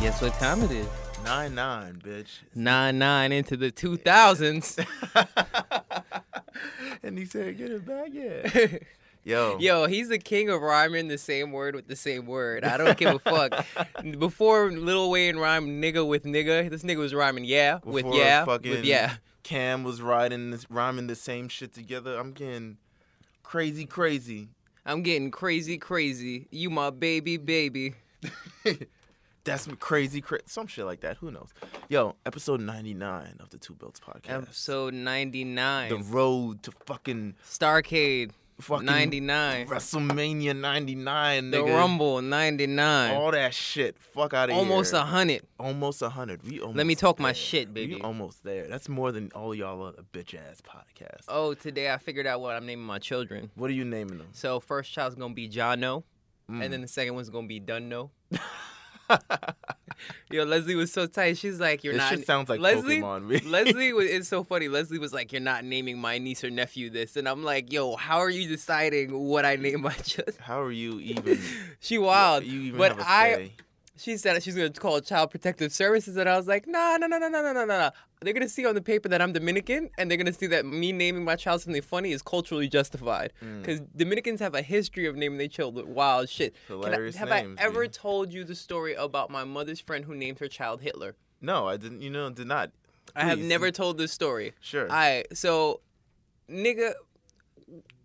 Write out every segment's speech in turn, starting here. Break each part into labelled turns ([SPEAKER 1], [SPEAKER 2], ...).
[SPEAKER 1] Guess what time it is?
[SPEAKER 2] Nine nine, bitch.
[SPEAKER 1] Nine nine into the two thousands.
[SPEAKER 2] and he said, "Get it back, yeah." Yo,
[SPEAKER 1] Yo, he's the king of rhyming the same word with the same word. I don't give a fuck. Before Lil Wayne rhymed nigga with nigga, this nigga was rhyming yeah with
[SPEAKER 2] Before
[SPEAKER 1] yeah
[SPEAKER 2] fucking
[SPEAKER 1] with yeah.
[SPEAKER 2] Cam was riding this, rhyming the same shit together. I'm getting crazy, crazy.
[SPEAKER 1] I'm getting crazy, crazy. You my baby, baby.
[SPEAKER 2] That's some crazy, cra- some shit like that. Who knows? Yo, episode 99 of the Two Belts podcast.
[SPEAKER 1] Episode
[SPEAKER 2] the
[SPEAKER 1] 99.
[SPEAKER 2] road to fucking
[SPEAKER 1] Starcade
[SPEAKER 2] fucking
[SPEAKER 1] 99.
[SPEAKER 2] WrestleMania 99,
[SPEAKER 1] The
[SPEAKER 2] nigga.
[SPEAKER 1] Rumble 99.
[SPEAKER 2] All that shit. Fuck out of here.
[SPEAKER 1] Almost a 100.
[SPEAKER 2] almost a hundred. We almost
[SPEAKER 1] Let me talk my
[SPEAKER 2] there.
[SPEAKER 1] shit,
[SPEAKER 2] We
[SPEAKER 1] baby.
[SPEAKER 2] almost there. That's more than all y'all other bitch ass podcasts.
[SPEAKER 1] Oh, today I figured out what I'm naming my children.
[SPEAKER 2] What are you naming them?
[SPEAKER 1] So first child's gonna be Jono,
[SPEAKER 2] Mm.
[SPEAKER 1] and then the second one's gonna be Dunno. Yo, Leslie was so tight. She's like, "You're
[SPEAKER 2] this
[SPEAKER 1] not."
[SPEAKER 2] shit sounds like
[SPEAKER 1] Leslie,
[SPEAKER 2] Pokemon.
[SPEAKER 1] Leslie was. It's so funny. Leslie was like, "You're not naming my niece or nephew this," and I'm like, "Yo, how are you deciding what I name my child?"
[SPEAKER 2] How are you even?
[SPEAKER 1] She wild.
[SPEAKER 2] You even
[SPEAKER 1] but
[SPEAKER 2] have a
[SPEAKER 1] I,
[SPEAKER 2] say?
[SPEAKER 1] she said she's gonna call Child Protective Services, and I was like, "No, no, no, no, no, no, no, no." They're gonna see on the paper that I'm Dominican, and they're gonna see that me naming my child something funny is culturally justified.
[SPEAKER 2] Mm.
[SPEAKER 1] Because Dominicans have a history of naming their children wild shit. Can I-
[SPEAKER 2] Hilarious
[SPEAKER 1] have
[SPEAKER 2] names,
[SPEAKER 1] I ever
[SPEAKER 2] dude.
[SPEAKER 1] told you the story about my mother's friend who named her child Hitler?
[SPEAKER 2] No, I didn't. You know, did not.
[SPEAKER 1] I have
[SPEAKER 2] Please.
[SPEAKER 1] never told this story.
[SPEAKER 2] Sure.
[SPEAKER 1] All right, so, nigga,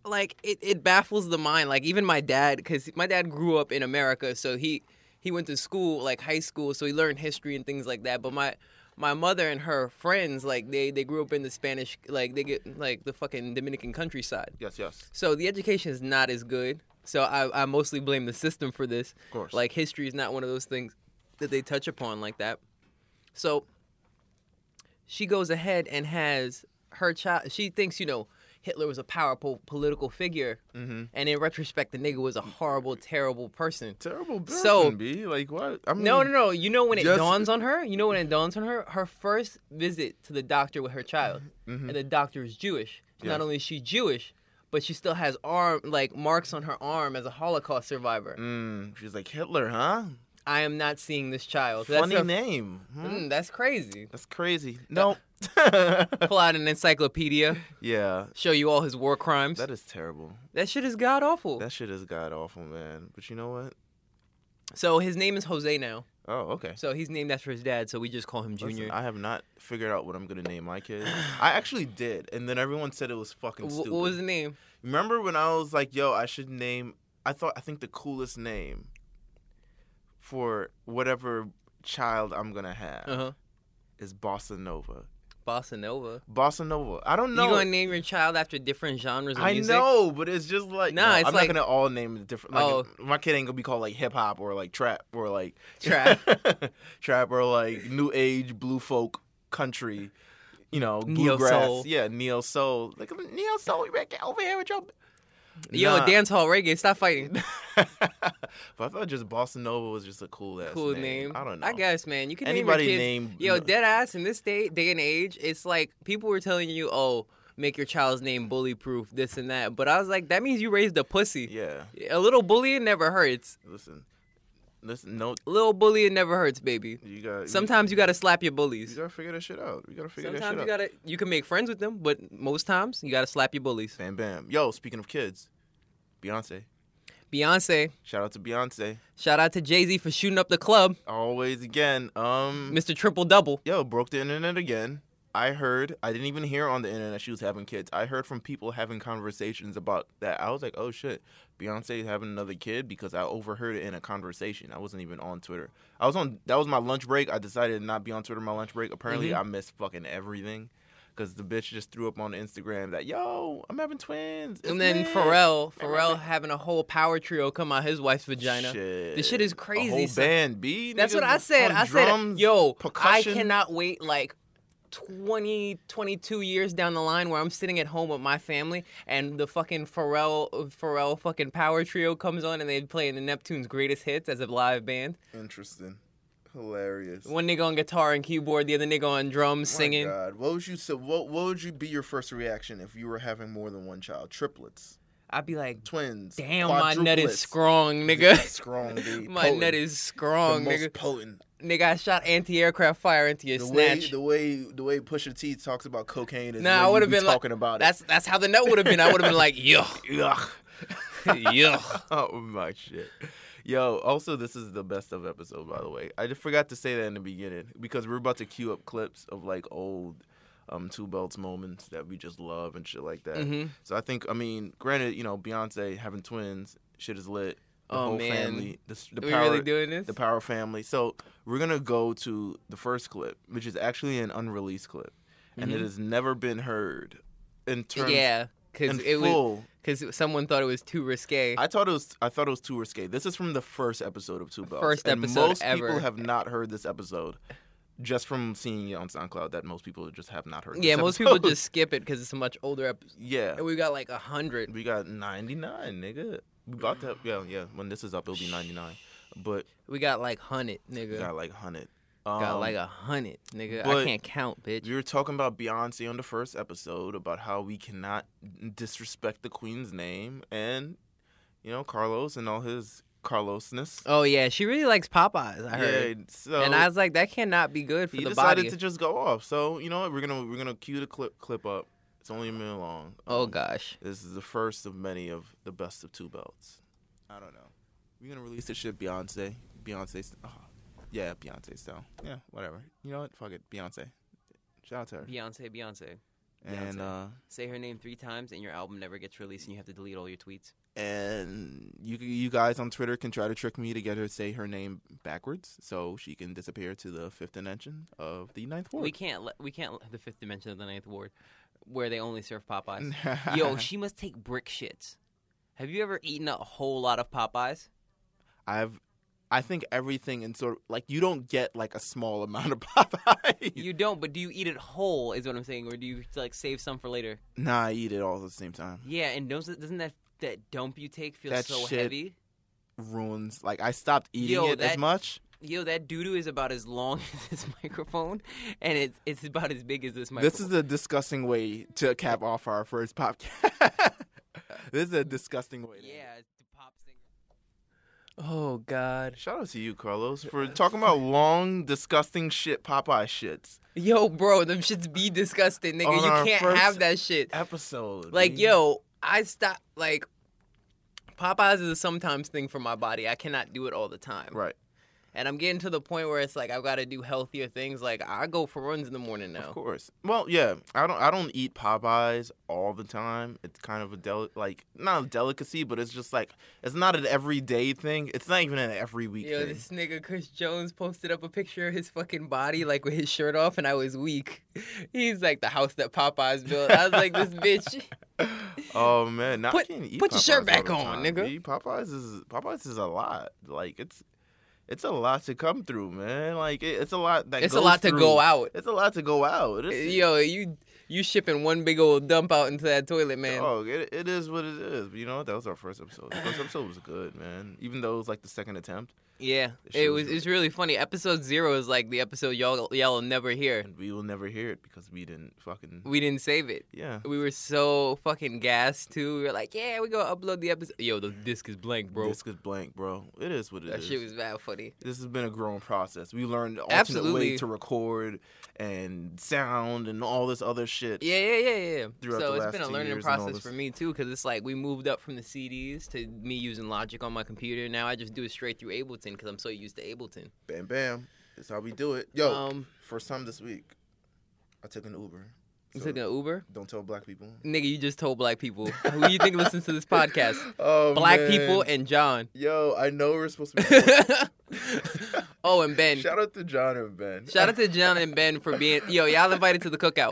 [SPEAKER 1] like it, it baffles the mind. Like even my dad, because my dad grew up in America, so he he went to school like high school, so he learned history and things like that. But my my mother and her friends, like they they grew up in the Spanish, like they get like the fucking Dominican countryside.
[SPEAKER 2] yes, yes,
[SPEAKER 1] So the education is not as good. So I, I mostly blame the system for this.
[SPEAKER 2] of course.
[SPEAKER 1] Like history is not one of those things that they touch upon like that. So she goes ahead and has her child. She thinks you know Hitler was a powerful political figure,
[SPEAKER 2] mm-hmm.
[SPEAKER 1] and in retrospect, the nigga was a horrible, terrible person.
[SPEAKER 2] terrible. Person,
[SPEAKER 1] So-
[SPEAKER 2] B. like what? I mean,
[SPEAKER 1] No, no, no. You know when it
[SPEAKER 2] Mm. Just-
[SPEAKER 1] dawns on her. You know when it dawns on her. Her first visit to the doctor with her child,
[SPEAKER 2] Mhm.
[SPEAKER 1] and the doctor is Jewish. So Not
[SPEAKER 2] Yes.
[SPEAKER 1] only is she Jewish, but she still has arm like marks on her arm as a Holocaust survivor.
[SPEAKER 2] Mm, she's like Hitler, huh?
[SPEAKER 1] I am not seeing this child. Oh, That's
[SPEAKER 2] Funny
[SPEAKER 1] her-
[SPEAKER 2] name. Hmm?
[SPEAKER 1] Mm, that's crazy.
[SPEAKER 2] That's crazy.
[SPEAKER 1] No.
[SPEAKER 2] No.
[SPEAKER 1] Pull out an encyclopedia,
[SPEAKER 2] yeah,
[SPEAKER 1] show you all his war crimes.
[SPEAKER 2] that is terrible.
[SPEAKER 1] that shit is god awful.
[SPEAKER 2] That shit is god awful, man. But you know what?
[SPEAKER 1] So his name is Jose now.
[SPEAKER 2] Oh, okay.
[SPEAKER 1] So he's named after his dad. So we just call him
[SPEAKER 2] Listen,
[SPEAKER 1] Junior.
[SPEAKER 2] I have not figured out what I'm gonna name my kid. I actually did, and then everyone said it was fucking
[SPEAKER 1] Wh-
[SPEAKER 2] stupid.
[SPEAKER 1] what was the name?
[SPEAKER 2] Remember when I was like, "Yo, I should name." I thought I think the coolest name for whatever child I'm gonna have
[SPEAKER 1] Uh huh.
[SPEAKER 2] is Bossa Nova.
[SPEAKER 1] Bossa Nova.
[SPEAKER 2] Bossa Nova. I don't know.
[SPEAKER 1] You gonna name your child after different genres of
[SPEAKER 2] I
[SPEAKER 1] music?
[SPEAKER 2] know, but it's just like
[SPEAKER 1] Nah,
[SPEAKER 2] no,
[SPEAKER 1] it's
[SPEAKER 2] I'm
[SPEAKER 1] like-
[SPEAKER 2] not gonna all name it different. Like,
[SPEAKER 1] Oh.
[SPEAKER 2] my kid ain't gonna be called like hip hop or like trap or like
[SPEAKER 1] Trap.
[SPEAKER 2] trap or like new age blue folk country. You know,
[SPEAKER 1] Neo
[SPEAKER 2] bluegrass.
[SPEAKER 1] soul.
[SPEAKER 2] Yeah, neo soul. Like neo soul, you better get over here with your.
[SPEAKER 1] Yo,
[SPEAKER 2] Nah.
[SPEAKER 1] dance hall reggae. Stop fighting.
[SPEAKER 2] but I thought just Bossa Nova was just a cool ass
[SPEAKER 1] Cool name.
[SPEAKER 2] I don't know.
[SPEAKER 1] I guess, man. You can
[SPEAKER 2] anybody
[SPEAKER 1] name your kids.
[SPEAKER 2] name
[SPEAKER 1] Yo, dead ass in this day day and age, it's like people were telling you, oh, make your child's name bully proof, this and that. But I was like, that means you raised a pussy.
[SPEAKER 2] Yeah,
[SPEAKER 1] A little bullying never hurts.
[SPEAKER 2] listen, listen. No,
[SPEAKER 1] A little bullying never hurts, baby.
[SPEAKER 2] you got
[SPEAKER 1] Sometimes you gotta slap your
[SPEAKER 2] You,
[SPEAKER 1] bullies.
[SPEAKER 2] gotta figure that shit out. You gotta figure that shit
[SPEAKER 1] Sometimes you
[SPEAKER 2] out.
[SPEAKER 1] gotta you can make friends with them, but most times you gotta slap your bullies.
[SPEAKER 2] Bam bam. Yo, speaking of kids, Beyonce.
[SPEAKER 1] Beyonce,
[SPEAKER 2] Shout out to Beyonce.
[SPEAKER 1] shout out to Jay Z for shooting up the club,
[SPEAKER 2] Always again. Um
[SPEAKER 1] Mr. Triple Double.
[SPEAKER 2] yo, broke the internet again. I heard I didn't even hear on the internet she was having kids. I heard from people having conversations about that. I was like, oh shit, Beyonce is having another kid because I overheard it in a conversation. I wasn't even on Twitter. I was on that was my lunch break. I decided to not be on Twitter my lunch break. Apparently
[SPEAKER 1] Mhm.
[SPEAKER 2] I missed fucking everything. Cause the bitch just threw up on Instagram that yo, I'm having twins.
[SPEAKER 1] And
[SPEAKER 2] It's
[SPEAKER 1] then
[SPEAKER 2] lit."
[SPEAKER 1] Pharrell,
[SPEAKER 2] Bam, bam,
[SPEAKER 1] Pharrell
[SPEAKER 2] bam.
[SPEAKER 1] having a whole power trio come out his wife's vagina.
[SPEAKER 2] Shit.
[SPEAKER 1] This shit is
[SPEAKER 2] A
[SPEAKER 1] crazy,
[SPEAKER 2] whole
[SPEAKER 1] son.
[SPEAKER 2] band, B.
[SPEAKER 1] That's what
[SPEAKER 2] niggas
[SPEAKER 1] I said.
[SPEAKER 2] on
[SPEAKER 1] I
[SPEAKER 2] drums,
[SPEAKER 1] said, yo,
[SPEAKER 2] percussion.
[SPEAKER 1] I cannot wait like 20, 22 years down the line where I'm sitting at home with my family and the fucking Pharrell, Pharrell fucking power trio comes on and they play the Neptune's greatest hits as a live band.
[SPEAKER 2] Interesting, hilarious.
[SPEAKER 1] One nigga on guitar and keyboard, the other nigga on drums
[SPEAKER 2] My
[SPEAKER 1] singing.
[SPEAKER 2] God. What would you so what, what would you be your first reaction if you were having more than one child? Triplets,
[SPEAKER 1] I'd be like,
[SPEAKER 2] twins,
[SPEAKER 1] damn, my nut is
[SPEAKER 2] quadruplets.
[SPEAKER 1] strong, nigga.
[SPEAKER 2] Strong, B.
[SPEAKER 1] my nut
[SPEAKER 2] potent.
[SPEAKER 1] is
[SPEAKER 2] The
[SPEAKER 1] strong,
[SPEAKER 2] most
[SPEAKER 1] nigga.
[SPEAKER 2] potent.
[SPEAKER 1] nigga, I shot anti-aircraft fire into your
[SPEAKER 2] The way,
[SPEAKER 1] snatch.
[SPEAKER 2] the way the way Pusha T talks about cocaine is
[SPEAKER 1] Nah, I
[SPEAKER 2] I would
[SPEAKER 1] would've
[SPEAKER 2] have been
[SPEAKER 1] been like-
[SPEAKER 2] talking about
[SPEAKER 1] that's that's how the note would have been. I would have been like, yo,
[SPEAKER 2] it. Ugh.
[SPEAKER 1] yo.
[SPEAKER 2] oh my shit. Yo, also this is the best of episode by the way. I just forgot to say that in the beginning because we're about to queue up clips of like old um two belts moments that we just love and shit like that.
[SPEAKER 1] Mhm.
[SPEAKER 2] So I think I mean, granted, you know, Beyonce having twins, shit is lit. The
[SPEAKER 1] Oh,
[SPEAKER 2] whole
[SPEAKER 1] man.
[SPEAKER 2] family, the, s- the
[SPEAKER 1] we
[SPEAKER 2] power,
[SPEAKER 1] really doing this?
[SPEAKER 2] the power family. So we're gonna go to the first clip, which is actually an unreleased clip, and it
[SPEAKER 1] Mhm.
[SPEAKER 2] has never been heard in terms
[SPEAKER 1] yeah, because
[SPEAKER 2] in
[SPEAKER 1] it was
[SPEAKER 2] full.
[SPEAKER 1] because someone thought it was too risque.
[SPEAKER 2] I thought it was I thought it was too risque. This is from the first episode of Two Bells.
[SPEAKER 1] First
[SPEAKER 2] and
[SPEAKER 1] episode
[SPEAKER 2] most people
[SPEAKER 1] ever.
[SPEAKER 2] have not heard this episode just from seeing it on SoundCloud. That most people just have not heard.
[SPEAKER 1] yeah,
[SPEAKER 2] this
[SPEAKER 1] most
[SPEAKER 2] episode.
[SPEAKER 1] people just skip it because it's a much older episode.
[SPEAKER 2] yeah.
[SPEAKER 1] And we got like a hundred.
[SPEAKER 2] We got ninety nine, nigga. We about to yeah yeah. When this is up, it'll be ninety nine. But
[SPEAKER 1] We got like hundred, nigga.
[SPEAKER 2] we
[SPEAKER 1] Got,
[SPEAKER 2] got like hundred.
[SPEAKER 1] like a hundred, nigga.
[SPEAKER 2] um, but-
[SPEAKER 1] I can't count, bitch.
[SPEAKER 2] We were talking about Beyonce on the first episode about how we cannot disrespect the queen's name and you know Carlos and all his Carlosness.
[SPEAKER 1] Oh yeah, she really likes Popeyes. I heard.
[SPEAKER 2] Yeah, so
[SPEAKER 1] and I was like, that cannot be good for
[SPEAKER 2] he
[SPEAKER 1] the
[SPEAKER 2] decided
[SPEAKER 1] body.
[SPEAKER 2] to just go off. So you know what? We're gonna we're gonna cue the clip clip up. It's only a minute long.
[SPEAKER 1] oh
[SPEAKER 2] Um,
[SPEAKER 1] gosh.
[SPEAKER 2] This is the first of many of the best of two belts. I don't know. We're gonna release this shit, Beyonce. Beyonce. st- Oh, yeah, Beyonce style. Yeah, whatever. You know what? Fuck it, Beyonce. Shout out to her.
[SPEAKER 3] Beyonce, Beyonce.
[SPEAKER 2] And uh,
[SPEAKER 3] Say her name three times and your album never gets released and you have to delete all your tweets.
[SPEAKER 2] and you you guys on Twitter can try to trick me to get her to say her name backwards so she can disappear to the fifth dimension of the ninth
[SPEAKER 3] We
[SPEAKER 2] ward.
[SPEAKER 3] can't let we can't let the fifth dimension of the ninth ward where they only serve Popeyes. Yo, she must take brick shits. Have you ever eaten a whole lot of Popeyes?
[SPEAKER 2] I've I think everything in sort of like you don't get like a small amount of Popeye.
[SPEAKER 3] You don't, but do you eat it whole? Is what I'm saying, or do you like save some for later?
[SPEAKER 2] nah, I eat it all at the same time.
[SPEAKER 3] Yeah, and doesn't doesn't that that dump you take feel
[SPEAKER 2] That
[SPEAKER 3] so
[SPEAKER 2] shit-
[SPEAKER 3] heavy?
[SPEAKER 2] Ruins like I stopped eating
[SPEAKER 3] Yo,
[SPEAKER 2] it as
[SPEAKER 3] that-
[SPEAKER 2] much.
[SPEAKER 3] Yo, that doo doo is about as long as this microphone, and it's it's about as big as this microphone.
[SPEAKER 2] This is a disgusting way to cap off our first podcast. this is a disgusting way. to end it.
[SPEAKER 3] yeah, it's the pop singer.
[SPEAKER 1] Oh god.
[SPEAKER 2] Shout out to you, Carlos, for talking about long, disgusting shit, Popeye shits
[SPEAKER 1] Yo, bro, them shits be disgusting, nigga.
[SPEAKER 2] On our
[SPEAKER 1] you can't
[SPEAKER 2] first-
[SPEAKER 1] have that shit.
[SPEAKER 2] episode.
[SPEAKER 1] Like,
[SPEAKER 2] B.
[SPEAKER 1] yo, I stop like Popeyes is a sometimes thing for my body. I cannot do it all the time.
[SPEAKER 2] right?
[SPEAKER 1] And I'm getting to the point where it's like I've got to do healthier things. Like I go for runs in the morning
[SPEAKER 2] Of
[SPEAKER 1] now.
[SPEAKER 2] course. Well, yeah, I don't I don't eat Popeyes all the time. It's kind of a del like not a delicacy, but it's just like it's not an everyday thing. It's not even an every week
[SPEAKER 1] Yo,
[SPEAKER 2] thing.
[SPEAKER 1] this nigga Chris Jones posted up a picture of his fucking body, like with his shirt off, and I was weak. He's like the house that Popeyes built. I was like, this bitch.
[SPEAKER 2] oh man, not
[SPEAKER 1] Put-
[SPEAKER 2] eat
[SPEAKER 1] put your shirt
[SPEAKER 2] Popeyes all
[SPEAKER 1] back
[SPEAKER 2] the
[SPEAKER 1] on,
[SPEAKER 2] time,
[SPEAKER 1] nigga.
[SPEAKER 2] B. Popeyes is Popeyes is a lot. Like it's it's a lot to come through, man. Like it, it's a lot that
[SPEAKER 1] It's a
[SPEAKER 2] goes
[SPEAKER 1] lot to go
[SPEAKER 2] through.
[SPEAKER 1] out.
[SPEAKER 2] It's a lot to go out. It is-
[SPEAKER 1] Yo, you you shipping one big old dump out into that toilet, man.
[SPEAKER 2] Oh, it, it is what it is. But you know what? That was our first episode. The first episode was good, man. Even though it was like the second attempt,
[SPEAKER 1] yeah,
[SPEAKER 2] This shit
[SPEAKER 1] it
[SPEAKER 2] was
[SPEAKER 1] was it's really funny. Episode zero is like the episode y'all y'all will never hear.
[SPEAKER 2] and we will never hear it because we didn't fucking
[SPEAKER 1] We didn't save it.
[SPEAKER 2] Yeah.
[SPEAKER 1] We were so fucking gassed too. We were like, yeah, we gonna upload the episode. Yo, the disc is blank, bro.
[SPEAKER 2] Disc is blank, bro. It is what it is.
[SPEAKER 1] that shit was bad funny.
[SPEAKER 2] this has been a growing process. We learned alternate way
[SPEAKER 1] Absolutely.
[SPEAKER 2] to record and sound and all this other shit.
[SPEAKER 1] Yeah, yeah, yeah, yeah, yeah.
[SPEAKER 2] Throughout
[SPEAKER 1] so
[SPEAKER 2] the
[SPEAKER 1] it's
[SPEAKER 2] last
[SPEAKER 1] been a
[SPEAKER 2] two
[SPEAKER 1] learning
[SPEAKER 2] years and all
[SPEAKER 1] process
[SPEAKER 2] this-
[SPEAKER 1] for me too, because it's like we moved up from the CDs to me using Logic on my computer. Now I just do it straight through Ableton because I'm so used to Ableton.
[SPEAKER 2] Bam, bam. That's how we do it. Yo,
[SPEAKER 1] Um,
[SPEAKER 2] first time this week, I took an Uber.
[SPEAKER 1] you
[SPEAKER 2] So
[SPEAKER 1] took an Uber,
[SPEAKER 2] don't tell black people.
[SPEAKER 1] nigga. You just told black people who you think listens to this podcast.
[SPEAKER 2] Oh,
[SPEAKER 1] Black
[SPEAKER 2] man.
[SPEAKER 1] people and John.
[SPEAKER 2] Yo, I know we're supposed to be.
[SPEAKER 1] oh, and Ben.
[SPEAKER 2] Shout out to John and Ben.
[SPEAKER 1] Shout out to John and Ben for being yo. Y'all invited to the cookout.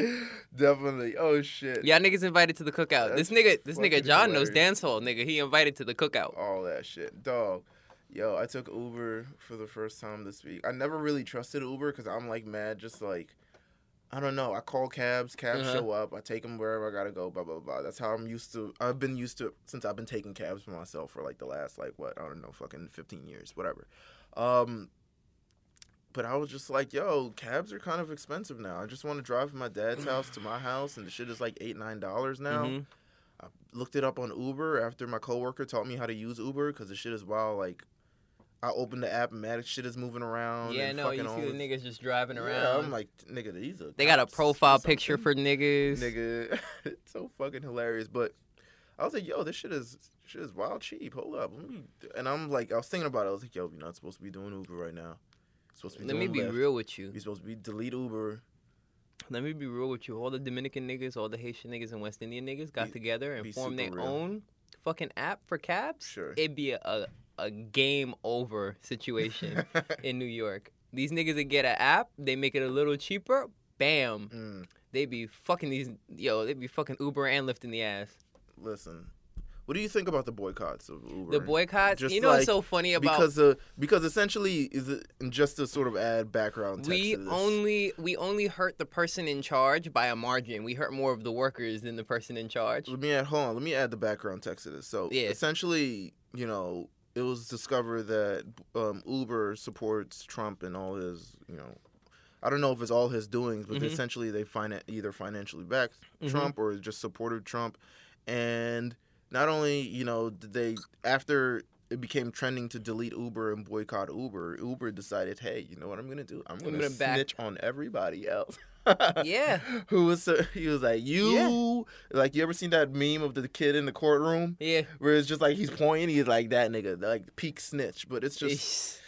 [SPEAKER 2] Definitely. Oh shit.
[SPEAKER 1] Y'all niggas invited to the cookout. this
[SPEAKER 2] That's
[SPEAKER 1] nigga, this nigga
[SPEAKER 2] fucking
[SPEAKER 1] John knows
[SPEAKER 2] hilarious.
[SPEAKER 1] dance hall. Nigga, he invited to the cookout.
[SPEAKER 2] all that shit, dog. Yo, I took Uber for the first time this week. I never really trusted Uber because I'm like mad, just like I don't know. I call cabs, cabs
[SPEAKER 1] Uh-huh.
[SPEAKER 2] show up, I take them wherever I gotta go, blah blah blah. That's how I'm used to. I've been used to it since I've been taking cabs for myself for like the last like what I don't know, fucking 15 years, whatever. Um, but I was just like, yo, cabs are kind of expensive now. I just want to drive from my dad's house to my house, and the shit is like eight nine dollars now.
[SPEAKER 1] Mhm.
[SPEAKER 2] I looked it up on Uber after my coworker taught me how to use Uber because the shit is wild. Like, I open the app and mad shit is moving around.
[SPEAKER 1] yeah,
[SPEAKER 2] and
[SPEAKER 1] no,
[SPEAKER 2] fucking
[SPEAKER 1] you
[SPEAKER 2] all
[SPEAKER 1] see the
[SPEAKER 2] this-
[SPEAKER 1] niggas just driving
[SPEAKER 2] Yeah,
[SPEAKER 1] around.
[SPEAKER 2] I'm like, nigga, these are.
[SPEAKER 1] they got a
[SPEAKER 2] cops or
[SPEAKER 1] profile picture
[SPEAKER 2] something."
[SPEAKER 1] for niggas.
[SPEAKER 2] nigga. it's so fucking hilarious. But I was like, yo, this shit is shit is wild cheap. Hold up, let me. And I'm like, I was thinking about it. I was like, yo, you're not supposed to be doing Uber right now. You're supposed to be
[SPEAKER 1] Let me
[SPEAKER 2] doing
[SPEAKER 1] be
[SPEAKER 2] Lyft.
[SPEAKER 1] real with you.
[SPEAKER 2] You're supposed to be delete Uber.
[SPEAKER 1] Let me be real with you. All the Dominican niggas, all the Haitian niggas, and West Indian niggas got
[SPEAKER 2] Be-
[SPEAKER 1] together and
[SPEAKER 2] be
[SPEAKER 1] formed their
[SPEAKER 2] super real.
[SPEAKER 1] own fucking app for cabs.
[SPEAKER 2] Sure.
[SPEAKER 1] It'd be a, a, a game over situation in New York. These niggas that get an app, they make it a little cheaper. Bam.
[SPEAKER 2] Mm,
[SPEAKER 1] They be fucking these, yo, they be fucking Uber and Lyft in the ass.
[SPEAKER 2] listen, what do you think about the boycotts of Uber?
[SPEAKER 1] The boycotts,
[SPEAKER 2] Just
[SPEAKER 1] you know what's
[SPEAKER 2] like-
[SPEAKER 1] so funny about
[SPEAKER 2] because uh, because essentially is it, and just to sort of add background. Text
[SPEAKER 1] we
[SPEAKER 2] to this,
[SPEAKER 1] only we only hurt the person in charge by a margin. We hurt more of the workers than the person in charge.
[SPEAKER 2] Let me add. Hold on. Let me add the background text to this. So
[SPEAKER 1] Yeah.
[SPEAKER 2] essentially, you know, it was discovered that um, Uber supports Trump and all his, you know, I don't know if it's all his doings, but
[SPEAKER 1] Mhm.
[SPEAKER 2] essentially they find either financially backed
[SPEAKER 1] Mhm.
[SPEAKER 2] Trump or just supported Trump, and not only you know did they after. It became trending to delete Uber and boycott Uber. Uber decided, hey, you know what I'm gonna do? I'm gonna,
[SPEAKER 1] gonna back-
[SPEAKER 2] snitch on everybody else.
[SPEAKER 1] Yeah.
[SPEAKER 2] Who was so, he was like you like you ever seen that meme of the kid in the courtroom
[SPEAKER 1] Yeah.
[SPEAKER 2] where it's just like he's pointing he's like that nigga like peak snitch but it's just
[SPEAKER 1] It's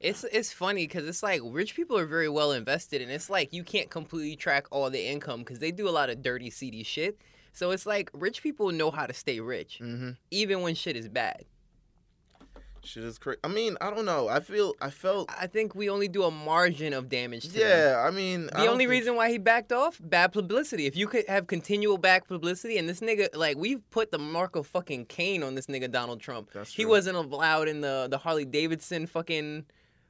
[SPEAKER 1] it's, it's funny because it's like rich people are very well invested, and it's like you can't completely track all the income because they do a lot of dirty, seedy shit. So it's like rich people know how to stay rich,
[SPEAKER 2] hmm
[SPEAKER 1] even when shit is bad.
[SPEAKER 2] shit is crazy. I mean I don't know I feel I felt
[SPEAKER 1] I think we only do a margin of damage. To them.
[SPEAKER 2] yeah I mean I
[SPEAKER 1] The
[SPEAKER 2] don't
[SPEAKER 1] only
[SPEAKER 2] think-
[SPEAKER 1] reason why he backed off, bad publicity. If you could have continual bad publicity, and this nigga, like, we've put the mark of fucking Kane on this nigga Donald Trump.
[SPEAKER 2] That's
[SPEAKER 1] he
[SPEAKER 2] true.
[SPEAKER 1] wasn't allowed in the the Harley Davidson fucking,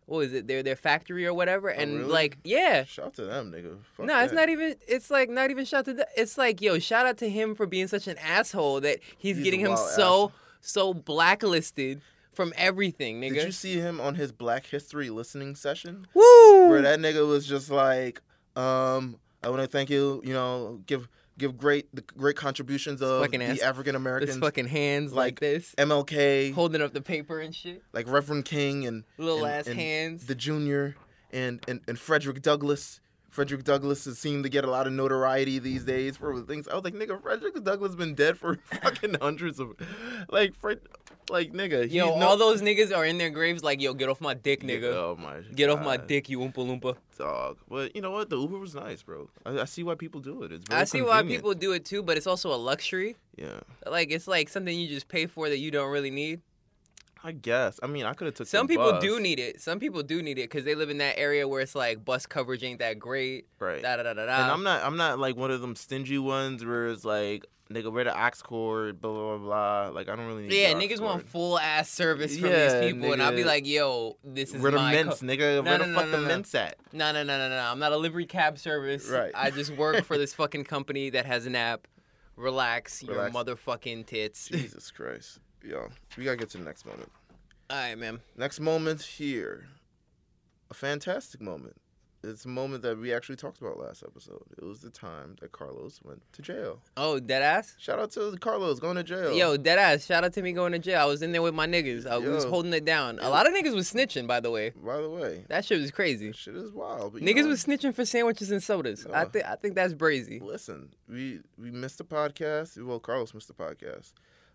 [SPEAKER 1] what was it? Their their factory or whatever. And
[SPEAKER 2] Oh, really?
[SPEAKER 1] like, yeah,
[SPEAKER 2] shout to them nigga Fuck
[SPEAKER 1] no, it's
[SPEAKER 2] that.
[SPEAKER 1] not even. It's like not even shout to. The, it's like yo, shout out to him for being such an asshole that he's,
[SPEAKER 2] He's a
[SPEAKER 1] getting him
[SPEAKER 2] wild
[SPEAKER 1] so so blacklisted from everything, nigga.
[SPEAKER 2] Did you see him on his Black History listening session
[SPEAKER 1] Woo!
[SPEAKER 2] where that nigga was just like um I want to thank you you know give give great the great contributions of
[SPEAKER 1] fucking ass-
[SPEAKER 2] the African
[SPEAKER 1] His
[SPEAKER 2] Americans
[SPEAKER 1] fucking hands like,
[SPEAKER 2] like,
[SPEAKER 1] this,
[SPEAKER 2] MLK
[SPEAKER 1] holding up the paper and shit,
[SPEAKER 2] like Reverend King and
[SPEAKER 1] little
[SPEAKER 2] and-
[SPEAKER 1] ass
[SPEAKER 2] and
[SPEAKER 1] hands.
[SPEAKER 2] the junior and, and, and Frederick Douglass. Frederick Douglass has seemed to get a lot of notoriety these days for things. I was like, nigga, Frederick Douglass been dead for fucking hundreds of, like, Fred, like nigga. he
[SPEAKER 1] Yo,
[SPEAKER 2] know-
[SPEAKER 1] all those niggas are in their graves like, yo, get off my dick, nigga.
[SPEAKER 2] Oh my.
[SPEAKER 1] Get off my
[SPEAKER 2] God,
[SPEAKER 1] dick, you oompa loompa.
[SPEAKER 2] dog. But you know what? The Uber was nice, bro. I, I see why people do it. It's very
[SPEAKER 1] I see why
[SPEAKER 2] convenient.
[SPEAKER 1] people do it too, but it's also a luxury.
[SPEAKER 2] Yeah,
[SPEAKER 1] Like it's like something you just pay for that you don't really need.
[SPEAKER 2] I guess. I mean, I could have took.
[SPEAKER 1] Some
[SPEAKER 2] the
[SPEAKER 1] people
[SPEAKER 2] bus,
[SPEAKER 1] do need it. Some people do need it because they live in that area where it's like bus coverage ain't that great.
[SPEAKER 2] right.
[SPEAKER 1] Da da da da
[SPEAKER 2] And
[SPEAKER 1] da.
[SPEAKER 2] I'm not I'm not like one of them stingy ones where it's like nigga wear the ox cord blah blah blah. Like I don't really need
[SPEAKER 1] Yeah,
[SPEAKER 2] the ox
[SPEAKER 1] niggas
[SPEAKER 2] cord.
[SPEAKER 1] want full ass service from
[SPEAKER 2] Yeah,
[SPEAKER 1] these people, and I'll be
[SPEAKER 2] nigga.
[SPEAKER 1] like, yo, this is
[SPEAKER 2] Where the
[SPEAKER 1] my
[SPEAKER 2] mints,
[SPEAKER 1] co-
[SPEAKER 2] nigga?
[SPEAKER 1] No, no,
[SPEAKER 2] where the
[SPEAKER 1] no,
[SPEAKER 2] fuck
[SPEAKER 1] no,
[SPEAKER 2] the
[SPEAKER 1] no.
[SPEAKER 2] mints at?
[SPEAKER 1] no no no no no. I'm not a livery cab service.
[SPEAKER 2] Right.
[SPEAKER 1] I just work for this fucking company that has an app. Relax, your
[SPEAKER 2] Relax.
[SPEAKER 1] motherfucking tits.
[SPEAKER 2] Jesus Christ. Yo, we gotta get to the next moment.
[SPEAKER 1] All right, man.
[SPEAKER 2] Next moment here. A fantastic moment. It's a moment that we actually talked about last episode. It was the time that Carlos went to jail.
[SPEAKER 1] Oh, dead ass.
[SPEAKER 2] Shout out to Carlos going to jail.
[SPEAKER 1] Yo, dead ass. Shout out to me going to jail. I was in there with my niggas. I was
[SPEAKER 2] Yo.
[SPEAKER 1] holding it down. A lot of niggas was snitching, by the way.
[SPEAKER 2] By the way,
[SPEAKER 1] That shit was crazy.
[SPEAKER 2] that shit is wild. But you
[SPEAKER 1] Niggas
[SPEAKER 2] know,
[SPEAKER 1] was snitching for sandwiches and sodas. I
[SPEAKER 2] Yeah.
[SPEAKER 1] think I think that's brazy.
[SPEAKER 2] listen, we we missed the podcast. Well, Carlos missed the podcast,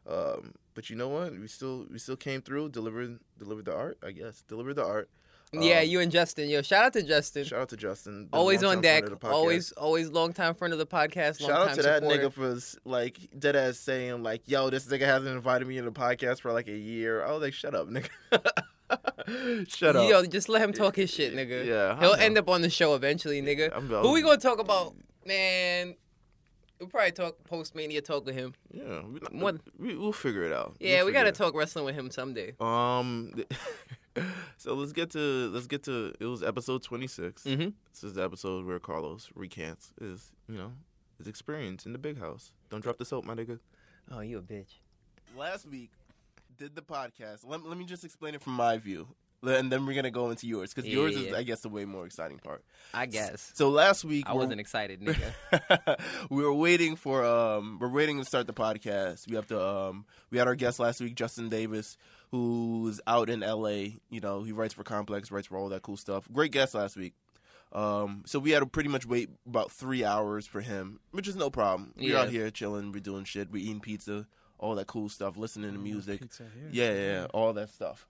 [SPEAKER 2] um, but you know what? We still we still came through, delivered delivered the art. I guess delivered the art.
[SPEAKER 1] yeah,
[SPEAKER 2] Um,
[SPEAKER 1] you and Justin. Yo, shout out to Justin.
[SPEAKER 2] Shout out to Justin. the
[SPEAKER 1] always on
[SPEAKER 2] longtime
[SPEAKER 1] deck.
[SPEAKER 2] friend of the podcast.
[SPEAKER 1] Always always long time friend of the podcast. Long
[SPEAKER 2] Shout
[SPEAKER 1] time
[SPEAKER 2] out to that
[SPEAKER 1] supporter.
[SPEAKER 2] nigga for s- like dead ass saying like, "Yo, this nigga hasn't invited me in the podcast for like a year." I was like, "Shut up, nigga." Shut up.
[SPEAKER 1] Yo, just let him talk his shit, nigga.
[SPEAKER 2] Yeah, I
[SPEAKER 1] He'll
[SPEAKER 2] know.
[SPEAKER 1] end up on the show eventually, nigga.
[SPEAKER 2] I'm-
[SPEAKER 1] Who we gonna talk about? Man, we'll probably talk post mania talk with him.
[SPEAKER 2] Yeah, we,
[SPEAKER 1] What-
[SPEAKER 2] we, we'll figure it out.
[SPEAKER 1] Yeah,
[SPEAKER 2] We'll
[SPEAKER 1] we gotta
[SPEAKER 2] figure it out.
[SPEAKER 1] talk wrestling with him someday.
[SPEAKER 2] Um, so let's get to let's get to it was episode twenty
[SPEAKER 3] Mm-hmm.
[SPEAKER 1] Mhm.
[SPEAKER 2] This is the episode where Carlos recants his you know his experience in the big house. Don't drop the soap, my nigga.
[SPEAKER 1] Oh, you a bitch.
[SPEAKER 2] Last week, did the podcast. Let, let me just explain it from my view, and then we're gonna go into yours because
[SPEAKER 1] Yeah,
[SPEAKER 2] yours
[SPEAKER 1] yeah,
[SPEAKER 2] is
[SPEAKER 1] yeah.
[SPEAKER 2] I guess the way more exciting part.
[SPEAKER 1] I guess.
[SPEAKER 2] So last week
[SPEAKER 3] I
[SPEAKER 2] we're-
[SPEAKER 3] wasn't excited, nigga.
[SPEAKER 2] we were waiting for um we're waiting to start the podcast. We have to um we had our guest last week, Justin Davis, who's out in LA. You know, he writes for Complex, writes for all that cool stuff. Great guest last week. Um, so we had to pretty much wait about three hours for him, which is no problem. We're
[SPEAKER 4] Yeah.
[SPEAKER 2] out here chilling, we're doing shit, we're eating pizza, all that cool stuff, listening to music. Yeah, yeah, yeah, all that stuff.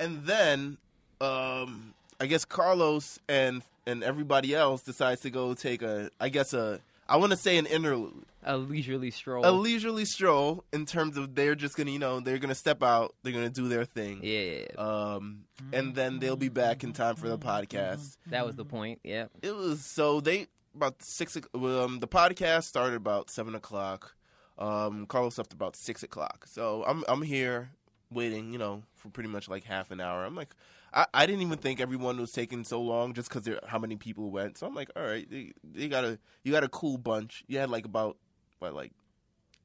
[SPEAKER 2] And then um, I guess Carlos and and everybody else decides to go take a I guess a I want to say an interlude,
[SPEAKER 1] A leisurely stroll.
[SPEAKER 2] a leisurely stroll in terms of they're just gonna you know they're gonna step out, they're gonna do their thing,
[SPEAKER 1] yeah, Mm-hmm. yeah, yeah.
[SPEAKER 2] um, and then they'll be back in time for
[SPEAKER 1] Mm-hmm.
[SPEAKER 2] the podcast.
[SPEAKER 1] that was the point. Yeah.
[SPEAKER 2] It was so they about six. o- Um, the podcast started about seven o'clock. Um, Carlos left about six o'clock. So I'm I'm here waiting, you know, for pretty much like half an hour. I'm like, I, I didn't even think everyone was taking so long just because how many people went. So I'm like, all right, they, they got a you got a cool bunch. You had like about what like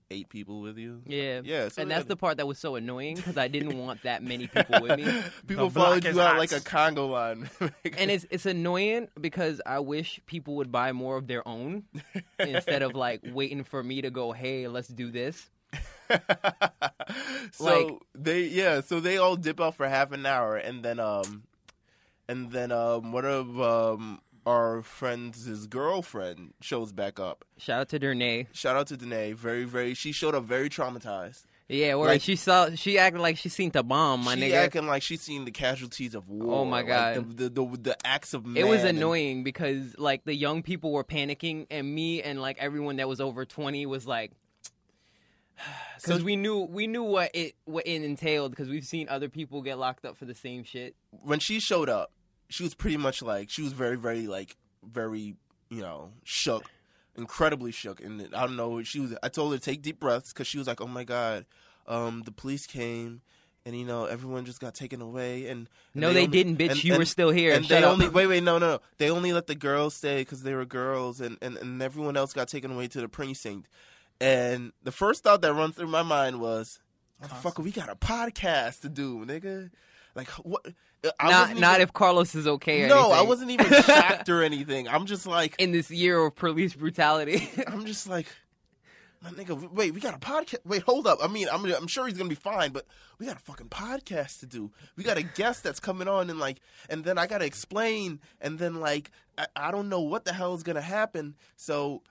[SPEAKER 2] eight people with you.
[SPEAKER 1] Yeah.
[SPEAKER 2] Yeah, so
[SPEAKER 1] and
[SPEAKER 2] they
[SPEAKER 1] that's
[SPEAKER 2] had-
[SPEAKER 1] the part that was so annoying because I didn't want that many people with me.
[SPEAKER 2] people
[SPEAKER 5] The block
[SPEAKER 2] followed you
[SPEAKER 5] is
[SPEAKER 2] out
[SPEAKER 5] hot.
[SPEAKER 2] like a Congo line.
[SPEAKER 1] And it's it's annoying because I wish people would buy more of their own instead of like waiting for me to go, hey, let's do this.
[SPEAKER 2] so
[SPEAKER 1] Like-
[SPEAKER 2] they yeah, so they all dip out for half an hour and then um and then um one of um our friend's girlfriend shows back up.
[SPEAKER 1] Shout out to Dernay.
[SPEAKER 2] Shout out to Danae. Very, very she showed up very traumatized.
[SPEAKER 1] Yeah, where
[SPEAKER 2] Like-
[SPEAKER 1] she saw she acted like she seen the bomb, my
[SPEAKER 2] she
[SPEAKER 1] nigga.
[SPEAKER 2] acting like she's seen the casualties of war.
[SPEAKER 1] Oh, my
[SPEAKER 2] like,
[SPEAKER 1] God.
[SPEAKER 2] the, the, the the acts of man.
[SPEAKER 1] it was
[SPEAKER 2] and-
[SPEAKER 1] annoying because like the young people were panicking and me and like everyone that was over 20 was like because
[SPEAKER 2] So-
[SPEAKER 1] we knew we knew what it what it entailed because we've seen other people get locked up for the same shit
[SPEAKER 2] when she showed up, she was pretty much like she was very, very like very you know shook, incredibly shook, and I don't know. She was. I told her to take deep breaths because she was like, "Oh my god, um, the police came." And you know everyone just got taken away, and, and
[SPEAKER 1] no they,
[SPEAKER 2] only-
[SPEAKER 1] didn't bitch
[SPEAKER 2] and-
[SPEAKER 1] you
[SPEAKER 2] and-
[SPEAKER 1] were still here
[SPEAKER 2] And
[SPEAKER 1] Shut
[SPEAKER 2] they
[SPEAKER 1] up.
[SPEAKER 2] only wait, wait, no, no, no. They only let the girls stay because they were girls, and, and and everyone else got taken away to the precinct. And the first thought that runs through my mind was, "Motherfucker, we got a podcast to do, nigga." Like what? I
[SPEAKER 1] not
[SPEAKER 2] wasn't
[SPEAKER 1] not
[SPEAKER 2] even-
[SPEAKER 1] if carlos is okay or
[SPEAKER 2] no, I
[SPEAKER 1] anything.
[SPEAKER 2] wasn't even shocked or anything. I'm just like,
[SPEAKER 1] in this year of police brutality
[SPEAKER 2] I'm just like, my nigga. w- Wait, we got a podcast. Wait, hold up. I mean, I'm I'm sure he's gonna be fine, but we got a fucking podcast to do. We got a guest that's coming on, and like, and then I gotta explain, and then like, I, I don't know what the hell is gonna happen. So.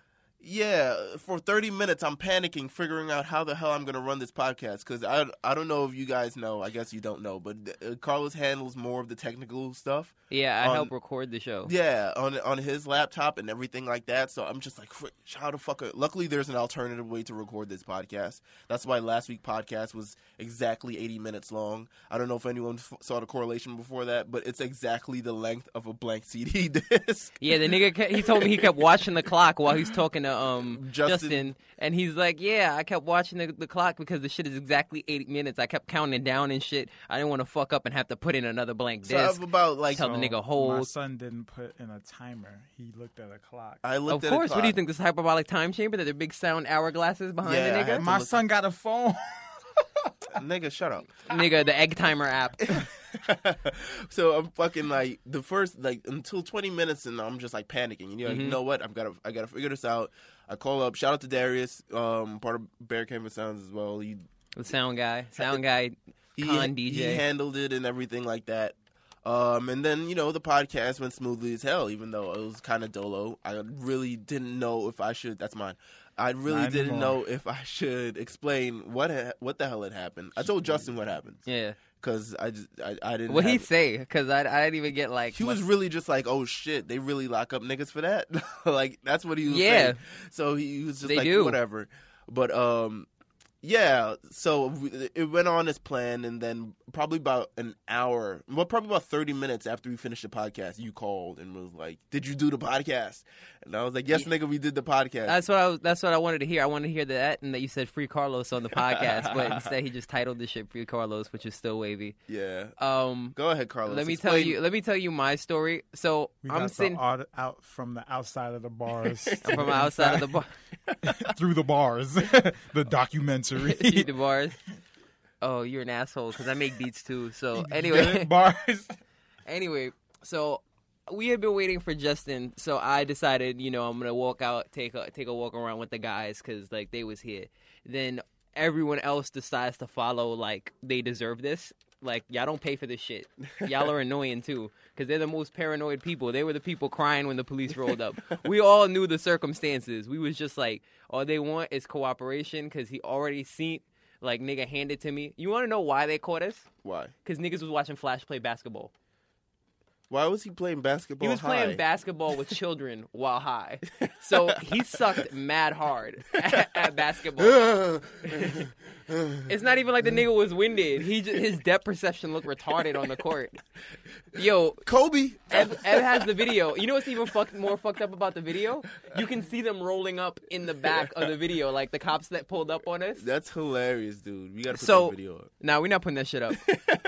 [SPEAKER 2] Yeah, for 30 minutes I'm panicking figuring out how the hell I'm going to run this podcast cuz I I don't know if you guys know, I guess you don't know, but uh, Carlos handles more of the technical stuff.
[SPEAKER 1] yeah i
[SPEAKER 2] Um,
[SPEAKER 1] helped record the show
[SPEAKER 2] Yeah, on on his laptop and everything like that. So I'm just like, "Frick, how the fuck? Are... Luckily, there's an alternative way to record this podcast. That's why last week podcast was exactly 80 minutes long. I don't know if anyone f- saw the correlation before that, but it's exactly the length of a blank CD disc.
[SPEAKER 1] Yeah, the nigga kept, he told me he kept watching the clock while he's talking to um Justin,
[SPEAKER 2] Justin.
[SPEAKER 1] and he's like, "Yeah, I kept watching the, the clock because the shit is exactly 80 minutes. I kept counting down and shit. I didn't want to fuck up and have to put in another blank
[SPEAKER 2] So I
[SPEAKER 1] disc.
[SPEAKER 2] have about like
[SPEAKER 1] Tell the
[SPEAKER 6] "Oh,
[SPEAKER 1] nigga
[SPEAKER 5] My
[SPEAKER 1] hold.
[SPEAKER 5] son didn't put in a timer. He looked at a clock.
[SPEAKER 2] I
[SPEAKER 1] Of
[SPEAKER 2] looked at a
[SPEAKER 1] course, what do you
[SPEAKER 2] clock.
[SPEAKER 1] think this hyperbolic time chamber that the big sound hourglasses behind
[SPEAKER 2] Yeah, I
[SPEAKER 1] the nigga?
[SPEAKER 2] had
[SPEAKER 5] My
[SPEAKER 2] to look-
[SPEAKER 5] son got a phone.
[SPEAKER 2] Nigga, shut up.
[SPEAKER 1] nigga, the egg timer app.
[SPEAKER 2] so I'm fucking like the first like until 20 minutes and I'm just like panicking. You know,
[SPEAKER 1] Mm-hmm.
[SPEAKER 2] you know what? I've got to I got to figure this out. I call up. Shout out to Darius, um, part of Bear Canvas Sounds as well. He
[SPEAKER 1] The sound guy, sound guy,
[SPEAKER 2] he,
[SPEAKER 1] con
[SPEAKER 2] he
[SPEAKER 1] DJ.
[SPEAKER 2] handled it and everything like that. Um, and then you know the podcast went smoothly as hell, even though it was kind of dolo. I really didn't know if I should. That's mine. I really
[SPEAKER 5] Not
[SPEAKER 2] didn't
[SPEAKER 5] anymore.
[SPEAKER 2] know if I should explain what ha- what the hell had happened. I told Justin what happened
[SPEAKER 1] yeah,
[SPEAKER 2] because I just I, I didn't.
[SPEAKER 1] what
[SPEAKER 2] have
[SPEAKER 1] he
[SPEAKER 2] it.
[SPEAKER 1] say? Because I I didn't even get like
[SPEAKER 2] He
[SPEAKER 1] what-
[SPEAKER 2] was really just like, "Oh shit, they really lock up niggas for that." like that's what he was
[SPEAKER 1] Yeah.
[SPEAKER 2] saying. So he was just
[SPEAKER 1] They
[SPEAKER 2] like,
[SPEAKER 1] do.
[SPEAKER 2] "Whatever." But um, yeah. So we- it went on as planned, and then probably about an hour, well, probably about thirty minutes after we finished the podcast, you called and was like, "Did you do the podcast?" And I was like, "Yes, nigga, we did the podcast."
[SPEAKER 1] That's what I was, that's what I wanted to hear. I wanted to hear that and that you said free Carlos on the podcast, but instead he just titled the shit free Carlos, which is still wavy.
[SPEAKER 2] yeah.
[SPEAKER 1] Um
[SPEAKER 2] Go ahead, Carlos.
[SPEAKER 1] let me
[SPEAKER 2] Explain-
[SPEAKER 1] tell you let me tell you my story. So
[SPEAKER 5] We
[SPEAKER 1] I'm
[SPEAKER 5] got
[SPEAKER 1] sitting
[SPEAKER 5] the out, out from the outside of the bars.
[SPEAKER 1] from outside of the bar
[SPEAKER 5] through the bars. the documentary.
[SPEAKER 1] through the bars. Oh, you're an asshole because I make beats too. So anyway,
[SPEAKER 5] bars.
[SPEAKER 1] anyway, so we had been waiting for Justin, so I decided, you know, I'm gonna walk out, take a take a walk around with the guys because like they was here. Then everyone else decides to follow, like they deserve this, Like y'all don't pay for this shit. Y'all are annoying too, because they're the most paranoid people. They were the people crying when the police rolled up. we all knew the circumstances. We was just like, all they want is cooperation, because he already seen. Like nigga handed to me. You want to know why they caught us?
[SPEAKER 2] Why?
[SPEAKER 1] Because niggas was watching Flash play basketball.
[SPEAKER 2] Why was he playing basketball?
[SPEAKER 1] He was
[SPEAKER 2] high?
[SPEAKER 1] playing basketball with children while high. So he sucked mad hard at, at basketball. It's not even like the nigga was winded. He just, his depth perception looked retarded on the court. Yo,
[SPEAKER 2] Kobe.
[SPEAKER 1] Ev, Ev has the video. You know what's even fuck, more fucked up about the video? You can see them rolling up in the back of the video, like the cops that pulled up on us.
[SPEAKER 2] That's hilarious, dude. We gotta put
[SPEAKER 1] So-
[SPEAKER 2] that video up.
[SPEAKER 1] Nah, we're not putting that shit up.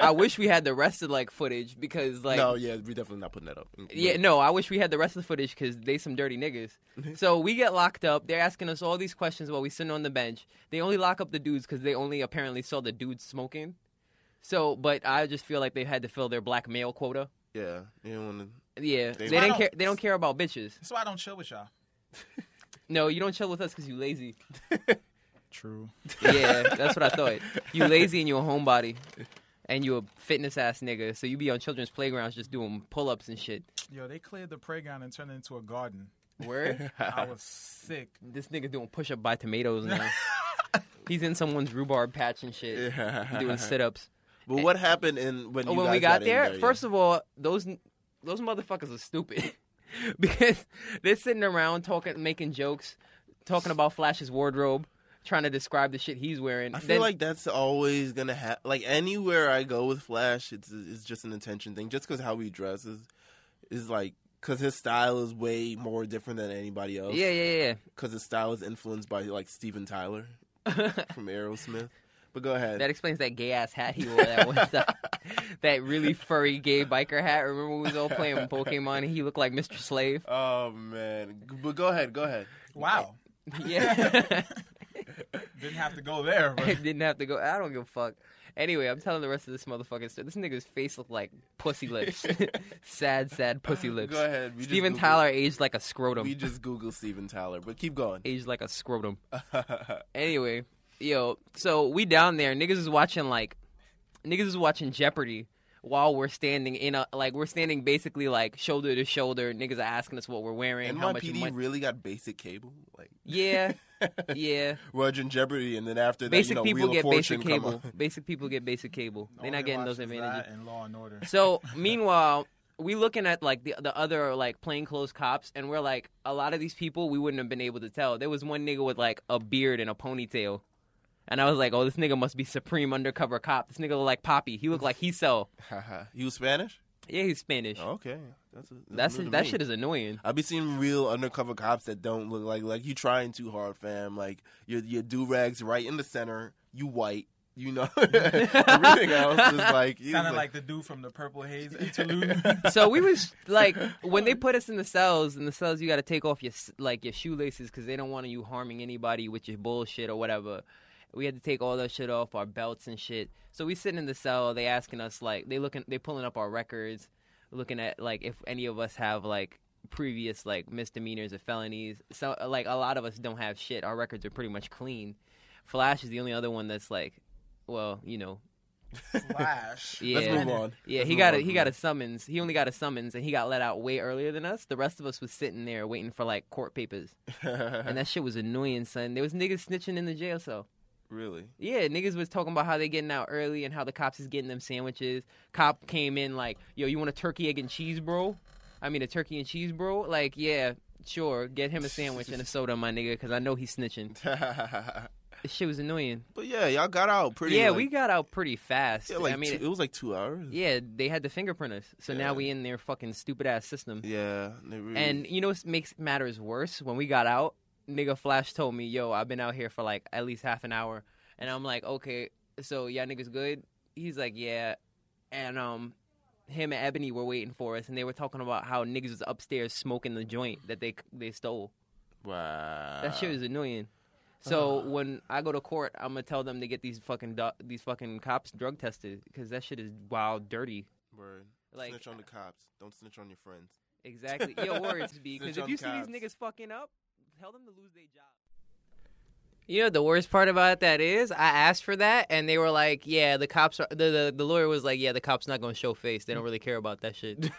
[SPEAKER 1] I wish we had the rest of like footage because like
[SPEAKER 2] no, yeah, we definitely not putting that up. Mm,
[SPEAKER 1] Yeah, no, I wish we had the rest of the footage because they some dirty niggas. so we get locked up. They're asking us all these questions while we sitting on the bench. They only lock up the dudes because they only apparently saw the dudes smoking. So, but I just feel like they had to fill their black male quota.
[SPEAKER 2] yeah, you don't want to.
[SPEAKER 1] Yeah, they,
[SPEAKER 2] They-
[SPEAKER 1] didn't
[SPEAKER 6] Why
[SPEAKER 1] care.
[SPEAKER 6] don't-
[SPEAKER 1] They don't care about bitches.
[SPEAKER 6] That's why I don't chill with y'all.
[SPEAKER 1] No, you don't chill with us because you lazy.
[SPEAKER 5] True.
[SPEAKER 1] yeah, that's what I thought. You lazy and you a homebody, and you a fitness ass nigga. So you be on children's playgrounds just doing pull ups and shit.
[SPEAKER 6] Yo, they cleared the playground and turned it into a garden.
[SPEAKER 1] Where
[SPEAKER 6] I was sick.
[SPEAKER 1] this nigga doing push up by tomatoes now. He's in someone's rhubarb patch and shit. doing sit ups.
[SPEAKER 2] But what happened in when
[SPEAKER 1] Oh,
[SPEAKER 2] you
[SPEAKER 1] when
[SPEAKER 2] guys
[SPEAKER 1] we got,
[SPEAKER 2] in
[SPEAKER 1] there,
[SPEAKER 2] yeah?
[SPEAKER 1] first of all, those those motherfuckers are stupid because they're sitting around talking, making jokes, talking about Flash's wardrobe, trying to describe the shit he's wearing.
[SPEAKER 2] I feel
[SPEAKER 1] Then-
[SPEAKER 2] like that's always gonna happen. Like anywhere I go with Flash, it's it's just an intention thing. Just because how he dresses is like because his style is way more different than anybody else.
[SPEAKER 1] yeah, yeah,
[SPEAKER 2] because his style is influenced by like Steven Tyler
[SPEAKER 1] yeah.
[SPEAKER 2] from Aerosmith. But go ahead.
[SPEAKER 1] that explains that gay ass hat he wore that one time. that really furry gay biker hat. Remember we was all playing Pokemon and he looked like Mr. Slave.
[SPEAKER 2] oh man, G- but go ahead, go ahead.
[SPEAKER 6] Wow.
[SPEAKER 1] Yeah.
[SPEAKER 6] Didn't have to go there.
[SPEAKER 1] I
[SPEAKER 6] But
[SPEAKER 1] didn't have to go. I don't give a fuck. Anyway, I'm telling the rest of this motherfucking story. This nigga's face looked like pussy lips. sad, sad pussy lips.
[SPEAKER 2] Go ahead. We just
[SPEAKER 1] Steven
[SPEAKER 2] Googled-
[SPEAKER 1] Tyler aged like a scrotum.
[SPEAKER 2] We just Google Steven Tyler, but keep going.
[SPEAKER 1] aged like a scrotum. Anyway, yo, so we down there. Niggas is watching like, niggas is watching Jeopardy while we're standing in a like we're standing basically like shoulder to shoulder. Niggas are asking us what we're wearing, how much
[SPEAKER 2] NYPD
[SPEAKER 1] money.
[SPEAKER 2] really got basic cable. Like
[SPEAKER 1] yeah, yeah.
[SPEAKER 2] Roger and Jeopardy, and then after that,
[SPEAKER 1] Basic
[SPEAKER 2] you know,
[SPEAKER 1] people
[SPEAKER 2] Wheel
[SPEAKER 1] get
[SPEAKER 2] of Fortune
[SPEAKER 1] basic
[SPEAKER 2] come
[SPEAKER 1] cable.
[SPEAKER 2] on.
[SPEAKER 1] Basic people get basic cable. They're not getting those advantages.
[SPEAKER 6] And Law and Order.
[SPEAKER 1] So meanwhile, we looking at like the the other like plainclothes cops, and we're like, a lot of these people we wouldn't have been able to tell. There was one nigga with like a beard and a ponytail, and I was like, oh, this nigga must be supreme undercover cop. This nigga look like Poppy. He looked like he sell.
[SPEAKER 2] Haha. you Spanish? Oh,
[SPEAKER 1] Yeah, he's Spanish.
[SPEAKER 2] Okay, that's a,
[SPEAKER 1] That's
[SPEAKER 2] new to
[SPEAKER 1] that
[SPEAKER 2] me.
[SPEAKER 1] shit is annoying.
[SPEAKER 2] I be seeing real undercover cops that don't look like like you trying too hard, fam. Like your your do rags right in the center. You white, you know. Everything else is like it's
[SPEAKER 6] Sounded like the dude from the Purple Haze interlude.
[SPEAKER 1] So we was like, when they put us in the cells, in the cells, you got to take off your s- like your shoelaces because they don't want you harming anybody with your bullshit or whatever. We had to take all that shit off our belts and shit. So we sitting in the cell. They asking us like they looking they pulling up our records, looking at like if any of us have like previous like misdemeanors or felonies. So like a lot of us don't have shit. Our records are pretty much clean. Flash is the only other one that's like, well, you know,
[SPEAKER 6] Flash.
[SPEAKER 1] yeah.
[SPEAKER 2] let's move on.
[SPEAKER 1] Yeah,
[SPEAKER 2] Let's
[SPEAKER 1] he
[SPEAKER 2] move
[SPEAKER 1] got a,
[SPEAKER 2] on
[SPEAKER 1] he
[SPEAKER 2] from
[SPEAKER 1] got
[SPEAKER 2] that.
[SPEAKER 1] a summons. He only got a summons, and he got let out way earlier than us. The rest of us was sitting there waiting for like court papers,
[SPEAKER 2] Uh-huh.
[SPEAKER 1] and that shit was annoying, son. There was niggas snitching in the jail cell.
[SPEAKER 2] really.
[SPEAKER 1] Yeah, niggas was talking about how they getting out early and how the cops is getting them sandwiches. Cop came in like, yo, you want a turkey egg and cheese, bro? I mean, a turkey and cheese, bro? Like, yeah, sure, get him a sandwich and a soda, my nigga, because I know he's snitching.
[SPEAKER 2] but
[SPEAKER 1] This shit was annoying.
[SPEAKER 2] yeah, y'all got out pretty.
[SPEAKER 1] yeah,
[SPEAKER 2] like-
[SPEAKER 1] we got out pretty fast.
[SPEAKER 2] yeah, like
[SPEAKER 1] I mean,
[SPEAKER 2] two, it was like two hours.
[SPEAKER 1] yeah, they had to fingerprint us, so
[SPEAKER 2] Yeah. Mm-hmm.
[SPEAKER 1] now we in their fucking stupid ass system.
[SPEAKER 2] yeah. they really-
[SPEAKER 1] And you know what makes matters worse? When we got out, nigga Flash told me, "Yo, I've been out here for like at least half an hour," and I'm like, "Okay, so y'all niggas good?" He's like, "Yeah," and um, him and Ebony were waiting for us, and they were talking about how niggas was upstairs smoking the joint that they they stole.
[SPEAKER 2] wow,
[SPEAKER 1] That shit is annoying. So when I go to court, I'm gonna tell them to get these fucking do- these fucking cops drug tested because that shit is wild dirty.
[SPEAKER 2] Word.
[SPEAKER 1] like-
[SPEAKER 2] snitch on the cops. Don't snitch on your friends.
[SPEAKER 1] Exactly. Yo, words, B. Because
[SPEAKER 2] Snitch
[SPEAKER 1] if
[SPEAKER 2] on
[SPEAKER 1] you see
[SPEAKER 2] cops.
[SPEAKER 1] these niggas fucking up, tell them to lose their job. You know what the worst part about that is I asked for that and they were like, "Yeah, the cops are." The the, the lawyer was like, "Yeah, the cops not gonna show face. They don't really care about that shit."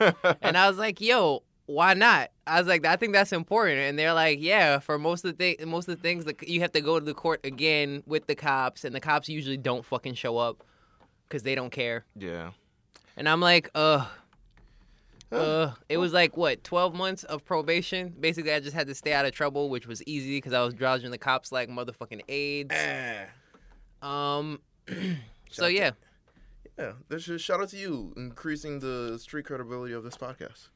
[SPEAKER 1] and I was like, "Yo, why not?" I was like, "I think that's important." And they're like, "Yeah, for most of the thi- most of the things, the, you have to go to the court again with the cops, and the cops usually don't fucking show up because they don't care."
[SPEAKER 2] yeah.
[SPEAKER 1] And I'm like, "Ugh." Uh, it was like what, twelve months of probation. Basically, I just had to stay out of trouble, which was easy because I was dodging the cops like motherfucking aides. Um. so
[SPEAKER 2] Shout
[SPEAKER 1] yeah,
[SPEAKER 2] Yeah, this is shout out to you increasing the street credibility of this podcast.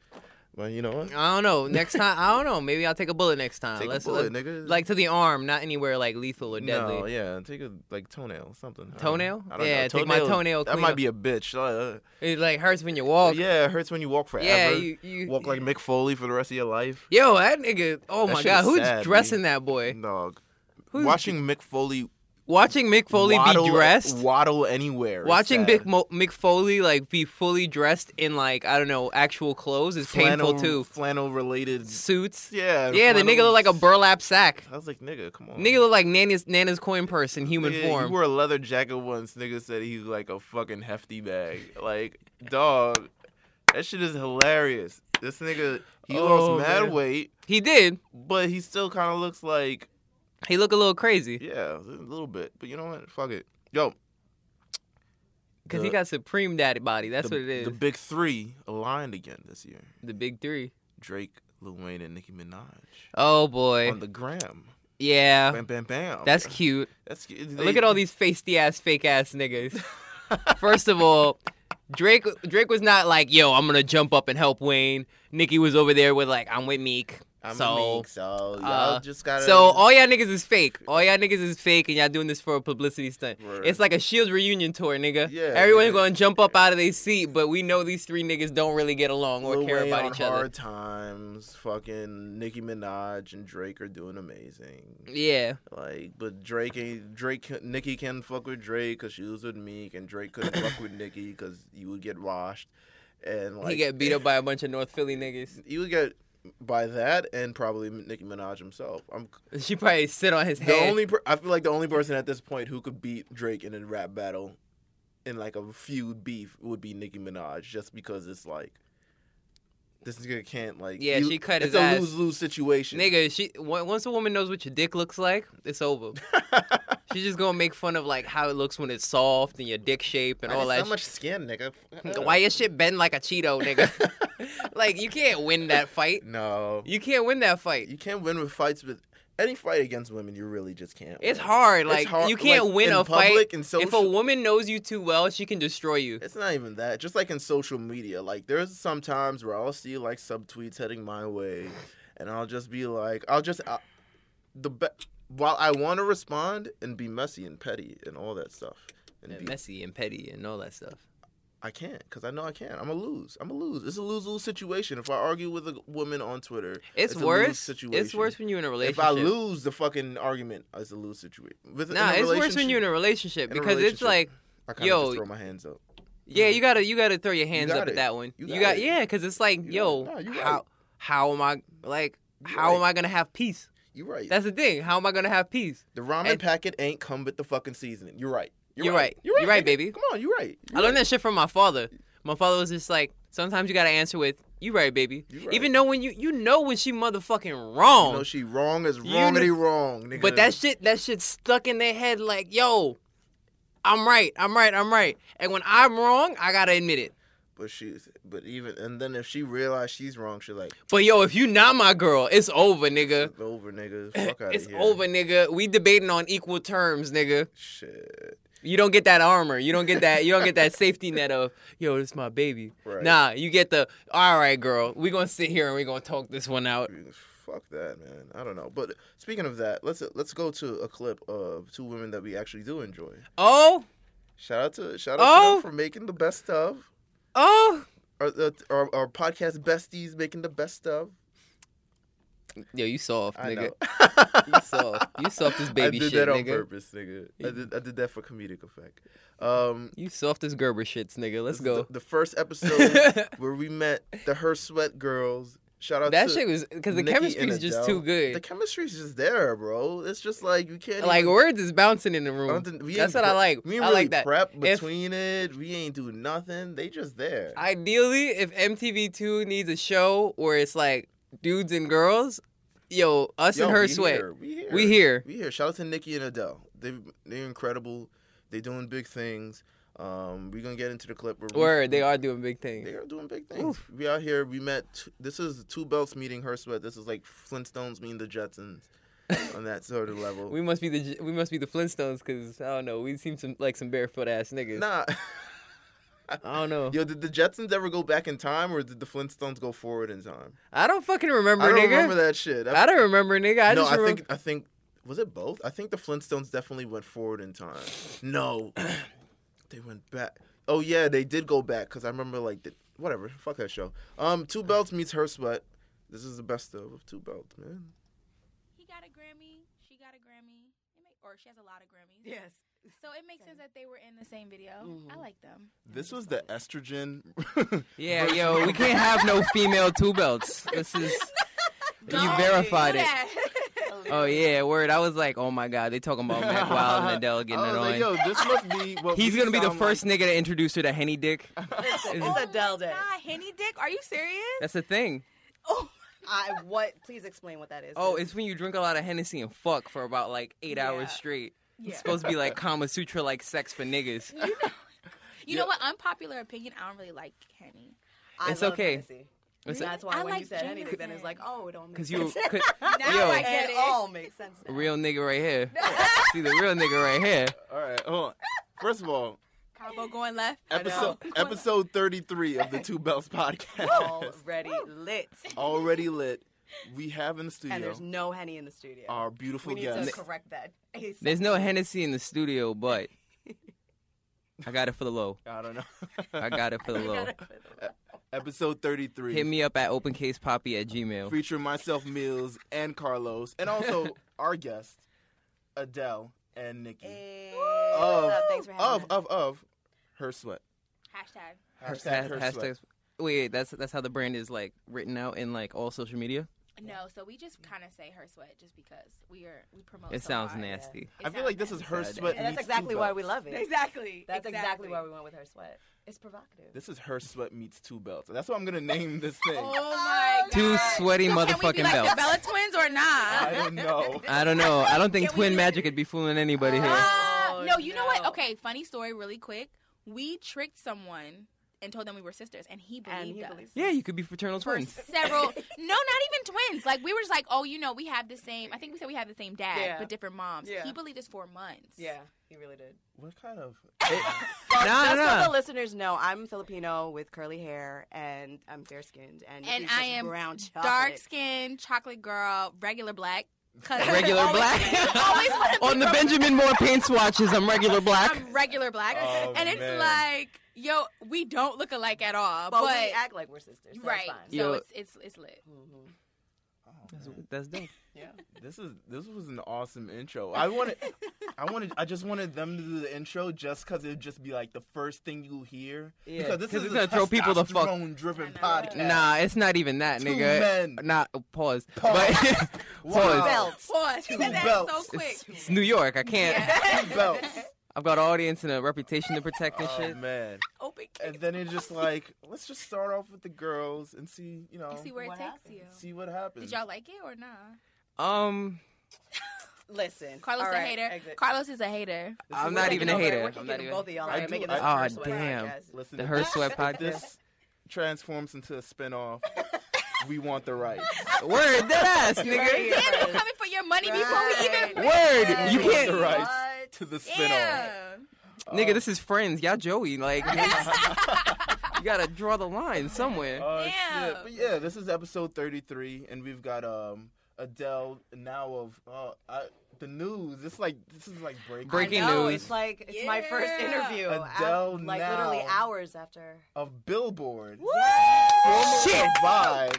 [SPEAKER 2] Well, you know what?
[SPEAKER 1] I don't know. Next time, I don't know. Maybe I'll take a bullet next time.
[SPEAKER 2] Take a
[SPEAKER 1] Let's-
[SPEAKER 2] bullet,
[SPEAKER 1] let's-
[SPEAKER 2] nigga.
[SPEAKER 1] Like to the arm, not anywhere like lethal or deadly.
[SPEAKER 2] No, yeah, take a like toenail, something. I don't-
[SPEAKER 1] Toenail?
[SPEAKER 2] I don't
[SPEAKER 1] Yeah,
[SPEAKER 2] know.
[SPEAKER 1] take my toenail
[SPEAKER 2] That
[SPEAKER 1] clean
[SPEAKER 2] might
[SPEAKER 1] up.
[SPEAKER 2] be a bitch. Uh,
[SPEAKER 1] It like hurts when you walk.
[SPEAKER 2] yeah, it hurts when you walk forever.
[SPEAKER 1] Yeah, you- you-
[SPEAKER 2] walk like Mick Foley for the rest of your life.
[SPEAKER 1] Yo, that nigga. Oh
[SPEAKER 2] That
[SPEAKER 1] my
[SPEAKER 2] shit
[SPEAKER 1] god,
[SPEAKER 2] is
[SPEAKER 1] who's
[SPEAKER 2] sad,
[SPEAKER 1] dressing
[SPEAKER 2] dude.
[SPEAKER 1] that boy?
[SPEAKER 2] Dog.
[SPEAKER 1] Who's-
[SPEAKER 2] Watching Mick Foley
[SPEAKER 1] Watching Mick Foley
[SPEAKER 2] waddle,
[SPEAKER 1] be dressed.
[SPEAKER 2] waddle anywhere. is
[SPEAKER 1] Watching
[SPEAKER 2] sad.
[SPEAKER 1] Big Mo- Mick Foley like be fully dressed in like I don't know actual clothes is
[SPEAKER 2] flannel,
[SPEAKER 1] painful too.
[SPEAKER 2] Flannel related.
[SPEAKER 1] Suits.
[SPEAKER 2] Yeah.
[SPEAKER 1] Yeah, the nigga
[SPEAKER 2] flannel-
[SPEAKER 1] look like a burlap sack.
[SPEAKER 2] I was like, nigga, come on.
[SPEAKER 1] Nigga look like Nana's Nana's coin purse in human
[SPEAKER 2] Nigga,
[SPEAKER 1] form.
[SPEAKER 2] You wore a leather jacket once. Nigga said he's like a fucking hefty bag. Like, dog, that shit is hilarious. This nigga, he
[SPEAKER 1] Oh,
[SPEAKER 2] lost mad
[SPEAKER 1] man.
[SPEAKER 2] weight,
[SPEAKER 1] he did.
[SPEAKER 2] but he still kind of looks like,
[SPEAKER 1] He look a little crazy.
[SPEAKER 2] yeah, a little bit. But you know what? Fuck it. Yo,
[SPEAKER 1] Because
[SPEAKER 2] The-
[SPEAKER 1] he got Supreme Daddy body. That's
[SPEAKER 2] the,
[SPEAKER 1] what it is.
[SPEAKER 2] The big three aligned again this year:
[SPEAKER 1] The big three.
[SPEAKER 2] Drake, Lil Wayne, and Nicki Minaj
[SPEAKER 1] Oh boy.
[SPEAKER 2] on the gram.
[SPEAKER 1] Yeah.
[SPEAKER 2] Bam, bam, bam.
[SPEAKER 1] Uh, That's cute.
[SPEAKER 2] That's cu-
[SPEAKER 1] Look
[SPEAKER 2] they-
[SPEAKER 1] at all these feisty ass fake ass niggas. First of all, Drake Drake was not like, yo, I'm gonna jump up and help Wayne. Nicki was over there with like, I'm with Meek.
[SPEAKER 2] I'm
[SPEAKER 1] so
[SPEAKER 2] meek, so y'all
[SPEAKER 1] uh,
[SPEAKER 2] just gotta.
[SPEAKER 1] So all y'all niggas is fake. All y'all niggas is fake, and y'all doing this for a publicity stunt.
[SPEAKER 2] Word.
[SPEAKER 1] It's like a Shield reunion tour, nigga.
[SPEAKER 2] Yeah,
[SPEAKER 1] Everyone's
[SPEAKER 2] nigga.
[SPEAKER 1] gonna jump up out of their seat, but we know these three niggas don't really get along or
[SPEAKER 2] Lil
[SPEAKER 1] care
[SPEAKER 2] Wayne
[SPEAKER 1] about
[SPEAKER 2] on
[SPEAKER 1] each
[SPEAKER 2] hard
[SPEAKER 1] other.
[SPEAKER 2] times. Fucking Nicki Minaj and Drake are doing amazing.
[SPEAKER 1] Yeah,
[SPEAKER 2] Like, but Drake ain't Drake. Nicki can fuck with Drake because she was with Meek, and Drake couldn't fuck with Nicki because you would get washed, and like
[SPEAKER 1] he get beat up by a bunch of North Philly niggas.
[SPEAKER 2] You would get by that, and probably Nicki Minaj himself. I'm
[SPEAKER 1] She probably sit on his
[SPEAKER 2] the
[SPEAKER 1] head.
[SPEAKER 2] only. Per- I feel like the only person at this point who could beat Drake in a rap battle, in like a feud beef, would be Nicki Minaj, just because it's like. This nigga can't like.
[SPEAKER 1] Yeah, she cut
[SPEAKER 2] it's
[SPEAKER 1] his ass.
[SPEAKER 2] a lose lose situation.
[SPEAKER 1] Nigga, she on- once a woman knows what your dick looks like, it's over. She's just gonna make fun of like how it looks when it's soft and your dick shape and
[SPEAKER 2] I
[SPEAKER 1] all
[SPEAKER 2] need
[SPEAKER 1] that.
[SPEAKER 2] so much skin, nigga.
[SPEAKER 1] shit. Why your shit bend like a Cheeto, nigga? like you can't win that fight.
[SPEAKER 2] No,
[SPEAKER 1] You can't win that fight.
[SPEAKER 2] you can't win with fights with any fight against women. You really just can't.
[SPEAKER 1] It's
[SPEAKER 2] win.
[SPEAKER 1] hard.
[SPEAKER 2] It's
[SPEAKER 1] Like
[SPEAKER 2] hard-
[SPEAKER 1] you can't
[SPEAKER 2] like,
[SPEAKER 1] win
[SPEAKER 2] in
[SPEAKER 1] a
[SPEAKER 2] public
[SPEAKER 1] fight.
[SPEAKER 2] and
[SPEAKER 1] if a
[SPEAKER 2] social.
[SPEAKER 1] woman knows you too well, she can destroy you.
[SPEAKER 2] It's not even that. Just like in social media, like there's some times where I'll see like subtweets heading my way, and I'll just be like, I'll just I, the be- while I want to respond and be messy and petty and all that stuff, and be,
[SPEAKER 1] messy and petty and all that stuff.
[SPEAKER 2] I can't because I know I can't. I'm a lose. I'm a lose. It's a lose lose situation. If I argue with a woman on Twitter,
[SPEAKER 1] It's,
[SPEAKER 2] a lose
[SPEAKER 1] worse.
[SPEAKER 2] situation.
[SPEAKER 1] It's worse when you're in a
[SPEAKER 2] If
[SPEAKER 1] relationship.
[SPEAKER 2] I lose the fucking argument, it's a lose situation. With,
[SPEAKER 1] nah, it's worse when you're in a relationship
[SPEAKER 2] in a
[SPEAKER 1] because it's
[SPEAKER 2] relationship,
[SPEAKER 1] like,
[SPEAKER 2] I kinda
[SPEAKER 1] yo,
[SPEAKER 2] just throw my hands up.
[SPEAKER 1] yeah, you gotta you gotta throw your hands
[SPEAKER 2] got
[SPEAKER 1] up
[SPEAKER 2] it.
[SPEAKER 1] at that one.
[SPEAKER 2] You
[SPEAKER 1] You,
[SPEAKER 2] got
[SPEAKER 1] got
[SPEAKER 2] it.
[SPEAKER 1] yeah, because it's like,
[SPEAKER 2] You
[SPEAKER 1] yo,
[SPEAKER 2] right. Nah, you
[SPEAKER 1] how
[SPEAKER 2] right.
[SPEAKER 1] how am I like how am
[SPEAKER 2] right.
[SPEAKER 1] I gonna have peace?
[SPEAKER 2] You're right.
[SPEAKER 1] That's the thing. How am I gonna have peace?
[SPEAKER 2] The ramen
[SPEAKER 1] And-
[SPEAKER 2] packet ain't come with the fucking seasoning. You're right.
[SPEAKER 1] You're right. You're right,
[SPEAKER 2] nigga.
[SPEAKER 1] baby.
[SPEAKER 2] Come on, you're right. You're
[SPEAKER 1] I learned
[SPEAKER 2] right.
[SPEAKER 1] that shit from my father. My father was just like, sometimes you gotta answer with, "You right, baby,"
[SPEAKER 2] You right.
[SPEAKER 1] even though when you you know when she motherfucking wrong.
[SPEAKER 2] You know she wrong is
[SPEAKER 1] You
[SPEAKER 2] wrongity
[SPEAKER 1] kn-
[SPEAKER 2] wrong, nigga.
[SPEAKER 1] But that shit, that shit stuck in their head like, yo, I'm right, I'm right, I'm right. And when I'm wrong, I gotta admit it.
[SPEAKER 2] But she's. But even and then if she realized she's wrong, she's like,
[SPEAKER 1] But yo, if you not my girl, it's over, nigga.
[SPEAKER 2] it's over, nigga. Fuck out
[SPEAKER 1] It's
[SPEAKER 2] here.
[SPEAKER 1] over, nigga. We debating on equal terms, nigga.
[SPEAKER 2] Shit.
[SPEAKER 1] You don't get that armor. You don't get that. You don't get that safety net of, yo, this my baby.
[SPEAKER 2] Right.
[SPEAKER 1] Nah, you get the. All right, girl. We gonna sit here and we gonna talk this one out.
[SPEAKER 2] Fuck that, man. I don't know. But speaking of that, let's let's go to a clip of two women that we actually do enjoy.
[SPEAKER 1] Oh,
[SPEAKER 2] Shout out to shout out to
[SPEAKER 1] Oh.
[SPEAKER 2] them for making the best stuff.
[SPEAKER 1] oh.
[SPEAKER 2] Our, our, our podcast besties making the best stuff.
[SPEAKER 1] Yo, you soft,
[SPEAKER 2] I
[SPEAKER 1] nigga.
[SPEAKER 2] know.
[SPEAKER 1] You soft. You soft as baby
[SPEAKER 2] I did
[SPEAKER 1] shit,
[SPEAKER 2] that on
[SPEAKER 1] nigga.
[SPEAKER 2] purpose, nigga. I did, I did that for comedic effect. Um,
[SPEAKER 1] You soft as Gerber shits, nigga. Let's
[SPEAKER 2] this is
[SPEAKER 1] go.
[SPEAKER 2] The, the first episode where we met the Her Sweat girls,
[SPEAKER 7] Shout out
[SPEAKER 1] That
[SPEAKER 7] to
[SPEAKER 1] shit was because the
[SPEAKER 7] Nicki
[SPEAKER 1] chemistry
[SPEAKER 7] and
[SPEAKER 1] is just
[SPEAKER 7] Adele.
[SPEAKER 1] too
[SPEAKER 7] The
[SPEAKER 1] good.
[SPEAKER 7] chemistry's just there, bro. It's just like you can't
[SPEAKER 1] Like
[SPEAKER 7] even-
[SPEAKER 1] words is bouncing in the
[SPEAKER 7] I don't
[SPEAKER 1] room.
[SPEAKER 7] think- we
[SPEAKER 1] That's
[SPEAKER 7] ain't
[SPEAKER 1] what I
[SPEAKER 7] pre-
[SPEAKER 1] like.
[SPEAKER 7] We ain't
[SPEAKER 1] I
[SPEAKER 7] really
[SPEAKER 1] like that.
[SPEAKER 7] prep
[SPEAKER 1] If-
[SPEAKER 7] between it. We ain't do nothing. They just there.
[SPEAKER 1] Ideally, if MTV2 needs a show where it's like dudes and girls, yo, us
[SPEAKER 7] Yo,
[SPEAKER 1] and her
[SPEAKER 7] we
[SPEAKER 1] sway.
[SPEAKER 7] Here. We here.
[SPEAKER 1] We here.
[SPEAKER 7] We here. Shout out to Nicki and Adele. They they're incredible. They doing big things. Um, we gonna get into the clip. Where we-
[SPEAKER 1] Word, they are doing big things.
[SPEAKER 7] They are doing big things. We out here. We met. T- this is two belts meeting her sweat. This is like Flintstones meeting the Jetsons on that sort of level.
[SPEAKER 1] We must be the J- we must be the Flintstones because I don't know. We seem some like some barefoot ass niggas.
[SPEAKER 7] nah.
[SPEAKER 1] I don't know.
[SPEAKER 7] Yo, did the Jetsons ever go back in time, or did the Flintstones go forward in time?
[SPEAKER 1] I don't fucking remember,
[SPEAKER 7] I don't
[SPEAKER 1] nigga.
[SPEAKER 7] remember that shit.
[SPEAKER 1] I don't remember, nigga. I
[SPEAKER 7] no,
[SPEAKER 1] just
[SPEAKER 7] I
[SPEAKER 1] remember.
[SPEAKER 7] think I think was it both? I think the Flintstones definitely went forward in time. No, they went back. Oh yeah, they did go back because I remember like the, whatever. Fuck that show. Um, Two Belts meets Her Sweat. This is the best of, of Two Belts, man.
[SPEAKER 8] he got a Grammy, she got a Grammy, it make, or she has a lot of Grammys.
[SPEAKER 9] Yes.
[SPEAKER 8] So it makes sense that they were in the same video.
[SPEAKER 2] Mm-hmm.
[SPEAKER 8] I like them.
[SPEAKER 2] This was the estrogen.
[SPEAKER 1] yeah, yo, we can't have no female two belts. This is you verified it. Oh yeah, word. I was like, oh my god, they talking about Mac Wild and Adele
[SPEAKER 2] I
[SPEAKER 1] getting it
[SPEAKER 2] was
[SPEAKER 1] on.
[SPEAKER 2] like, yo, this must be what
[SPEAKER 1] He's
[SPEAKER 2] we
[SPEAKER 1] gonna be the
[SPEAKER 2] sound like.
[SPEAKER 1] first nigga to introduce her to Henny Dick.
[SPEAKER 9] Listen,
[SPEAKER 1] Oh
[SPEAKER 9] it's Adele Day.
[SPEAKER 8] Nah, Henny Dick, are you serious?
[SPEAKER 1] That's the thing.
[SPEAKER 8] Oh,
[SPEAKER 9] I what? Please explain what that is.
[SPEAKER 1] Oh, it's when you drink a lot of Hennessy and fuck for about like eight
[SPEAKER 8] Yeah.
[SPEAKER 1] hours straight.
[SPEAKER 8] yeah.
[SPEAKER 1] It's supposed to be like Kama Sutra like sex for niggas.
[SPEAKER 8] You know what? Unpopular opinion. I don't really like Henny.
[SPEAKER 9] I
[SPEAKER 1] it's
[SPEAKER 9] love
[SPEAKER 1] okay.
[SPEAKER 9] Hennessy.
[SPEAKER 1] It's-
[SPEAKER 9] That's why
[SPEAKER 8] I
[SPEAKER 9] when you
[SPEAKER 8] like
[SPEAKER 9] said anything, then
[SPEAKER 8] Jameson.
[SPEAKER 9] it's like, oh, it all makes
[SPEAKER 1] Cause you,
[SPEAKER 9] sense.
[SPEAKER 1] 'cause-
[SPEAKER 8] Now
[SPEAKER 1] Yo.
[SPEAKER 8] I get
[SPEAKER 9] it
[SPEAKER 8] it.
[SPEAKER 9] all makes sense. now.
[SPEAKER 1] real nigga right here. See the real nigga right here.
[SPEAKER 2] All right, hold on. First of all,
[SPEAKER 8] Cabo going left.
[SPEAKER 2] episode episode thirty three of the Two Belts podcast
[SPEAKER 9] already lit,
[SPEAKER 2] already lit. We have in the
[SPEAKER 9] and
[SPEAKER 2] studio
[SPEAKER 9] there's no henny in the studio.
[SPEAKER 2] our
[SPEAKER 9] we
[SPEAKER 2] beautiful
[SPEAKER 9] need to
[SPEAKER 2] guest.
[SPEAKER 9] correct that. ASAP.
[SPEAKER 1] There's no Hennessy in the studio, but I got it for the low.
[SPEAKER 2] I don't
[SPEAKER 1] I
[SPEAKER 2] know.
[SPEAKER 1] got it for the
[SPEAKER 9] We
[SPEAKER 1] low.
[SPEAKER 9] gotta put the-
[SPEAKER 2] episode thirty three.
[SPEAKER 1] Hit me up at opencasepoppy at gmail.
[SPEAKER 2] featuring myself, Mills, and Carlos, and also our guest, Adele and Nikki.
[SPEAKER 9] Hey,
[SPEAKER 2] Of,
[SPEAKER 9] what's up? Thanks for having
[SPEAKER 2] of,
[SPEAKER 9] us.
[SPEAKER 2] of, of her sweat.
[SPEAKER 1] Uh,
[SPEAKER 8] Hashtag.
[SPEAKER 2] Hashtag her sweat.
[SPEAKER 1] Hashtags. Wait, that's that's how the brand is like written out in like all social media.
[SPEAKER 8] No, so we just kind of say her sweat just because we are we promote.
[SPEAKER 1] It
[SPEAKER 8] so
[SPEAKER 1] sounds
[SPEAKER 8] hard.
[SPEAKER 1] nasty.
[SPEAKER 8] It
[SPEAKER 2] I feel
[SPEAKER 8] sounds
[SPEAKER 2] like this is
[SPEAKER 8] nasty.
[SPEAKER 2] her
[SPEAKER 1] Sad.
[SPEAKER 2] sweat.
[SPEAKER 9] And that's
[SPEAKER 2] meets
[SPEAKER 9] exactly
[SPEAKER 2] two
[SPEAKER 9] why
[SPEAKER 2] belts.
[SPEAKER 9] we love it.
[SPEAKER 8] Exactly.
[SPEAKER 9] That's exactly why we went with her sweat. It's provocative.
[SPEAKER 2] This is her sweat meets two belts. That's what I'm gonna name this thing.
[SPEAKER 8] Oh my god.
[SPEAKER 1] Two sweaty
[SPEAKER 8] So can we be
[SPEAKER 1] motherfucking
[SPEAKER 8] like
[SPEAKER 1] belts.
[SPEAKER 8] the Bella twins or
[SPEAKER 2] I
[SPEAKER 8] not?
[SPEAKER 2] don't know.
[SPEAKER 1] I don't know. I don't think
[SPEAKER 8] Can we
[SPEAKER 1] Twin
[SPEAKER 8] do-
[SPEAKER 1] Magic would be fooling anybody here.
[SPEAKER 9] Oh,
[SPEAKER 8] no, you know what?
[SPEAKER 9] no.
[SPEAKER 8] Okay, funny story, really quick. We tricked someone and told them we were sisters, and he believed
[SPEAKER 9] and he
[SPEAKER 8] us.
[SPEAKER 9] believes
[SPEAKER 1] Yeah, you could be fraternal twins.
[SPEAKER 8] Several, no, not even twins. Like we were just like, oh, you know, we have the same. I think we said we have the same dad,
[SPEAKER 9] Yeah.
[SPEAKER 8] but different moms.
[SPEAKER 9] Yeah.
[SPEAKER 8] He believed us for months.
[SPEAKER 9] Yeah, he really did.
[SPEAKER 2] What kind of?
[SPEAKER 9] Well,
[SPEAKER 1] Nah,
[SPEAKER 9] just
[SPEAKER 1] nah.
[SPEAKER 9] so the listeners know, I'm Filipino with curly hair, and I'm fair skinned, and,
[SPEAKER 8] And
[SPEAKER 9] he's just
[SPEAKER 8] I am
[SPEAKER 9] brown chocolate.
[SPEAKER 8] dark skinned chocolate girl, regular black. 'Cause
[SPEAKER 1] Regular
[SPEAKER 8] always-
[SPEAKER 1] black.
[SPEAKER 8] always wanna be
[SPEAKER 1] On the
[SPEAKER 8] from-
[SPEAKER 1] Benjamin Moore paint swatches, I'm regular black.
[SPEAKER 8] I'm regular black,
[SPEAKER 2] Oh,
[SPEAKER 8] and it's
[SPEAKER 2] man.
[SPEAKER 8] like, yo, we don't look alike at all,
[SPEAKER 9] but,
[SPEAKER 8] but,
[SPEAKER 9] we act like we're sisters. So it's
[SPEAKER 8] right.
[SPEAKER 9] fine.
[SPEAKER 1] Yo.
[SPEAKER 8] So it's it's it's lit.
[SPEAKER 9] Mhm.
[SPEAKER 1] That's dope.
[SPEAKER 2] This is this was an awesome intro. I wanted, I wanted, I just wanted them to do the intro just because it'd just be like the first thing you hear.
[SPEAKER 1] Yeah,
[SPEAKER 2] because this
[SPEAKER 1] 'cause
[SPEAKER 2] is
[SPEAKER 1] it's
[SPEAKER 2] a
[SPEAKER 1] gonna throw people the fuck-
[SPEAKER 2] driven
[SPEAKER 8] I know.
[SPEAKER 2] podcast.
[SPEAKER 1] Nah, it's not even that,
[SPEAKER 2] Two
[SPEAKER 1] nigga.
[SPEAKER 2] men.
[SPEAKER 1] Nah, oh, pause.
[SPEAKER 2] Pause.
[SPEAKER 1] But
[SPEAKER 2] Wow.
[SPEAKER 9] Belts.
[SPEAKER 8] Pause. He
[SPEAKER 2] Two
[SPEAKER 8] said that
[SPEAKER 2] belts.
[SPEAKER 8] so quick.
[SPEAKER 1] it's New York. I can't.
[SPEAKER 2] Two belts.
[SPEAKER 1] I've got audience and a reputation to protect and
[SPEAKER 2] Oh
[SPEAKER 1] shit.
[SPEAKER 2] man.
[SPEAKER 8] Open
[SPEAKER 2] And then it's just like, let's just start off with the girls and um, see, you know,
[SPEAKER 8] You see where
[SPEAKER 9] What
[SPEAKER 8] it takes
[SPEAKER 9] happened?
[SPEAKER 8] you.
[SPEAKER 2] see what happens.
[SPEAKER 8] Did y'all like it or not?
[SPEAKER 1] Um,
[SPEAKER 9] Listen,
[SPEAKER 8] Carlos
[SPEAKER 9] all
[SPEAKER 8] a
[SPEAKER 9] right,
[SPEAKER 8] hater.
[SPEAKER 9] exit.
[SPEAKER 8] Carlos is a hater.
[SPEAKER 2] This
[SPEAKER 1] I'm
[SPEAKER 2] is
[SPEAKER 1] not
[SPEAKER 2] what-
[SPEAKER 1] even
[SPEAKER 9] We're
[SPEAKER 1] a
[SPEAKER 9] getting
[SPEAKER 1] hater.
[SPEAKER 9] over-
[SPEAKER 1] I'm
[SPEAKER 9] We're
[SPEAKER 1] not
[SPEAKER 9] kicking
[SPEAKER 1] even.
[SPEAKER 9] both of y'all
[SPEAKER 2] I
[SPEAKER 9] out and
[SPEAKER 2] do-
[SPEAKER 9] making
[SPEAKER 2] I-
[SPEAKER 9] this
[SPEAKER 1] Aw,
[SPEAKER 9] first one
[SPEAKER 1] damn.
[SPEAKER 9] podcast.
[SPEAKER 2] Listen,
[SPEAKER 1] The
[SPEAKER 2] if
[SPEAKER 1] Her Sweat
[SPEAKER 2] If
[SPEAKER 1] podcast.
[SPEAKER 2] this transforms into a spinoff, we want the rights.
[SPEAKER 1] Word that ass, nigga.
[SPEAKER 9] Right.
[SPEAKER 8] Damn, you coming for your money before we
[SPEAKER 9] Right.
[SPEAKER 8] even.
[SPEAKER 1] Word, you
[SPEAKER 2] We want the
[SPEAKER 1] can't,
[SPEAKER 2] rights
[SPEAKER 9] What?
[SPEAKER 2] to the spinoff.
[SPEAKER 8] Yeah.
[SPEAKER 1] nigga. This is friends. Y'all Joey. Like, you gotta draw the line somewhere.
[SPEAKER 2] Oh,
[SPEAKER 8] Damn.
[SPEAKER 2] shit. But yeah, this is episode 33, and we've got um Adele now of uh, I, the news. It's like this is like breaking
[SPEAKER 1] Breaking
[SPEAKER 9] I know,
[SPEAKER 1] news.
[SPEAKER 9] It's like it's my first
[SPEAKER 8] Yeah.
[SPEAKER 9] interview. af-
[SPEAKER 2] Adele
[SPEAKER 9] like
[SPEAKER 2] now.
[SPEAKER 9] literally hours after.
[SPEAKER 2] of Billboard.
[SPEAKER 1] Shit.
[SPEAKER 2] Vibe.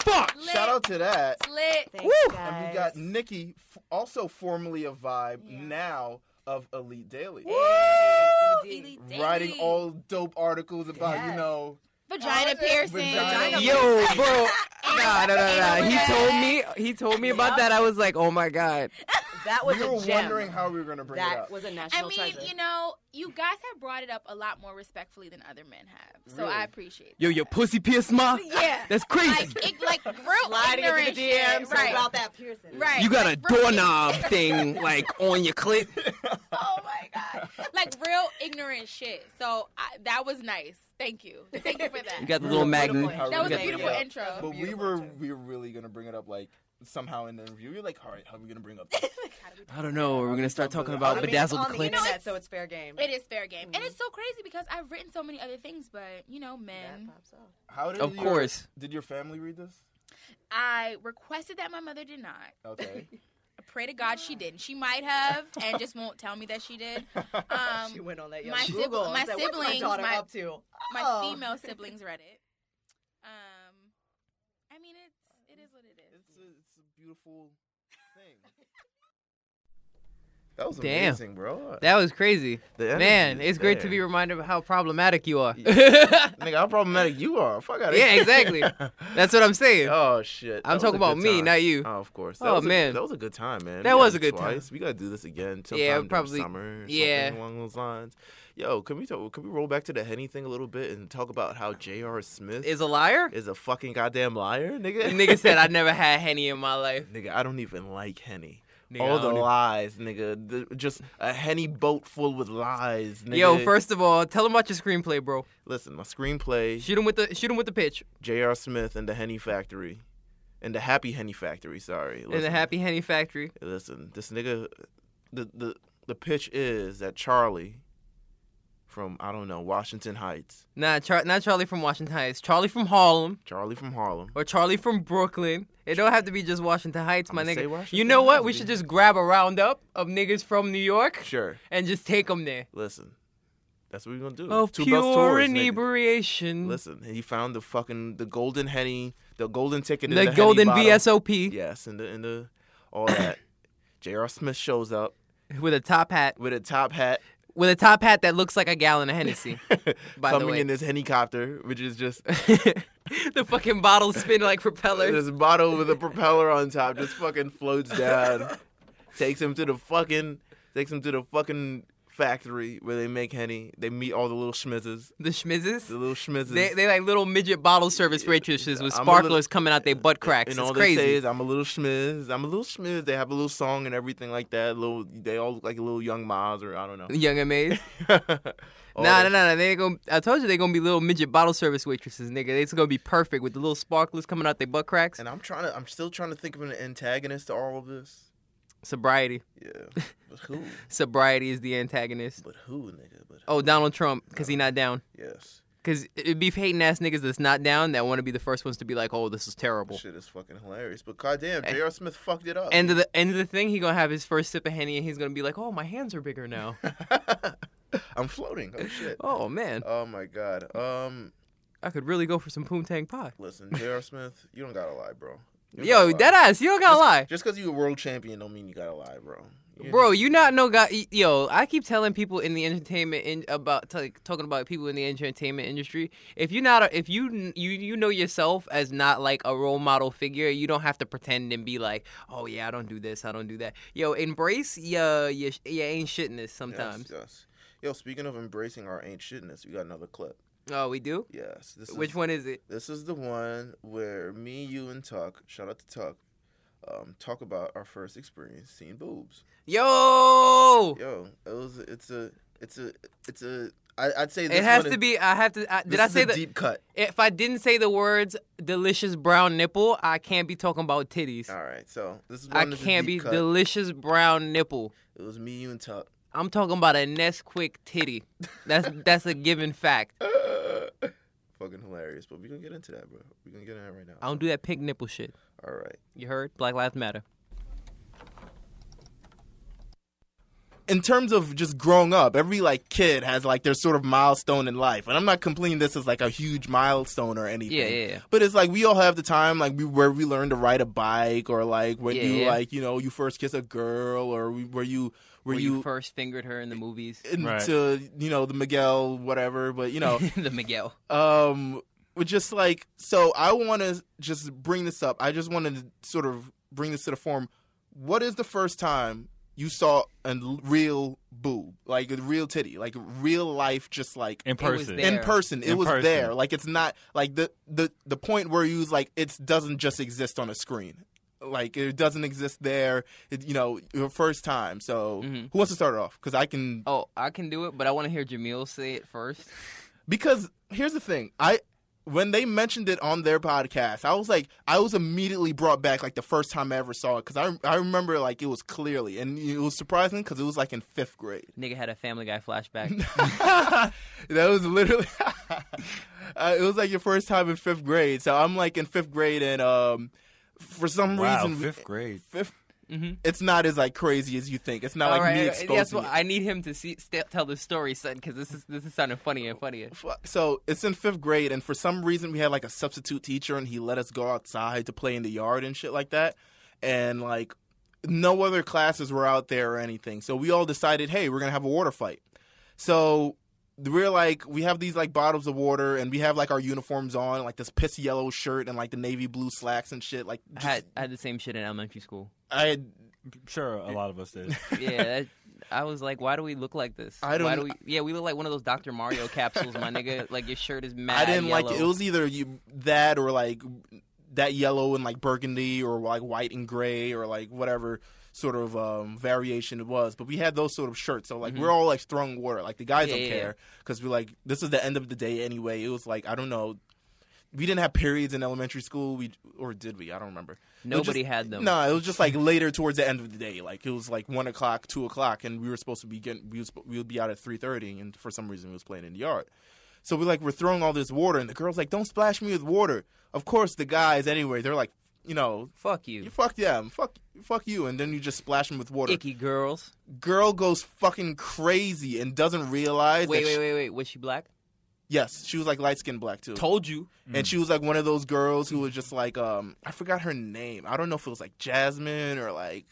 [SPEAKER 1] Fuck.
[SPEAKER 8] Lit.
[SPEAKER 2] Shout out to that.
[SPEAKER 8] Lit.
[SPEAKER 9] Thanks,
[SPEAKER 1] Woo!
[SPEAKER 9] guys.
[SPEAKER 2] And we got Nikki, f- also formerly of Vibe,
[SPEAKER 8] Yeah.
[SPEAKER 2] now of Elite Daily.
[SPEAKER 8] Dilly dilly.
[SPEAKER 2] Writing all dope articles about, you
[SPEAKER 9] Yes.
[SPEAKER 2] know,
[SPEAKER 8] vagina piercing.
[SPEAKER 2] Vagina
[SPEAKER 1] Yo, bro.
[SPEAKER 8] And
[SPEAKER 1] nah, nah, nah, nah. He told me. He told me about that. I was like, oh my god.
[SPEAKER 9] That was a gem.
[SPEAKER 2] how we were gonna bring
[SPEAKER 9] that was a
[SPEAKER 8] I
[SPEAKER 9] national
[SPEAKER 8] mean,
[SPEAKER 9] treasure.
[SPEAKER 8] you know, you guys have brought it up a lot more respectfully than other men have, so I appreciate.
[SPEAKER 1] Yo, your pussy pierced my.
[SPEAKER 8] Yeah.
[SPEAKER 1] That's crazy.
[SPEAKER 8] Like, it, like real
[SPEAKER 9] Sliding into
[SPEAKER 8] ignorant
[SPEAKER 9] the DMs
[SPEAKER 8] shit. Right.
[SPEAKER 9] about that piercing.
[SPEAKER 8] right.
[SPEAKER 1] you got a
[SPEAKER 8] like, real-
[SPEAKER 1] doorknob thing like on your clip.
[SPEAKER 8] Oh my god. Like real ignorant shit. So I, that was nice. Thank you. Thank you for that.
[SPEAKER 1] You got the little magnet.
[SPEAKER 9] Beautiful.
[SPEAKER 8] that was a
[SPEAKER 1] got-
[SPEAKER 8] beautiful
[SPEAKER 2] yeah.
[SPEAKER 8] intro.
[SPEAKER 2] But we
[SPEAKER 9] Beautiful
[SPEAKER 2] were
[SPEAKER 9] picture.
[SPEAKER 2] we were really gonna bring it up like somehow in the interview. You're like, all right, how are we gonna bring up? This?
[SPEAKER 1] I don't know. We're gonna start talking
[SPEAKER 9] I
[SPEAKER 1] about
[SPEAKER 9] mean, it's
[SPEAKER 1] bedazzled
[SPEAKER 9] on the
[SPEAKER 1] clips.
[SPEAKER 9] internet, so it's fair game.
[SPEAKER 8] It is fair game. And
[SPEAKER 9] Mm.
[SPEAKER 8] it's so crazy because I've written so many other things, but you know,
[SPEAKER 9] That
[SPEAKER 8] men.
[SPEAKER 9] pops up.
[SPEAKER 2] How did
[SPEAKER 1] Of
[SPEAKER 2] your-
[SPEAKER 1] course.
[SPEAKER 2] Did your family read this?
[SPEAKER 8] I requested that my mother did not.
[SPEAKER 2] Okay.
[SPEAKER 8] I pray to God
[SPEAKER 9] Ah.
[SPEAKER 8] she didn't. She might have and just won't tell me that she did. Um,
[SPEAKER 9] She went on that young
[SPEAKER 8] my sibling-
[SPEAKER 9] Google. and
[SPEAKER 8] my
[SPEAKER 9] said, What's my
[SPEAKER 8] siblings,
[SPEAKER 9] daughter
[SPEAKER 8] my-
[SPEAKER 9] up to?
[SPEAKER 8] my
[SPEAKER 9] Oh.
[SPEAKER 8] female siblings read it. Um, I mean, it's it is what it is.
[SPEAKER 2] It's a, it's a beautiful thing. That was
[SPEAKER 1] Damn.
[SPEAKER 2] amazing, bro.
[SPEAKER 1] That was crazy,
[SPEAKER 2] The energy
[SPEAKER 1] man.
[SPEAKER 2] is
[SPEAKER 1] It's great to
[SPEAKER 2] there.
[SPEAKER 1] be reminded of how problematic you are.
[SPEAKER 2] Nigga, how problematic you are. Fuck out of
[SPEAKER 1] Yeah,
[SPEAKER 2] here.
[SPEAKER 1] exactly. That's what I'm saying.
[SPEAKER 2] Oh shit!
[SPEAKER 1] I'm
[SPEAKER 2] That was
[SPEAKER 1] talking
[SPEAKER 2] a
[SPEAKER 1] about
[SPEAKER 2] good
[SPEAKER 1] me,
[SPEAKER 2] time.
[SPEAKER 1] not you.
[SPEAKER 2] Oh, of course.
[SPEAKER 1] Oh,
[SPEAKER 2] was a-
[SPEAKER 1] man.
[SPEAKER 2] that was a good time, man.
[SPEAKER 1] That
[SPEAKER 2] We gotta
[SPEAKER 1] was a
[SPEAKER 2] do
[SPEAKER 1] good time.
[SPEAKER 2] twice. We gotta do this again. Sometime
[SPEAKER 1] Yeah,
[SPEAKER 2] during
[SPEAKER 1] probably-
[SPEAKER 2] Summer. or
[SPEAKER 1] yeah.
[SPEAKER 2] something along those lines. Yo, can we talk? Can we roll back to the Henny thing a little bit and talk about how J.R. Smith
[SPEAKER 1] Is a liar.
[SPEAKER 2] is a fucking goddamn liar, nigga?
[SPEAKER 1] The nigga said I never had henny in my life.
[SPEAKER 2] Nigga, I don't even like Henny.
[SPEAKER 1] Nigga, I
[SPEAKER 2] All the
[SPEAKER 1] don't e-" even-
[SPEAKER 2] lies, nigga. The- just a Henny boat full with lies, nigga.
[SPEAKER 1] Yo, first of all, tell him about your screenplay, bro.
[SPEAKER 2] listen. My screenplay.
[SPEAKER 1] Shoot him with the shoot him with the pitch
[SPEAKER 2] J.R. Smith and the Henny Factory. And the Happy Henny Factory, sorry.
[SPEAKER 1] in the
[SPEAKER 2] Listen,
[SPEAKER 1] Happy Henny Factory.
[SPEAKER 2] Listen, this nigga, the, the, the pitch is that Charlie from, I don't know, Washington Heights,
[SPEAKER 1] Nah, Char- not Charlie from Washington Heights. Charlie from Harlem
[SPEAKER 2] Charlie from Harlem.
[SPEAKER 1] or Charlie from Brooklyn. It don't have to be just Washington Heights, my
[SPEAKER 2] I'ma say
[SPEAKER 1] nigga. You
[SPEAKER 2] Washington
[SPEAKER 1] know what?
[SPEAKER 2] Heights,
[SPEAKER 1] We should
[SPEAKER 2] dude.
[SPEAKER 1] just grab a roundup of niggas from New York
[SPEAKER 2] Sure,
[SPEAKER 1] and just take them there.
[SPEAKER 2] listen. That's what we're going to do.
[SPEAKER 1] Oh,
[SPEAKER 2] Two Bells
[SPEAKER 1] pure
[SPEAKER 2] Tours, nigga.
[SPEAKER 1] inebriation.
[SPEAKER 2] Listen, he found the fucking, the golden Henny, the golden ticket. in
[SPEAKER 1] the,
[SPEAKER 2] the Henny
[SPEAKER 1] golden
[SPEAKER 2] bottle.
[SPEAKER 1] VSOP
[SPEAKER 2] Yes, and the, and the, all that. J.R. Smith shows up
[SPEAKER 1] with a top hat,
[SPEAKER 2] with a top hat.
[SPEAKER 1] with a top hat that looks like a gallon of Hennessy. By the
[SPEAKER 2] coming
[SPEAKER 1] way.
[SPEAKER 2] in this helicopter, which is just
[SPEAKER 1] the fucking bottle spin like propellers.
[SPEAKER 2] this bottle with a propeller on top, just fucking floats down, takes him to the fucking, takes him to the fucking factory where they make henny. They meet all the little schmizzes,
[SPEAKER 1] The
[SPEAKER 2] the
[SPEAKER 1] schmizzes.
[SPEAKER 2] little schmizzes.
[SPEAKER 1] They they like little midget bottle service waitresses with
[SPEAKER 2] I'm a
[SPEAKER 1] sparklers
[SPEAKER 2] little-
[SPEAKER 1] coming out their butt cracks.
[SPEAKER 2] and
[SPEAKER 1] it's
[SPEAKER 2] all
[SPEAKER 1] crazy.
[SPEAKER 2] they say is, "I'm a little schmiz. I'm a little schmiz." They have a little song and everything like that. Little, they all look like little young Maz or I don't know.
[SPEAKER 1] Young and Maze.
[SPEAKER 2] All
[SPEAKER 1] Nah, nah,
[SPEAKER 2] that-
[SPEAKER 1] nah, nah. They gonna. I told you they gonna be little midget bottle service waitresses, nigga. It's gonna be perfect with the little sparklers coming out their butt cracks.
[SPEAKER 2] And I'm trying to, I'm still trying to think of an antagonist to all of this.
[SPEAKER 1] Sobriety.
[SPEAKER 2] Yeah, but who?
[SPEAKER 1] Sobriety is the antagonist.
[SPEAKER 2] But who, nigga? But who?
[SPEAKER 1] Oh, Donald Trump, cause he not down.
[SPEAKER 2] yes,
[SPEAKER 1] Cause it'd be hating ass niggas that's not down that want to be the first ones to be like, oh, this is terrible.
[SPEAKER 2] shit is fucking hilarious. But goddamn, J.R. Smith fucked it up.
[SPEAKER 1] End of the end of the thing, he gonna have his first sip of henny and he's gonna be like, oh, my hands are bigger now.
[SPEAKER 2] I'm floating. Oh shit.
[SPEAKER 1] oh man,
[SPEAKER 2] Oh my god. Um,
[SPEAKER 1] I could really go for some poontang pie.
[SPEAKER 2] listen, J.R. Smith, you don't gotta lie, bro. You don't
[SPEAKER 1] Yo,
[SPEAKER 2] gotta
[SPEAKER 1] dead
[SPEAKER 2] lie.
[SPEAKER 1] ass, you don't gotta lie.
[SPEAKER 2] Just because you a world champion don't mean you gotta lie, bro. You
[SPEAKER 1] Bro,
[SPEAKER 2] know-
[SPEAKER 1] you not know guy. y- Yo, I keep telling people in the entertainment in about t- talking about people in the entertainment industry. If you not, a, if you n- you you know yourself as not like a role model figure, you don't have to pretend and be like, oh yeah, I don't do this, I don't do that. Yo, embrace your your, sh- your ain't shitness
[SPEAKER 2] Yes,
[SPEAKER 1] sometimes.
[SPEAKER 2] yes. Yo, speaking of embracing our ain't shitness, we got another clip.
[SPEAKER 1] Oh, we do.
[SPEAKER 2] Yes. This
[SPEAKER 1] Which
[SPEAKER 2] is,
[SPEAKER 1] one is it?
[SPEAKER 2] This is the one where me, you, and Tuck, shout out to Tuck, um, talk about our first experience seeing boobs.
[SPEAKER 1] Yo,
[SPEAKER 2] Yo, it was. It's a. It's a. It's a. I, I'd say this
[SPEAKER 1] it has
[SPEAKER 2] one
[SPEAKER 1] to
[SPEAKER 2] is-
[SPEAKER 1] be. I have to. I, did
[SPEAKER 2] this
[SPEAKER 1] I
[SPEAKER 2] is
[SPEAKER 1] say
[SPEAKER 2] a
[SPEAKER 1] that?
[SPEAKER 2] deep cut?
[SPEAKER 1] if I didn't say the words "delicious brown nipple," I can't be talking about titties.
[SPEAKER 2] All right, so this is.
[SPEAKER 1] I
[SPEAKER 2] one that's a
[SPEAKER 1] can't be
[SPEAKER 2] deep cut.
[SPEAKER 1] delicious brown nipple.
[SPEAKER 2] It was me, you, and Tuck.
[SPEAKER 1] I'm talking about a Nesquik titty. That's that's a given fact.
[SPEAKER 2] Fucking hilarious, but we're gonna get into that, bro. We're gonna get into that right now.
[SPEAKER 1] I don't do that pink nipple shit.
[SPEAKER 2] All right.
[SPEAKER 1] You heard? Black Lives Matter.
[SPEAKER 2] In terms of just growing up, every like kid has like their sort of milestone in life, and I'm not complaining this is like a huge milestone or anything.
[SPEAKER 1] Yeah, yeah, yeah.
[SPEAKER 2] But it's like we all have the time, like we where we learn to ride a bike, or like when
[SPEAKER 1] Yeah,
[SPEAKER 2] you
[SPEAKER 1] yeah.
[SPEAKER 2] like you know you first kiss a girl, or we- where you where,
[SPEAKER 1] Where you,
[SPEAKER 2] you, Uh,
[SPEAKER 1] first fingered her in the movies?
[SPEAKER 2] into
[SPEAKER 10] Right.
[SPEAKER 2] you know the Miguel whatever. But you know,
[SPEAKER 1] the Miguel.
[SPEAKER 2] um We're just like so. I want to just bring this up. I just wanted to sort of bring this to the forum. What is the first time you saw a l- real boob, like a real titty, like real life, just like
[SPEAKER 5] in person.
[SPEAKER 11] there.
[SPEAKER 2] in person? It
[SPEAKER 5] In
[SPEAKER 2] was
[SPEAKER 5] person.
[SPEAKER 2] there. Like it's not like the the the point where you was like it doesn't just exist on a screen. Like it doesn't exist there. It, you know, your first time. So
[SPEAKER 5] Mm-hmm.
[SPEAKER 1] Mhm.
[SPEAKER 2] who wants to start it off? Because I can
[SPEAKER 1] Oh, I can do it, but I want to hear Jamil say it first.
[SPEAKER 2] because here's the thing i when they mentioned it on their podcast i was like i was immediately brought back like the first time i ever saw it because I, I remember like it was clearly and it was surprising because it was like in fifth grade
[SPEAKER 11] Nigga had a Family Guy flashback.
[SPEAKER 2] that was literally uh, it was like your first time in fifth grade so i'm like in fifth grade and um for some
[SPEAKER 5] Wow,
[SPEAKER 2] reason
[SPEAKER 5] fifth grade.
[SPEAKER 2] fifth
[SPEAKER 1] Mhm.
[SPEAKER 2] it's not as like crazy as you think it's not
[SPEAKER 1] All
[SPEAKER 2] like
[SPEAKER 1] right,
[SPEAKER 2] me
[SPEAKER 1] all right,
[SPEAKER 2] exposing
[SPEAKER 1] that's what
[SPEAKER 2] it.
[SPEAKER 1] I need him to see, st- tell the story, son, because this is this is sounding funnier and funnier.
[SPEAKER 2] Fu- so it's in fifth grade, and for some reason we had like a substitute teacher, and he let us go outside to play in the yard and shit like that, and like no other classes were out there or anything. So we all decided, hey, we're gonna have a water fight. So we're like, we have these like bottles of water, and we have like our uniforms on, like this piss yellow shirt and like the navy blue slacks and shit. Like
[SPEAKER 1] I
[SPEAKER 2] just,
[SPEAKER 1] had, I had the same shit in elementary school.
[SPEAKER 2] I had
[SPEAKER 5] Sure, a lot of us did.
[SPEAKER 1] Yeah, that, I was like, why do we look like this?
[SPEAKER 2] I don't- e-"
[SPEAKER 1] Why do we, yeah, we look like one of those Dr. Mario capsules, my nigga. Like your shirt is mad.
[SPEAKER 2] I didn't like it.
[SPEAKER 1] yellow.
[SPEAKER 2] It was either you that or like that yellow and like burgundy or like white and gray or like whatever sort of um, variation it was. But we had those sort of shirts, so like we're all like throwing water. Like the guys
[SPEAKER 1] Mm-hmm. Yeah,
[SPEAKER 2] don't
[SPEAKER 1] yeah,
[SPEAKER 2] care because we're like this is the end of the day anyway. It was like I don't know. We didn't have periods in elementary school. We or did we? I don't remember. It was
[SPEAKER 1] Nobody
[SPEAKER 2] just-
[SPEAKER 1] had them.
[SPEAKER 2] No, it was just like later towards the end of the day. Like it was like one o'clock, two o'clock, and we were supposed to be getting we, was, we would be out at three thirty, and for some reason we was playing in the yard. So we're like we're throwing all this water, and the girls like, "Don't splash me with water." Of course, the guys anyway, they're like, you know,
[SPEAKER 1] Fuck you.
[SPEAKER 2] you fuck them, fuck, fuck you, and then you just splash them with water.
[SPEAKER 1] Icky girls.
[SPEAKER 2] Girl goes fucking crazy and doesn't realize.
[SPEAKER 1] Wait,
[SPEAKER 2] that
[SPEAKER 1] wait,
[SPEAKER 2] she-
[SPEAKER 1] wait, wait. Was she black?
[SPEAKER 2] yes, she was like light skinned black too
[SPEAKER 1] Told Mm. you.
[SPEAKER 2] and she was like one of those girls who was just like um I forgot her name. I don't know if it was like Jasmine or like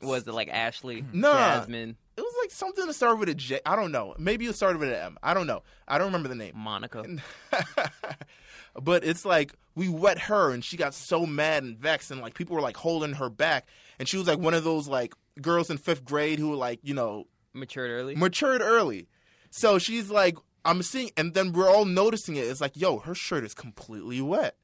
[SPEAKER 1] Was it like Ashley?
[SPEAKER 2] Nah.
[SPEAKER 1] Jasmine?
[SPEAKER 2] it was like something that started with a J. I don't know. Maybe it started with an M. I don't know. I don't remember the name.
[SPEAKER 1] Monica?
[SPEAKER 2] but it's like we wet her and she got so mad and vexed and like people were like holding her back and she was like one of those like girls in 5th grade who were like, you know,
[SPEAKER 1] Matured early?
[SPEAKER 2] matured early. So she's like, I'm seeing, and then we're all noticing it. It's like, yo, her shirt is completely wet,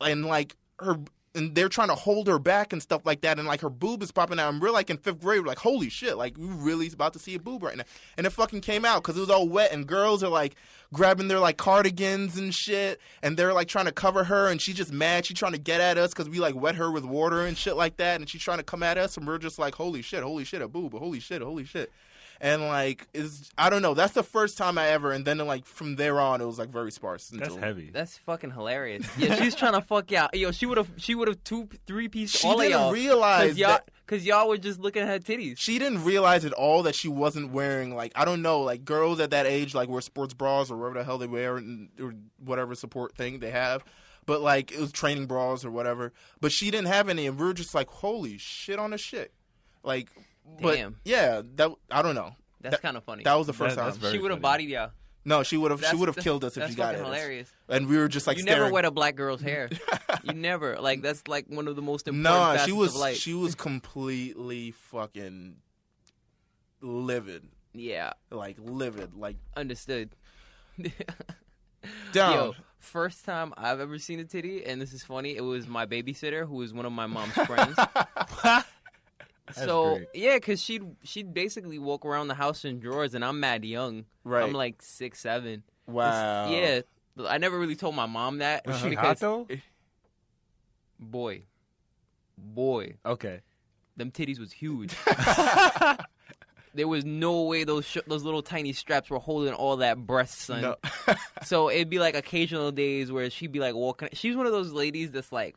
[SPEAKER 2] and like her, and they're trying to hold her back and stuff like that, and like her boob is popping out. And we're like in fifth grade, we're like, holy shit, like we really is about to see a boob right now, and it fucking came out because it was all wet, and girls are like grabbing their like cardigans and shit, and they're like trying to cover her, and she's just mad. She's trying to get at us because we like wet her with water and shit like that, and she's trying to come at us, and we're just like, holy shit, holy shit, a boob, holy shit, holy shit and like it's I don't know. That's the first time I ever, and then like from there on, it was like very sparse.
[SPEAKER 5] That's
[SPEAKER 2] until-
[SPEAKER 5] heavy.
[SPEAKER 1] That's fucking hilarious. Yeah, she's trying to fuck y'all. Yo, she would have, she would have two, three piece
[SPEAKER 2] She
[SPEAKER 1] all of
[SPEAKER 2] didn't
[SPEAKER 1] y'all.
[SPEAKER 2] realize
[SPEAKER 1] Cause y'all,
[SPEAKER 2] that-
[SPEAKER 1] cause y'all were just looking at her titties.
[SPEAKER 2] She didn't realize at all that she wasn't wearing like I don't know, like girls at that age like wear sports bras or whatever the hell they wear and or whatever support thing they have. But like it was training bras or whatever. But she didn't have any, and we were just like, holy shit on a shit, like. But
[SPEAKER 1] Damn.
[SPEAKER 2] yeah, that I don't know.
[SPEAKER 1] That's
[SPEAKER 2] that-
[SPEAKER 1] kind of funny.
[SPEAKER 2] That was the first
[SPEAKER 5] That-
[SPEAKER 2] time.
[SPEAKER 5] that's very
[SPEAKER 1] she would have
[SPEAKER 5] funny.
[SPEAKER 1] bodied y'all.
[SPEAKER 2] no, she would have. She
[SPEAKER 1] That's-
[SPEAKER 2] would have
[SPEAKER 1] that's-
[SPEAKER 2] killed us if
[SPEAKER 1] That's
[SPEAKER 2] she got
[SPEAKER 1] fucking
[SPEAKER 2] it.
[SPEAKER 1] hilarious.
[SPEAKER 2] And we were just like
[SPEAKER 1] you
[SPEAKER 2] staring.
[SPEAKER 1] never wet a black girl's hair. you never like that's like one of the most important.
[SPEAKER 2] Nah, she
[SPEAKER 1] facets
[SPEAKER 2] was
[SPEAKER 1] Of life.
[SPEAKER 2] she was completely fucking livid,
[SPEAKER 1] Yeah,
[SPEAKER 2] like livid, like
[SPEAKER 1] understood.
[SPEAKER 2] down.
[SPEAKER 1] Yo, first time I've ever seen a titty, and this is funny. It was my babysitter who was one of my mom's friends. so
[SPEAKER 5] great.
[SPEAKER 1] yeah, cause she'd she'd basically walk around the house in drawers, and I'm mad young.
[SPEAKER 2] Right.
[SPEAKER 1] I'm like six seven.
[SPEAKER 2] wow.
[SPEAKER 1] Yeah, but I never really told my mom that.
[SPEAKER 5] Was
[SPEAKER 12] Uh-huh.
[SPEAKER 5] she
[SPEAKER 1] because-
[SPEAKER 5] hot though?
[SPEAKER 1] Boy, boy,
[SPEAKER 5] Okay.
[SPEAKER 1] them titties was huge. there was no way those sh- those little tiny straps were holding all that breast, son.
[SPEAKER 2] No.
[SPEAKER 1] so it'd be like occasional days where she'd be like walking. She's one of those ladies that's like,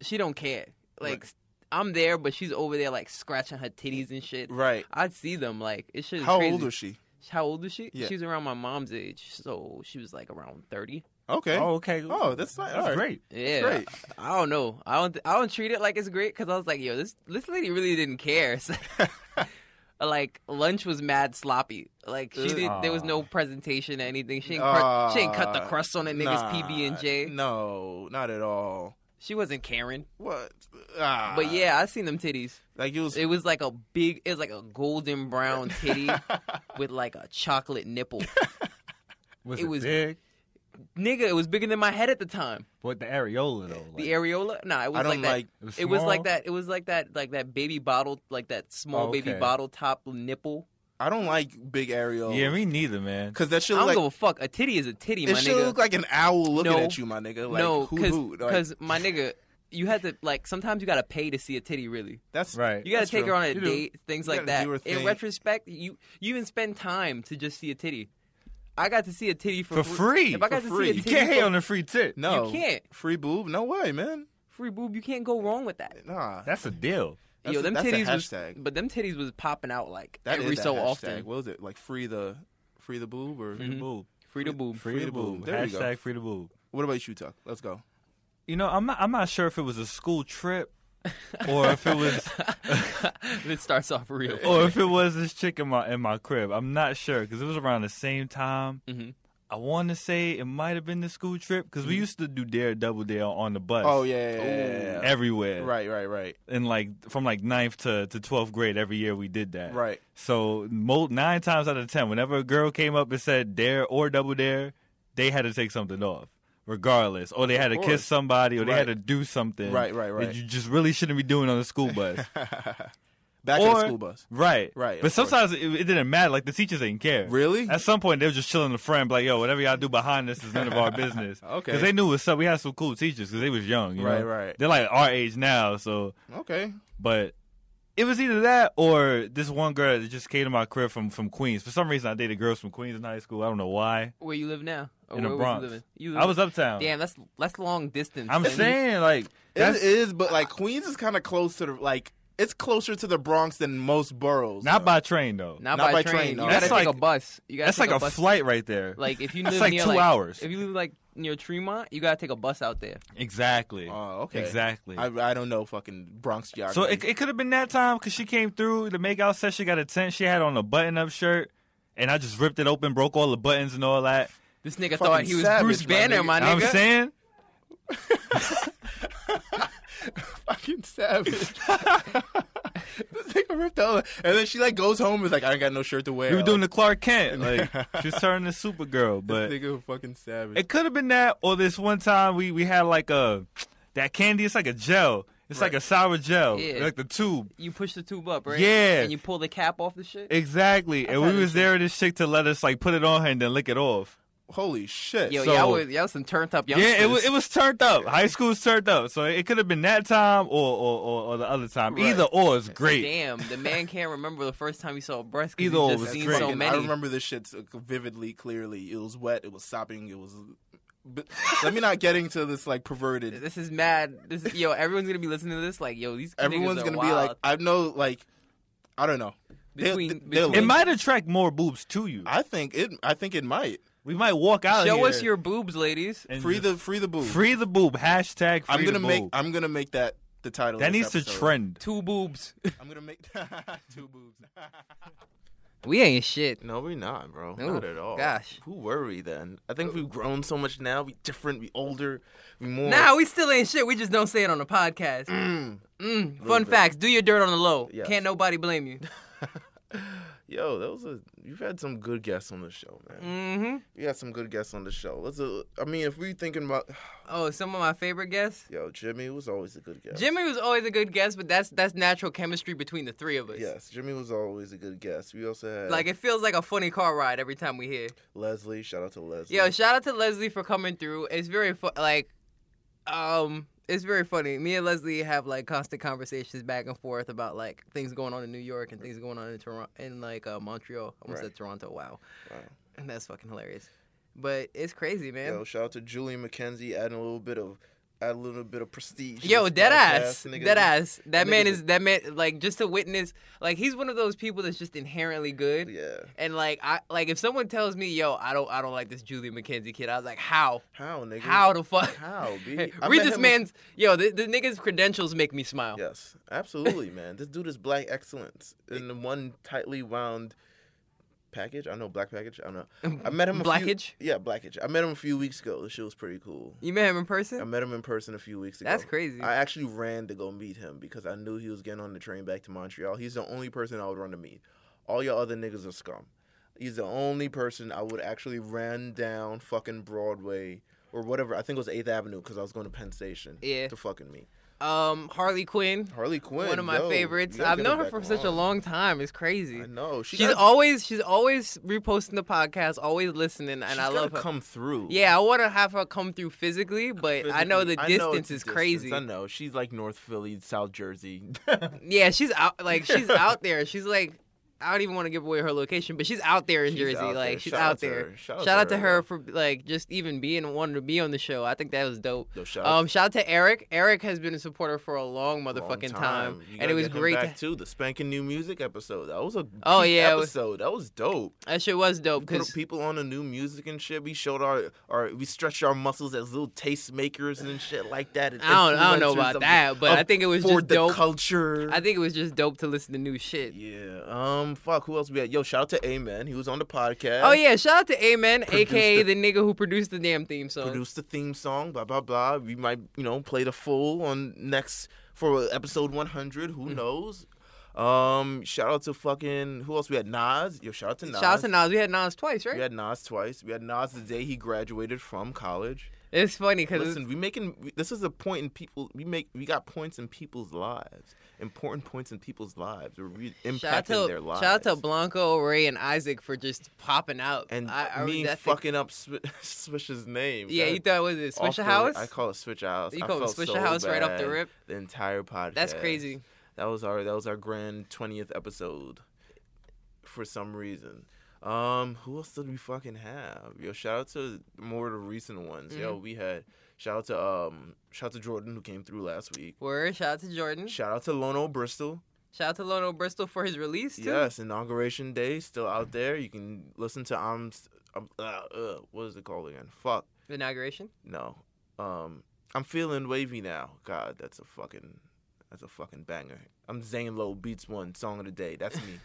[SPEAKER 1] she don't care. Like I'm there, but she's over there like scratching her titties and shit.
[SPEAKER 2] right.
[SPEAKER 1] I'd see them like it's just
[SPEAKER 2] How
[SPEAKER 1] crazy.
[SPEAKER 2] old was she?
[SPEAKER 1] How old is she?
[SPEAKER 2] Yeah.
[SPEAKER 1] She's around my mom's age, so she was like around thirty.
[SPEAKER 2] Okay.
[SPEAKER 5] Oh, okay.
[SPEAKER 2] Oh, that's not-
[SPEAKER 5] that's
[SPEAKER 2] all right.
[SPEAKER 5] great.
[SPEAKER 1] Yeah,
[SPEAKER 2] great.
[SPEAKER 1] I, I don't know. I don't. I don't treat it like it's great because I was like, yo, this this lady really didn't care. So- like lunch was mad sloppy. Like she
[SPEAKER 2] Ugh.
[SPEAKER 1] did, there was no
[SPEAKER 12] Aw.
[SPEAKER 1] presentation or anything. She ain't, cru- she ain't cut the
[SPEAKER 2] Aw,
[SPEAKER 1] crust on that nigga's PB and J.
[SPEAKER 2] No, not at all.
[SPEAKER 1] She wasn't Karen,
[SPEAKER 2] What? Ah.
[SPEAKER 1] but yeah, I seen them titties.
[SPEAKER 2] like it was.
[SPEAKER 1] It was like a big, it was like a golden brown titty with like a chocolate nipple.
[SPEAKER 12] Was
[SPEAKER 1] It
[SPEAKER 12] it,
[SPEAKER 1] was-
[SPEAKER 12] big?
[SPEAKER 1] Nigga, it was bigger than my head at the time.
[SPEAKER 12] What the areola though? Like,
[SPEAKER 1] The areola? Nah, it was
[SPEAKER 2] I
[SPEAKER 1] like
[SPEAKER 2] don't
[SPEAKER 1] that.
[SPEAKER 2] like.
[SPEAKER 12] it was,
[SPEAKER 1] It was like
[SPEAKER 12] small?
[SPEAKER 1] that. It was like that. Like that baby bottle. Like that small
[SPEAKER 12] Oh,
[SPEAKER 1] baby
[SPEAKER 12] okay.
[SPEAKER 1] bottle top nipple.
[SPEAKER 2] I don't like big areolas.
[SPEAKER 12] Yeah, me neither, man.
[SPEAKER 2] Cause that shit
[SPEAKER 1] I don't
[SPEAKER 2] look
[SPEAKER 1] give
[SPEAKER 2] like
[SPEAKER 1] a fuck. A titty is a titty,
[SPEAKER 2] it
[SPEAKER 1] my
[SPEAKER 2] should
[SPEAKER 1] nigga.
[SPEAKER 2] look like an owl looking
[SPEAKER 1] No.
[SPEAKER 2] at you, my nigga. Like
[SPEAKER 1] no,
[SPEAKER 2] hoot hoot. Like,
[SPEAKER 1] because my nigga, you had to like sometimes you gotta pay to see a titty. Really,
[SPEAKER 2] that's
[SPEAKER 12] Right.
[SPEAKER 1] you gotta
[SPEAKER 2] That's
[SPEAKER 1] take
[SPEAKER 2] true.
[SPEAKER 1] her on a
[SPEAKER 2] You do.
[SPEAKER 1] date, things
[SPEAKER 2] You
[SPEAKER 1] like
[SPEAKER 2] gotta
[SPEAKER 1] that.
[SPEAKER 2] do her
[SPEAKER 1] In
[SPEAKER 2] thing.
[SPEAKER 1] retrospect, you you even spend time to just see a titty. I got to see a titty for,
[SPEAKER 12] For free.
[SPEAKER 1] If I got
[SPEAKER 2] For
[SPEAKER 1] to
[SPEAKER 2] free.
[SPEAKER 1] see a
[SPEAKER 12] you
[SPEAKER 1] titty,
[SPEAKER 12] can't hate
[SPEAKER 1] for
[SPEAKER 12] on a free tit.
[SPEAKER 2] No,
[SPEAKER 1] You can't.
[SPEAKER 2] free boob. No way, man.
[SPEAKER 1] free boob, you can't go wrong with that.
[SPEAKER 2] Nah,
[SPEAKER 12] That's a deal.
[SPEAKER 2] That's
[SPEAKER 1] Yo,
[SPEAKER 2] a-
[SPEAKER 1] them
[SPEAKER 2] that's a
[SPEAKER 1] titties was,
[SPEAKER 2] hashtag.
[SPEAKER 1] but them titties was popping out like
[SPEAKER 2] that
[SPEAKER 1] every
[SPEAKER 2] is a
[SPEAKER 1] so
[SPEAKER 2] hashtag.
[SPEAKER 1] often. Mm-hmm.
[SPEAKER 2] What was it like? Free the, free the boob or
[SPEAKER 12] Free the boob.
[SPEAKER 1] Mm. Free the boob.
[SPEAKER 12] Free the boob.
[SPEAKER 2] There you go.
[SPEAKER 12] Hashtag free the boob.
[SPEAKER 2] what about you, Tuck? Let's go.
[SPEAKER 12] You know, I'm not. I'm not sure if it was a school trip, or if it was,
[SPEAKER 1] it starts off real.
[SPEAKER 2] Oh.
[SPEAKER 12] or if it was this chick in my in my crib. I'm not sure because it was around the same time.
[SPEAKER 1] Mhm.
[SPEAKER 12] I want to say it might have been the school trip because we used to do dare double dare on the bus.
[SPEAKER 2] Mm-hmm. Oh yeah, yeah, yeah, yeah, yeah.
[SPEAKER 12] everywhere.
[SPEAKER 2] Right, right, right,
[SPEAKER 12] And like from like ninth to to twelfth grade, every year we did that.
[SPEAKER 2] right.
[SPEAKER 12] So mo- nine times out of ten, whenever a girl came up and said dare or double dare, they had to take something off, regardless, or they had to
[SPEAKER 2] course.
[SPEAKER 12] kiss somebody, or they had
[SPEAKER 2] Right.
[SPEAKER 12] to do something.
[SPEAKER 2] Right, right, right.
[SPEAKER 12] That you just really shouldn't be doing on the school bus.
[SPEAKER 2] Back to the
[SPEAKER 12] Or-
[SPEAKER 2] school bus.
[SPEAKER 12] right,
[SPEAKER 2] Right, of
[SPEAKER 12] But
[SPEAKER 2] course.
[SPEAKER 12] sometimes it, it didn't matter. Like the teachers didn't care.
[SPEAKER 2] Really?
[SPEAKER 12] At some point, they were just chilling the friend, like, "Yo, whatever y'all do behind us is none of our business."
[SPEAKER 2] Okay.
[SPEAKER 12] Because they knew what's up. We had some cool teachers because they was young. you
[SPEAKER 2] Right,
[SPEAKER 12] know?
[SPEAKER 2] right.
[SPEAKER 12] They're like our age now, so
[SPEAKER 2] Okay.
[SPEAKER 12] but it was either that or this one girl that just came to my crib from, from Queens. For some reason, I dated girls from Queens in high school. I don't know why.
[SPEAKER 1] Where you live now? Or
[SPEAKER 12] In the
[SPEAKER 1] where was
[SPEAKER 12] Bronx.
[SPEAKER 1] You, living? you
[SPEAKER 12] I was uptown.
[SPEAKER 1] Damn, that's that's long distance.
[SPEAKER 12] I'm
[SPEAKER 1] son.
[SPEAKER 12] saying like
[SPEAKER 2] It
[SPEAKER 12] that's
[SPEAKER 2] is, but like Queens is kind of close to the like it's closer to the Bronx than most boroughs.
[SPEAKER 12] not by train though.
[SPEAKER 1] not,
[SPEAKER 2] Not
[SPEAKER 1] by,
[SPEAKER 2] by
[SPEAKER 1] train.
[SPEAKER 2] train,
[SPEAKER 1] you
[SPEAKER 2] no.
[SPEAKER 1] gotta
[SPEAKER 12] That's
[SPEAKER 1] take
[SPEAKER 12] like-
[SPEAKER 1] a bus. You gotta
[SPEAKER 12] That's
[SPEAKER 1] take
[SPEAKER 12] like a,
[SPEAKER 1] bus.
[SPEAKER 12] flight right there.
[SPEAKER 1] Like if you
[SPEAKER 12] That's
[SPEAKER 1] live
[SPEAKER 12] like
[SPEAKER 1] near,
[SPEAKER 12] two
[SPEAKER 1] like,
[SPEAKER 12] hours.
[SPEAKER 1] If you live like near Tremont, you gotta take a bus out there.
[SPEAKER 12] exactly.
[SPEAKER 2] Oh, okay.
[SPEAKER 12] Exactly.
[SPEAKER 2] I, I don't know fucking Bronx geography.
[SPEAKER 12] so it, it could have been that time because she came through. The makeout said she got a tent. She had on a button up shirt, and I just ripped it open, broke all the buttons and all that.
[SPEAKER 1] This nigga thought he was
[SPEAKER 2] savage,
[SPEAKER 1] Bruce
[SPEAKER 2] my
[SPEAKER 1] Banner,
[SPEAKER 2] nigga.
[SPEAKER 1] my nigga.
[SPEAKER 12] I'm saying
[SPEAKER 2] fucking savage. this nigga ripped out, and then she like goes home and is like, I ain't got no shirt to wear.
[SPEAKER 12] we were doing the Clark Kent. Like she was turning to Supergirl, but
[SPEAKER 2] this nigga fucking savage.
[SPEAKER 12] It could have been that, or this one time we we had like a that candy. It's like a gel. It's like a sour gel,
[SPEAKER 1] Yeah.
[SPEAKER 12] like the tube.
[SPEAKER 1] You push the tube up, right?
[SPEAKER 12] Yeah.
[SPEAKER 1] And you pull the cap off the shit.
[SPEAKER 12] Exactly. and
[SPEAKER 1] had
[SPEAKER 12] we
[SPEAKER 1] it
[SPEAKER 12] was there with this chick to let us like put it on her and then lick it off.
[SPEAKER 2] Holy shit.
[SPEAKER 1] Yo,
[SPEAKER 12] so-
[SPEAKER 1] y'all was y'all some turned up youngsters.
[SPEAKER 12] Yeah, it was it was turned up. High school was turned up. So it could have been that time or or, or, or the other time.
[SPEAKER 2] Right.
[SPEAKER 12] Either or is great.
[SPEAKER 1] Damn, the man can't remember the first time he saw a breast. 'cause
[SPEAKER 12] Either
[SPEAKER 1] he's
[SPEAKER 12] or
[SPEAKER 1] just
[SPEAKER 12] was
[SPEAKER 1] seen
[SPEAKER 12] great.
[SPEAKER 1] so
[SPEAKER 2] Fucking-
[SPEAKER 1] many.
[SPEAKER 2] I remember this shit so vividly, clearly. It was wet. It was sopping. It was. But let me not get into this like perverted.
[SPEAKER 1] This is mad. This is, yo, everyone's gonna be listening to this. Like, yo, these niggas
[SPEAKER 2] Everyone's
[SPEAKER 1] are
[SPEAKER 2] gonna
[SPEAKER 1] wild.
[SPEAKER 2] be like, I know, like, I don't know. They-
[SPEAKER 1] Between-
[SPEAKER 2] they-
[SPEAKER 1] between-
[SPEAKER 2] they'll-
[SPEAKER 12] It might attract more boobs to you.
[SPEAKER 2] I think it. I think it might
[SPEAKER 12] we might walk out
[SPEAKER 1] show
[SPEAKER 12] here
[SPEAKER 1] us your boobs, ladies.
[SPEAKER 12] and
[SPEAKER 2] free
[SPEAKER 12] just-
[SPEAKER 2] the free the boob.
[SPEAKER 12] free the boob hashtag. Free
[SPEAKER 2] I'm
[SPEAKER 12] the
[SPEAKER 2] gonna make.
[SPEAKER 12] boob.
[SPEAKER 2] I'm gonna make that the title. of
[SPEAKER 12] that
[SPEAKER 2] this
[SPEAKER 12] needs to
[SPEAKER 2] episode.
[SPEAKER 12] trend.
[SPEAKER 1] Two boobs.
[SPEAKER 2] I'm gonna make two boobs.
[SPEAKER 1] we ain't shit.
[SPEAKER 2] No, we're not, bro.
[SPEAKER 1] No,
[SPEAKER 2] not at all.
[SPEAKER 1] gosh.
[SPEAKER 2] who were we then? I think we've grown so much now. We different. We older. We more.
[SPEAKER 1] Nah, we still ain't shit. We just don't say it on the podcast. Mm, fun facts. Do your dirt on the low.
[SPEAKER 2] Yes.
[SPEAKER 1] Can't nobody blame you.
[SPEAKER 2] Yo, that was a. You've had some good guests on the show, man.
[SPEAKER 1] hmm
[SPEAKER 2] You had some good guests on the show. Let's. Uh, I mean, if we thinking about,
[SPEAKER 1] Oh, some of my favorite guests.
[SPEAKER 2] yo, Jimmy was always a good guest.
[SPEAKER 1] Jimmy was always a good guest, but that's that's natural chemistry between the three of us.
[SPEAKER 2] Yes, Jimmy was always a good guest. We also had
[SPEAKER 1] Like it feels like a funny car ride every time we hear.
[SPEAKER 2] Leslie. Shout out to Leslie.
[SPEAKER 1] Yo, shout out to Leslie for coming through. It's very fu- like, um, it's very funny. Me and Leslie have like constant conversations back and forth about like things going on in New York and things going on in Toronto, in like uh, Montreal. I almost
[SPEAKER 2] Right.
[SPEAKER 1] said Toronto. Wow,
[SPEAKER 2] Wow.
[SPEAKER 1] and that's fucking hilarious. But it's crazy, man.
[SPEAKER 2] Yo, shout out to Julian McKenzie adding a little bit of add a little bit of prestige. to
[SPEAKER 1] Yo,
[SPEAKER 2] this
[SPEAKER 1] dead ass,
[SPEAKER 2] podcast, nigga.
[SPEAKER 1] dead ass. That
[SPEAKER 2] nigga
[SPEAKER 1] man
[SPEAKER 2] did-
[SPEAKER 1] is that man. Like just to witness, like he's one of those people that's just inherently good.
[SPEAKER 2] Yeah.
[SPEAKER 1] And like I like if someone tells me, yo, I don't I don't like this Julie McKenzie kid, I was like, how?
[SPEAKER 2] How, nigga?
[SPEAKER 1] How the fuck?
[SPEAKER 2] How, B?
[SPEAKER 1] Hey,
[SPEAKER 2] I
[SPEAKER 1] Read
[SPEAKER 2] met
[SPEAKER 1] this
[SPEAKER 2] him-
[SPEAKER 1] man's yo, the, the nigga's credentials make me smile.
[SPEAKER 2] Yes, absolutely, man. This dude is black excellence in the one tightly wound package. I know black package. I don't know. I met him. A
[SPEAKER 1] Blackage?
[SPEAKER 2] Few, yeah, blackage. I met him a few weeks ago. The shit was pretty cool.
[SPEAKER 1] You met him in
[SPEAKER 2] I
[SPEAKER 1] person?
[SPEAKER 2] met him in person a few weeks ago.
[SPEAKER 1] That's crazy.
[SPEAKER 2] I actually ran to go meet him because I knew he was getting on the train back to Montreal. He's the only person I would run to meet. All your other niggas are scum. He's the only person I would actually ran down fucking Broadway or whatever. I think it was 8th Avenue because I was going to Penn Station
[SPEAKER 1] Yeah.
[SPEAKER 2] to fucking meet.
[SPEAKER 1] Um, Harley Quinn,
[SPEAKER 2] Harley Quinn.
[SPEAKER 1] one of my
[SPEAKER 2] yo,
[SPEAKER 1] favorites.
[SPEAKER 2] you gotta
[SPEAKER 1] I've
[SPEAKER 2] get
[SPEAKER 1] known her
[SPEAKER 2] back
[SPEAKER 1] for such a
[SPEAKER 2] on.
[SPEAKER 1] long time. It's crazy.
[SPEAKER 2] I know. She
[SPEAKER 1] She's
[SPEAKER 2] gotta-
[SPEAKER 1] always she's always reposting the podcast, always listening, and
[SPEAKER 2] she's
[SPEAKER 1] I
[SPEAKER 2] gotta
[SPEAKER 1] love her.
[SPEAKER 2] come through.
[SPEAKER 1] Yeah, I want to have her come through physically, but I know the
[SPEAKER 2] Physically. I know
[SPEAKER 1] distance
[SPEAKER 2] it's
[SPEAKER 1] is
[SPEAKER 2] the
[SPEAKER 1] crazy.
[SPEAKER 13] I know she's like North Philly, South Jersey.
[SPEAKER 1] Yeah, she's out. Like she's out there. She's like, I don't even want to give away her location, but she's out there in
[SPEAKER 2] She's
[SPEAKER 1] Jersey.
[SPEAKER 2] out
[SPEAKER 1] like
[SPEAKER 2] there.
[SPEAKER 1] she's
[SPEAKER 2] Shout out
[SPEAKER 1] out,
[SPEAKER 2] to
[SPEAKER 1] there.
[SPEAKER 2] her.
[SPEAKER 1] Shout, out to her for like just even being wanting to be on the show. I think that was dope.
[SPEAKER 2] Yo, shout out
[SPEAKER 1] Um, shout out to Eric. Eric has been a supporter for a long motherfucking
[SPEAKER 2] long
[SPEAKER 1] time,
[SPEAKER 2] You
[SPEAKER 1] and
[SPEAKER 2] gotta
[SPEAKER 1] it was
[SPEAKER 2] get him
[SPEAKER 1] great.
[SPEAKER 2] back
[SPEAKER 1] To,
[SPEAKER 2] too. The spanking new music episode. That was a
[SPEAKER 1] Oh,
[SPEAKER 2] peak
[SPEAKER 1] yeah, it was-
[SPEAKER 2] episode. That was dope.
[SPEAKER 1] that shit was dope
[SPEAKER 2] We put
[SPEAKER 1] because
[SPEAKER 2] people on the new music and shit. We showed our, our we stretched our muscles as little tastemakers and shit like that. and
[SPEAKER 1] I don't- I don't know
[SPEAKER 2] influencers
[SPEAKER 1] about
[SPEAKER 2] of-
[SPEAKER 1] that, but
[SPEAKER 2] of-
[SPEAKER 1] I think it was
[SPEAKER 2] for
[SPEAKER 1] just
[SPEAKER 2] the
[SPEAKER 1] dope.
[SPEAKER 2] culture.
[SPEAKER 1] I think it was just dope to listen to new shit.
[SPEAKER 2] yeah. Um. Fuck. Who else we had? Yo, shout out to Amen. He was on the podcast.
[SPEAKER 1] Oh yeah, shout out to Amen,
[SPEAKER 2] Produced
[SPEAKER 1] aka
[SPEAKER 2] the-
[SPEAKER 1] the nigga who produced the damn theme song.
[SPEAKER 2] Produced the theme song. Blah blah blah. We might you know play the full on next for episode 100.
[SPEAKER 1] Mm.
[SPEAKER 2] Who knows? Um. Shout out to fucking who else we had? Nas. Yo, shout out to Nas.
[SPEAKER 1] Shout out to Nas. We had Nas twice, right?
[SPEAKER 2] We had Nas twice. We had Nas the day he graduated from college.
[SPEAKER 1] It's funny because
[SPEAKER 2] Listen, we making we- this is a point in people. We make we got points in people's lives, important points in people's lives. We're re- impacting
[SPEAKER 1] Shout out to
[SPEAKER 2] their lives.
[SPEAKER 1] shout out to Blanco, Ray, and Isaac for just popping out.
[SPEAKER 2] and
[SPEAKER 1] I, I,
[SPEAKER 2] me
[SPEAKER 1] that thing-
[SPEAKER 2] fucking up Swi- Swish's name.
[SPEAKER 1] Yeah,
[SPEAKER 2] That-
[SPEAKER 1] you thought was it
[SPEAKER 2] off
[SPEAKER 1] Swisher
[SPEAKER 2] the-
[SPEAKER 1] House?
[SPEAKER 2] I call it Switch House.
[SPEAKER 1] You
[SPEAKER 2] I
[SPEAKER 1] call it
[SPEAKER 2] felt
[SPEAKER 1] Swisher
[SPEAKER 2] so
[SPEAKER 1] House right off the
[SPEAKER 2] bad
[SPEAKER 1] rip?
[SPEAKER 2] The entire podcast.
[SPEAKER 1] That's crazy.
[SPEAKER 2] That was our that was our grand twentieth episode. For some reason, um, who else did we fucking have? Yo, shout out to more of the recent ones. Yo,
[SPEAKER 1] Mm-hmm.
[SPEAKER 2] we had shout out to um shout out to Jordan who came through last week.
[SPEAKER 1] Word. Shout out to Jordan.
[SPEAKER 2] Shout out to Lono Bristol.
[SPEAKER 1] Shout out to Lono Bristol for his release too.
[SPEAKER 2] Yes, inauguration day still out there. You can listen to um, um uh, uh, what is it called again? Fuck
[SPEAKER 1] The inauguration.
[SPEAKER 2] no. Um, I'm feeling wavy now. God, that's a fucking, that's a fucking banger. I'm Zane Low Beats One song of the day. That's me.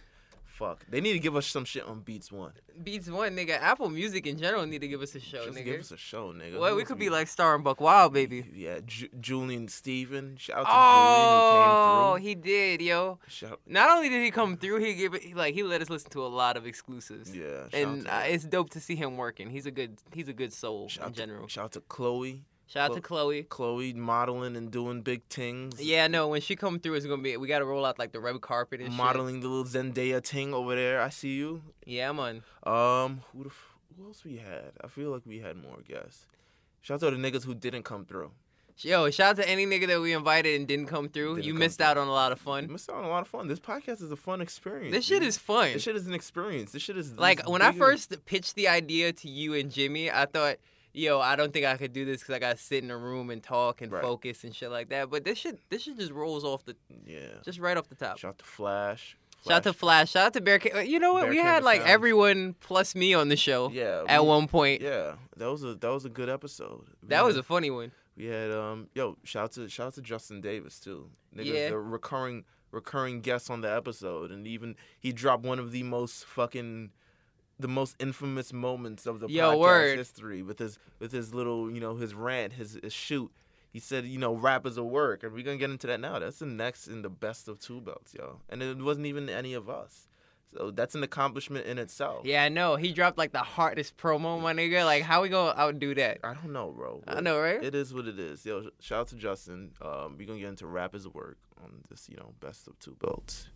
[SPEAKER 2] Fuck, they need to give us some shit on Beats One.
[SPEAKER 1] Beats one, nigga. Apple Music in general need to give us a show,
[SPEAKER 2] Just
[SPEAKER 1] nigga.
[SPEAKER 2] give us a show, nigga.
[SPEAKER 1] well,
[SPEAKER 2] Who
[SPEAKER 1] we
[SPEAKER 2] else
[SPEAKER 1] could be like Star and Buck Wild, baby.
[SPEAKER 2] yeah, Ju- Julian Steven. Shout out to
[SPEAKER 1] Oh,
[SPEAKER 2] Julian who came
[SPEAKER 1] he did, yo.
[SPEAKER 2] through. Shout,
[SPEAKER 1] Not only did he come through, he gave it like he let us listen to a lot of exclusives.
[SPEAKER 2] yeah, shout
[SPEAKER 1] And uh,
[SPEAKER 2] out to,
[SPEAKER 1] it's dope to see him working. He's a good, he's a good soul in
[SPEAKER 2] shout out to-
[SPEAKER 1] general.
[SPEAKER 2] Shout out to Chloe.
[SPEAKER 1] Shout out to Chloe.
[SPEAKER 2] Chloe modeling and doing big things.
[SPEAKER 1] Yeah, no. When she come through, it's gonna be. We gotta roll out like the red carpet and shit.
[SPEAKER 2] modeling the little Zendaya thing over there. I see you.
[SPEAKER 1] Yeah, man.
[SPEAKER 2] Um, who the f- who else we had? I feel like we had more guests. Shout out to the niggas who didn't come through.
[SPEAKER 1] Yo, shout out to any nigga that we invited and didn't come through.
[SPEAKER 2] Didn't
[SPEAKER 1] you
[SPEAKER 2] come
[SPEAKER 1] missed
[SPEAKER 2] through.
[SPEAKER 1] out on a lot of
[SPEAKER 2] You
[SPEAKER 1] fun.
[SPEAKER 2] missed out on a lot of fun. This podcast is a fun experience.
[SPEAKER 1] This shit
[SPEAKER 2] dude.
[SPEAKER 1] is fun.
[SPEAKER 2] This shit is an experience. This shit is
[SPEAKER 1] Like
[SPEAKER 2] this
[SPEAKER 1] when I
[SPEAKER 2] bigger-
[SPEAKER 1] first pitched the idea to you and Jimmy, I thought, yo, I don't think I could do this because I gotta sit in a room and talk and
[SPEAKER 2] Right.
[SPEAKER 1] focus and shit like that. But this shit, this shit just rolls off the,
[SPEAKER 2] yeah.
[SPEAKER 1] just right off the top.
[SPEAKER 2] Shout out to Flash.
[SPEAKER 1] Shout out to Flash. Shout out to Bear. Ca- uh, You know what?
[SPEAKER 2] Bear
[SPEAKER 1] we
[SPEAKER 2] Cave
[SPEAKER 1] had
[SPEAKER 2] of
[SPEAKER 1] like
[SPEAKER 2] Sounds.
[SPEAKER 1] everyone plus me on the show
[SPEAKER 2] Yeah.
[SPEAKER 1] at
[SPEAKER 2] we-
[SPEAKER 1] one point.
[SPEAKER 2] Yeah, that was a that was a good episode. We
[SPEAKER 1] That was
[SPEAKER 2] had-
[SPEAKER 1] a funny one.
[SPEAKER 2] we had um yo shout out to shout out to Justin Davis too. Nigga,
[SPEAKER 1] Yeah.
[SPEAKER 2] the recurring recurring guest on the episode, and even he dropped one of the most fucking the most infamous moments of the
[SPEAKER 1] Yo,
[SPEAKER 2] podcast
[SPEAKER 1] word.
[SPEAKER 2] history with his with his little you know his rant his, his shoot. He said, you know, rap is a work, and we're gonna get into that now. That's the next in the best of two belts, yo. And it wasn't even any of us, so that's an accomplishment in itself.
[SPEAKER 1] Yeah, I know. He dropped like the hardest promo, my nigga. Like, how we gonna outdo that?
[SPEAKER 2] I don't know, bro.
[SPEAKER 1] I
[SPEAKER 2] but
[SPEAKER 1] know, right?
[SPEAKER 2] It is what it is. Yo, sh- shout out to Justin. Um, we're gonna get into rap as work on this, you know, best of two belts.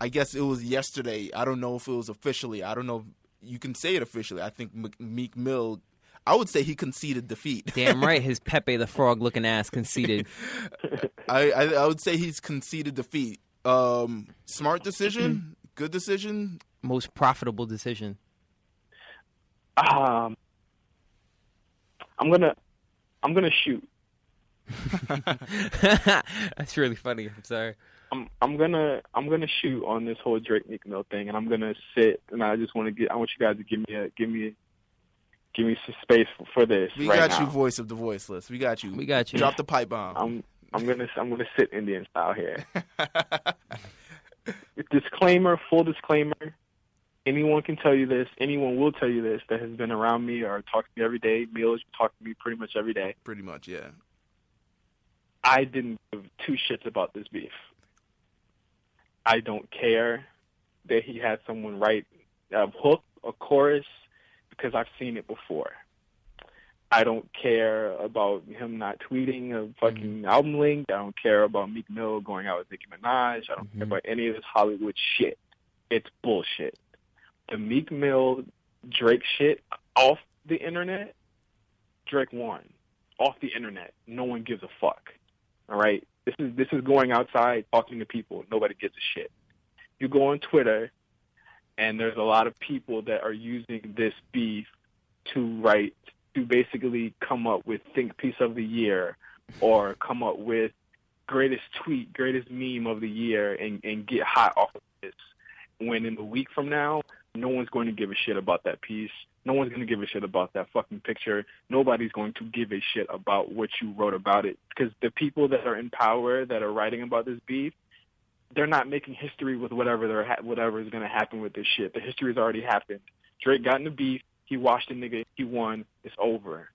[SPEAKER 13] I guess it was yesterday. I don't know if it was officially. I don't know. If you can say it officially. I think Mc- Meek Mill. I would say he conceded defeat.
[SPEAKER 14] Damn right, his Pepe the Frog looking ass conceded.
[SPEAKER 13] I, I I would say he's conceded defeat. Um, smart decision, good decision.
[SPEAKER 14] Most profitable decision.
[SPEAKER 15] Um, I'm gonna, I'm gonna shoot.
[SPEAKER 3] That's really funny. I'm sorry.
[SPEAKER 15] I'm I'm gonna I'm gonna shoot on this whole Drake Meek Mill thing, and I'm gonna sit, and I just want to get I want you guys to give me a give me give me some space for, for this.
[SPEAKER 7] We
[SPEAKER 15] right
[SPEAKER 7] got
[SPEAKER 15] now. Um,
[SPEAKER 7] you, voice of the voiceless. We got you.
[SPEAKER 3] We got you.
[SPEAKER 7] Drop the pipe bomb.
[SPEAKER 15] I'm I'm gonna I'm gonna sit Indian style here. disclaimer, full disclaimer. Anyone can tell you this. Anyone will tell you this that has been around me or talked to me every day. Meals talked to me pretty much every day.
[SPEAKER 7] Pretty much, yeah.
[SPEAKER 15] I didn't give two shits about this beef. I don't care that he had someone write a hook, a chorus, because I've seen it before. I don't care about him not tweeting a fucking album link. I don't care about Meek Mill going out with Nicki Minaj. I don't care about any of this Hollywood shit. It's bullshit. The Meek Mill Drake shit off the internet, Drake won. Off the internet, no one gives a fuck. All right, this is this is going outside talking to people. Nobody gives a shit. You go on Twitter, and there's a lot of people that are using this beef to write to basically come up with think piece of the year or come up with greatest tweet, greatest meme of the year and, and get hot off of this. When in a week from now, no one's going to give a shit about that piece. No one's going to give a shit about that fucking picture. Nobody's going to give a shit about what you wrote about it because the people that are in power that are writing about this beef, they're not making history with whatever they're ha- whatever is going to happen with this shit. The history has already happened. Drake got in the beef. He washed the nigga. He won. It's over.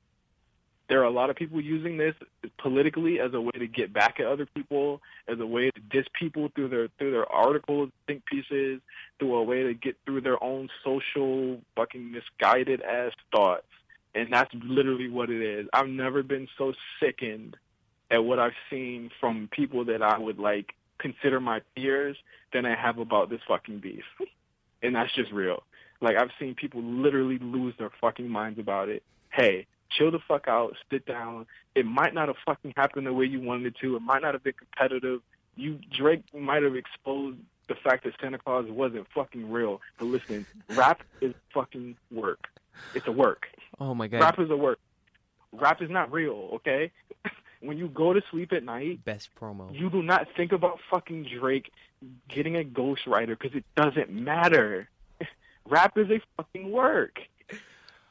[SPEAKER 15] There are a lot of people using this politically as a way to get back at other people, as a way to diss people through their through their articles, think pieces, through a way to get through their own social fucking misguided ass thoughts. And that's literally what it is. I've never been so sickened at what I've seen from people that I would like consider my peers than I have about this fucking beef. And that's just real. Like I've seen people literally lose their fucking minds about it. Hey, chill the fuck out, sit down. It might not have fucking happened the way you wanted it to. It might not have been competitive. You Drake might have exposed the fact that Santa Claus wasn't fucking real. But listen, rap is fucking work. It's a work.
[SPEAKER 3] Oh my god.
[SPEAKER 15] Rap is a work. Rap is not real, okay? when you go to sleep at night,
[SPEAKER 3] Best promo.
[SPEAKER 15] you do not think about fucking Drake getting a ghostwriter because it doesn't matter. Rap is a fucking work.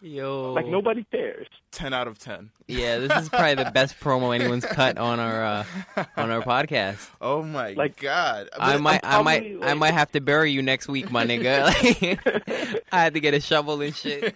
[SPEAKER 3] Yo.
[SPEAKER 1] Oh.
[SPEAKER 15] Like nobody cares.
[SPEAKER 2] Ten out of ten.
[SPEAKER 3] Yeah, this is probably the best promo anyone's cut on our uh, on our podcast.
[SPEAKER 2] Oh my
[SPEAKER 15] Like-
[SPEAKER 2] god!
[SPEAKER 3] I
[SPEAKER 2] But-
[SPEAKER 3] might, I might,
[SPEAKER 15] probably,
[SPEAKER 3] I
[SPEAKER 15] like-
[SPEAKER 3] might have to bury you next week, my nigga. Like, I had to get a shovel and shit.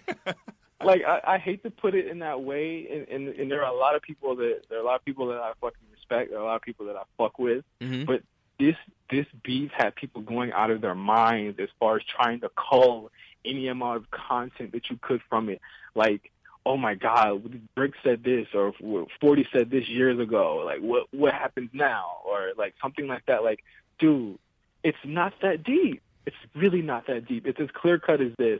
[SPEAKER 15] Like I, I hate to put it in that way, and, and and there are a lot of people that there are a lot of people that I fucking respect. There are a lot of people that I fuck with.
[SPEAKER 1] Mm-hmm.
[SPEAKER 3] Mhm.
[SPEAKER 15] But this this beef had people going out of their minds as far as trying to cull any amount of content that you could from it. Like, oh my God, Drake said this, or Forty said this years ago. Like, what what happens now, or like something like that. Like, dude, it's not that deep. It's really not that deep. It's as clear cut as this.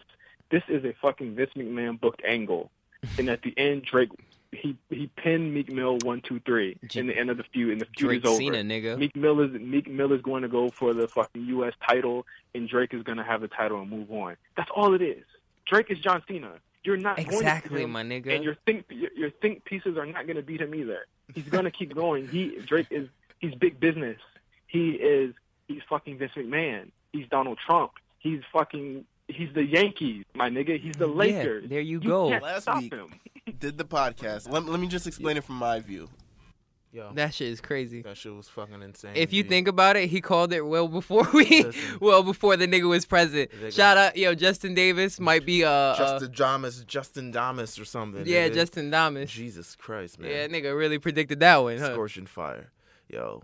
[SPEAKER 15] This is a fucking Vince McMahon booked angle, and at the end, Drake. He he pinned Meek Mill one two three in the end of the feud and the feud
[SPEAKER 3] Drake
[SPEAKER 15] is over.
[SPEAKER 3] Cena, nigga.
[SPEAKER 15] Meek Mill is Meek Mill is going to go for the fucking U.S. title, and Drake is going to have the title and move on. That's all it is. Drake is John Cena. You're not going to beat
[SPEAKER 3] exactly,
[SPEAKER 15] him,
[SPEAKER 3] my
[SPEAKER 15] and
[SPEAKER 3] nigga.
[SPEAKER 15] your think your, your think pieces are not going to beat him either. He's going to keep going. He Drake is he's big business. He is he's fucking Vince McMahon. He's Donald Trump. He's fucking he's the Yankees, my nigga. He's the Lakers.
[SPEAKER 3] there you go.
[SPEAKER 15] can't
[SPEAKER 7] Last
[SPEAKER 15] stop
[SPEAKER 7] week.
[SPEAKER 15] him.
[SPEAKER 7] Did the podcast. Let, let me just explain it from my view.
[SPEAKER 2] yo,
[SPEAKER 3] That shit is crazy.
[SPEAKER 2] that shit was fucking insane.
[SPEAKER 1] If you
[SPEAKER 2] G.
[SPEAKER 1] think about it, he called it well before we,
[SPEAKER 2] Listen.
[SPEAKER 1] well before the nigga was present.
[SPEAKER 2] Nigga.
[SPEAKER 1] Shout out, yo, Justin Davis might be uh, uh,
[SPEAKER 2] Justin Damas, Justin Damas or something.
[SPEAKER 1] yeah,
[SPEAKER 2] nigga.
[SPEAKER 1] Justin Thomas.
[SPEAKER 2] Jesus Christ, man.
[SPEAKER 1] Yeah, nigga really predicted that one. Huh?
[SPEAKER 2] Scorching fire, yo.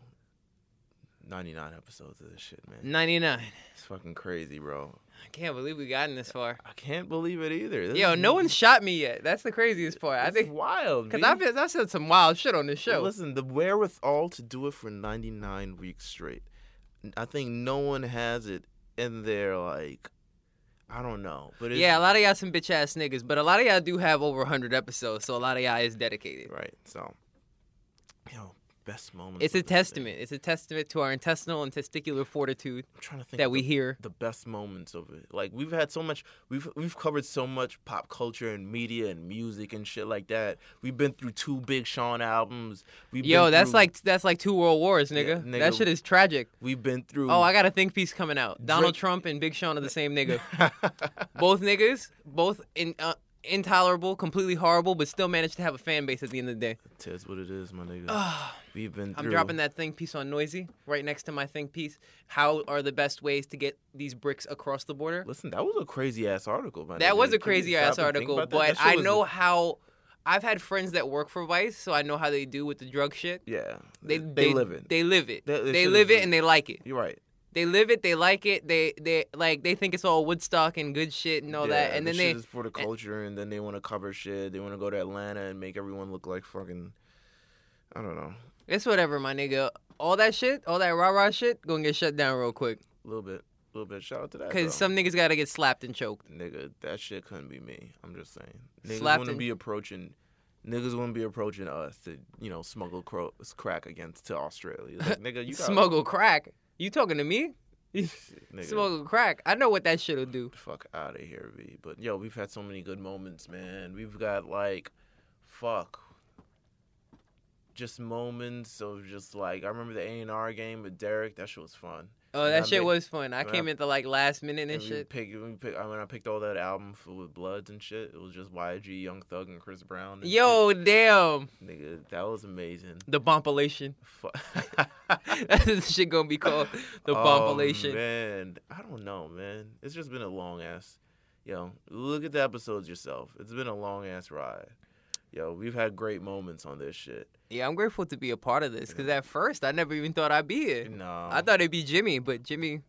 [SPEAKER 2] Ninety nine episodes of this shit, man.
[SPEAKER 1] Ninety nine.
[SPEAKER 2] It's fucking crazy, bro.
[SPEAKER 1] I can't believe we gotten this far.
[SPEAKER 2] I can't believe it either. This
[SPEAKER 1] Yo,
[SPEAKER 2] is-
[SPEAKER 1] no one shot me yet. That's the craziest part. I
[SPEAKER 2] It's
[SPEAKER 1] think
[SPEAKER 2] wild.
[SPEAKER 1] because
[SPEAKER 2] B.
[SPEAKER 1] I've been- I said some wild shit on this show.
[SPEAKER 2] Listen, the wherewithal to do it for 99 weeks straight. I think no one has it in their like I don't know, but it's
[SPEAKER 1] yeah, a lot of y'all some bitch ass niggas, but a lot of y'all do have over hundred episodes, so a lot of y'all is dedicated.
[SPEAKER 2] right. So, yo, best moments.
[SPEAKER 1] It's a
[SPEAKER 2] of this thing.
[SPEAKER 1] testament. It's a testament to our intestinal and testicular fortitude
[SPEAKER 2] I'm trying to think
[SPEAKER 1] that
[SPEAKER 2] of
[SPEAKER 1] we
[SPEAKER 2] the-
[SPEAKER 1] hear.
[SPEAKER 2] the best moments of it. Like we've had so much we've we've covered so much pop culture and media and music and shit like that. We've been through two Big Sean albums. We've
[SPEAKER 1] Yo,
[SPEAKER 2] been
[SPEAKER 1] that's
[SPEAKER 2] through-
[SPEAKER 1] like that's like two world wars, nigga.
[SPEAKER 2] Yeah, nigga.
[SPEAKER 1] That shit is tragic.
[SPEAKER 2] we've been through
[SPEAKER 1] Oh, I got a think piece coming out. Donald
[SPEAKER 2] Drake-
[SPEAKER 1] Trump and Big Sean are the same nigga. both niggas, both in, uh, intolerable, completely horrible, but still managed to have a fan base at the end of the day.
[SPEAKER 2] Tis what it is, my nigga. we've been
[SPEAKER 1] Ah, I'm
[SPEAKER 2] through
[SPEAKER 1] dropping that think piece on Noisy right next to my think piece. How are the best ways to get these bricks across the border?
[SPEAKER 2] Listen, that was a crazy ass article, man.
[SPEAKER 1] That was a crazy ass article, but I know how. I've had friends that work for Vice, so I know how they do with the drug shit.
[SPEAKER 2] yeah,
[SPEAKER 1] They,
[SPEAKER 2] they, live it.
[SPEAKER 1] They live it.
[SPEAKER 2] They-
[SPEAKER 1] They,
[SPEAKER 2] they should've
[SPEAKER 1] live it
[SPEAKER 2] been-
[SPEAKER 1] and they like it.
[SPEAKER 2] You're right.
[SPEAKER 1] They live it. They like it. They they like they think it's all Woodstock and good shit and all that.
[SPEAKER 2] Yeah,
[SPEAKER 1] And
[SPEAKER 2] this
[SPEAKER 1] then
[SPEAKER 2] shit
[SPEAKER 1] they
[SPEAKER 2] is for the culture, and then they want to cover shit. They want to go to Atlanta and make everyone look like fucking. I don't know,
[SPEAKER 1] It's whatever, my nigga. All that shit, all that rah rah shit, gonna get shut down real quick.
[SPEAKER 2] a little bit, a little bit. Shout out to that.
[SPEAKER 1] Cause
[SPEAKER 2] though.
[SPEAKER 1] some niggas gotta get slapped and choked.
[SPEAKER 2] nigga, that shit couldn't be me. I'm just saying, niggas
[SPEAKER 1] Slapped
[SPEAKER 2] wouldn't
[SPEAKER 1] him.
[SPEAKER 2] be approaching. Niggas wouldn't be approaching us to, you know, smuggle cro- crack against to Australia. Like, nigga, you got
[SPEAKER 1] Smuggle crack. You talking to me?
[SPEAKER 2] nigga,
[SPEAKER 1] Smuggle crack. I know what that shit'll do.
[SPEAKER 2] the fuck out of here, V. But yo, we've had so many good moments, man. We've got like, fuck, just moments of just like I remember the A and R game with Derek. That shit was fun.
[SPEAKER 1] Oh,
[SPEAKER 2] And
[SPEAKER 1] that
[SPEAKER 2] I
[SPEAKER 1] shit
[SPEAKER 2] make-
[SPEAKER 1] was fun. I
[SPEAKER 2] and I-
[SPEAKER 1] came in at the like last minute and
[SPEAKER 2] And we
[SPEAKER 1] shit.
[SPEAKER 2] picked, we pick, I mean, I picked all that album full with Bloods and shit. It was just YG, Young Thug, and Chris Brown. and
[SPEAKER 1] Yo, damn.
[SPEAKER 2] shit. nigga, that was amazing.
[SPEAKER 1] The bompilation.
[SPEAKER 2] Fu-
[SPEAKER 1] That's what this shit gonna be called. The
[SPEAKER 2] Oh,
[SPEAKER 1] bompilation.
[SPEAKER 2] man, I don't know, man. It's just been a long ass. Yo, look at the episodes yourself. It's been a long ass ride. Yo, we've had great moments on this shit.
[SPEAKER 1] yeah, I'm grateful to be a part of this. Cause at first I never even thought I'd be here.
[SPEAKER 2] No,
[SPEAKER 1] I thought it'd be Jimmy, but Jimmy,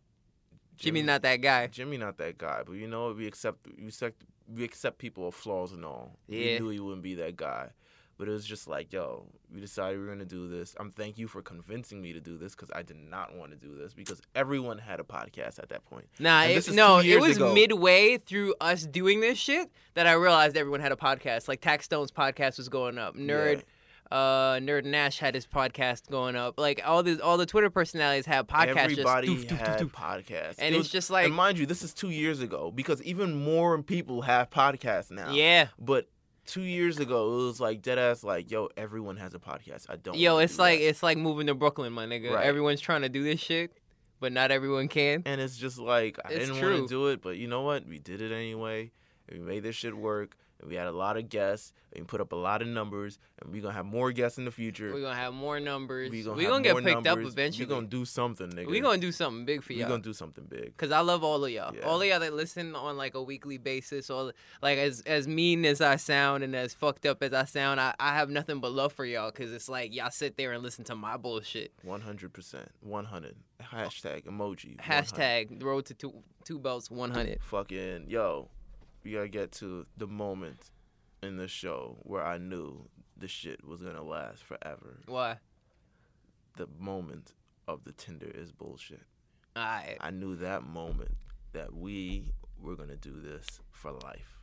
[SPEAKER 1] Jimmy, not that guy.
[SPEAKER 2] um, Jimmy, not that guy. But you know, what? we accept, we accept, we accept people with flaws and all.
[SPEAKER 1] Yeah.
[SPEAKER 2] we knew he wouldn't be that guy. But it was just like, yo, we decided we were gonna do this. I'm thank you for convincing me to do this because I did not want to do this because everyone had a podcast at that point.
[SPEAKER 1] Nah,
[SPEAKER 2] And
[SPEAKER 1] it,
[SPEAKER 2] this is
[SPEAKER 1] no,
[SPEAKER 2] two
[SPEAKER 1] it
[SPEAKER 2] years
[SPEAKER 1] was
[SPEAKER 2] ago.
[SPEAKER 1] midway through us doing this shit that I realized everyone had a podcast. Like Tax Stone's podcast was going up. Nerd, uh, Nerd Nash had his podcast going up. Like all these, all the Twitter personalities had podcasts.
[SPEAKER 2] Everybody
[SPEAKER 1] just, doof, doof, doof,
[SPEAKER 2] had
[SPEAKER 1] doof.
[SPEAKER 2] podcasts,
[SPEAKER 1] And
[SPEAKER 2] It
[SPEAKER 1] it's just like-
[SPEAKER 2] and mind you, this is two years ago because even more people have podcasts now.
[SPEAKER 1] Yeah,
[SPEAKER 2] but two years ago it was like dead ass like, yo, everyone has a podcast. I don't.
[SPEAKER 1] yo,
[SPEAKER 2] wanna
[SPEAKER 1] it's
[SPEAKER 2] do
[SPEAKER 1] like
[SPEAKER 2] that.
[SPEAKER 1] it's like moving to Brooklyn, my nigga.
[SPEAKER 2] Right.
[SPEAKER 1] Everyone's trying to do this shit, but not everyone can.
[SPEAKER 2] and it's just like I
[SPEAKER 1] It's
[SPEAKER 2] didn't
[SPEAKER 1] true.
[SPEAKER 2] want to do it, but you know what? We did it anyway, and we made this shit work. And we had a lot of guests, and we put up a lot of numbers, and we're gonna have more guests in the future.
[SPEAKER 1] We're gonna have more numbers. We're gonna,
[SPEAKER 2] have
[SPEAKER 1] get
[SPEAKER 2] more
[SPEAKER 1] picked up
[SPEAKER 2] numbers.
[SPEAKER 1] eventually.
[SPEAKER 2] We're gonna do something, nigga.
[SPEAKER 1] We gonna do something big for
[SPEAKER 2] we
[SPEAKER 1] y'all.
[SPEAKER 2] gonna do something big.
[SPEAKER 1] Cause I love all of y'all.
[SPEAKER 2] Yeah.
[SPEAKER 1] All of y'all that listen on like a weekly basis, all like as as mean as I sound and as fucked up as I sound, I, I have nothing but love for y'all. Cause it's like y'all sit there and listen to my bullshit.
[SPEAKER 2] One hundred percent. One hundred. Hashtag emoji. 100.
[SPEAKER 1] Hashtag the road to two, two belts one hundred.
[SPEAKER 2] Fucking yo, we gotta get to the moment in the show where I knew the shit was gonna last forever.
[SPEAKER 1] Why?
[SPEAKER 2] The moment of the Tinder is bullshit.
[SPEAKER 1] All right.
[SPEAKER 2] I knew that moment that we were gonna do this for life.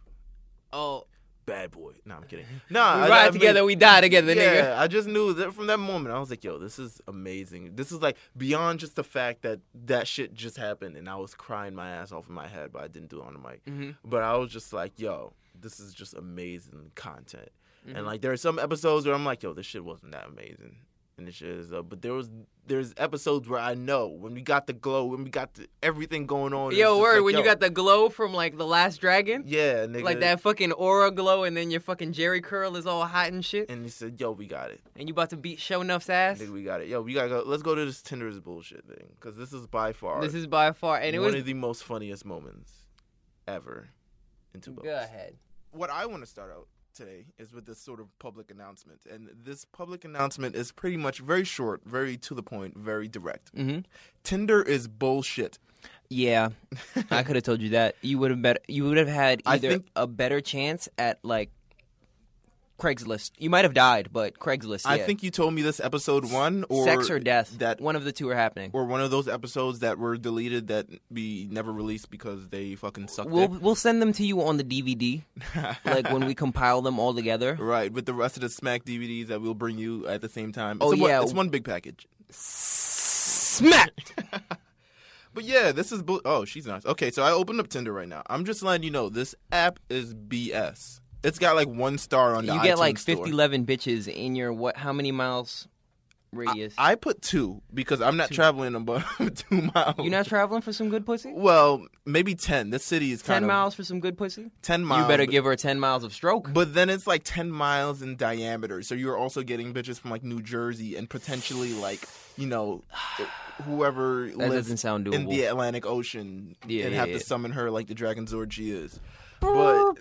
[SPEAKER 1] Oh,
[SPEAKER 2] Bad boy. No, I'm kidding. Nah,
[SPEAKER 1] we
[SPEAKER 2] I- I
[SPEAKER 1] ride
[SPEAKER 2] mean-
[SPEAKER 1] together, we die together,
[SPEAKER 2] yeah,
[SPEAKER 1] nigga.
[SPEAKER 2] I just knew that from that moment. I was like, yo, this is amazing. This is like beyond just the fact that that shit just happened and I was crying my ass off in my head, but I didn't do it on the mic.
[SPEAKER 1] Mhm.
[SPEAKER 2] But I was just like, yo, this is just amazing content.
[SPEAKER 1] Mm-hmm.
[SPEAKER 2] And like, there are some episodes where I'm like, yo, this shit wasn't that amazing. And this shit is up. But there was there's episodes where I know when we got the glow, when we got the, everything going on.
[SPEAKER 1] Yo, word when you got the glow from like the Last Dragon,
[SPEAKER 2] yeah, nigga.
[SPEAKER 1] like that fucking aura glow, and then your fucking Jerry curl is all hot and shit, and,
[SPEAKER 2] And he said, yo, we got it.
[SPEAKER 1] you about to beat Show Nuff's ass.
[SPEAKER 2] Nigga, we got it. Yo, we gotta go. Let's go to this Tinder is bullshit thing, because this is by far
[SPEAKER 1] This is by far, and it
[SPEAKER 2] one
[SPEAKER 1] was.
[SPEAKER 2] of the most funniest moments ever in two
[SPEAKER 1] Go ahead.
[SPEAKER 16] what I want to start out today is with this sort of public announcement. And this public announcement is pretty much very short, very to the point, very direct.
[SPEAKER 1] Mhm.
[SPEAKER 16] Tinder is bullshit.
[SPEAKER 17] Yeah, I could have told you that. You would have bet. You would have had
[SPEAKER 16] I
[SPEAKER 17] either
[SPEAKER 16] think-
[SPEAKER 17] a better chance at like
[SPEAKER 1] Craigslist. You might have died, but Craigslist.
[SPEAKER 2] I
[SPEAKER 1] yeah.
[SPEAKER 2] think you told me this episode one or
[SPEAKER 1] sex or death.
[SPEAKER 2] that
[SPEAKER 1] one of the two are happening.
[SPEAKER 2] or one of those episodes that were deleted that we never released because they fucking sucked.
[SPEAKER 1] We'll
[SPEAKER 2] dick.
[SPEAKER 1] we'll send them to you on the DVD, like when we compile them all together.
[SPEAKER 2] Right, with the rest of the Smack DVDs that we'll bring you at the same time.
[SPEAKER 1] Oh,
[SPEAKER 2] it's a-
[SPEAKER 1] yeah.
[SPEAKER 2] it's one big package.
[SPEAKER 1] Smacked.
[SPEAKER 2] But yeah, this is bu- oh, she's nice. Okay, so I opened up Tinder right now. I'm just letting you know this app is BS. It's got like one star on the
[SPEAKER 1] You get like
[SPEAKER 2] iTunes store.
[SPEAKER 1] 50, 11 bitches in your what? How many miles radius?
[SPEAKER 2] I put two because I'm not traveling about two miles.
[SPEAKER 1] you not traveling for some good pussy?
[SPEAKER 2] well, maybe ten. This city is kind
[SPEAKER 1] Ten
[SPEAKER 2] of
[SPEAKER 1] miles for some good pussy?
[SPEAKER 2] ten miles.
[SPEAKER 1] you better
[SPEAKER 2] but-
[SPEAKER 1] give her ten miles of stroke.
[SPEAKER 2] But then it's like 10 miles in diameter. So you're also getting bitches from like New Jersey and potentially like, you know, whoever lives
[SPEAKER 1] doesn't sound
[SPEAKER 2] in the
[SPEAKER 1] doable.
[SPEAKER 2] Atlantic Ocean
[SPEAKER 1] Yeah,
[SPEAKER 2] and
[SPEAKER 1] yeah,
[SPEAKER 2] have
[SPEAKER 1] yeah.
[SPEAKER 2] to summon her like the Dragon Zord she is. But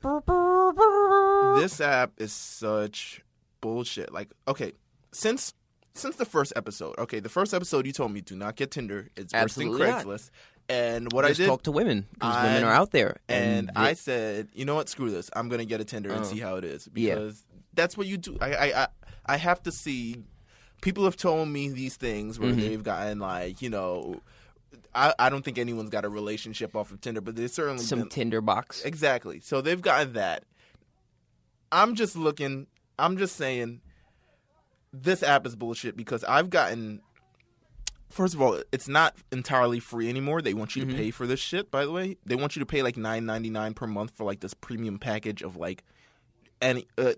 [SPEAKER 2] this app is such bullshit. Like, okay, since since the first episode, okay, the first episode you told me do not get Tinder. It's worse than
[SPEAKER 1] Absolutely not.
[SPEAKER 2] Craigslist. And what
[SPEAKER 1] Just
[SPEAKER 2] I did
[SPEAKER 1] talk to women because
[SPEAKER 2] I-
[SPEAKER 1] women are out there.
[SPEAKER 2] and
[SPEAKER 1] they-
[SPEAKER 2] I said, you know what? Screw this. I'm gonna get a Tinder and see how it is
[SPEAKER 1] Uh, Yeah.
[SPEAKER 2] because that's what you do. I I I, I have to see. People have told me these things where
[SPEAKER 1] Mm-hmm.
[SPEAKER 2] they've gotten like you know. I, I don't think anyone's got a relationship off of Tinder, but there's certainly
[SPEAKER 1] some
[SPEAKER 2] been-
[SPEAKER 1] Tinder box.
[SPEAKER 2] Exactly. So they've gotten that. I'm just looking. I'm just saying, this app is bullshit because I've gotten. First of all, it's not entirely free anymore. They want you to pay for this shit. By the way, they want you to pay like nine ninety nine per month for like this premium package of like any uh,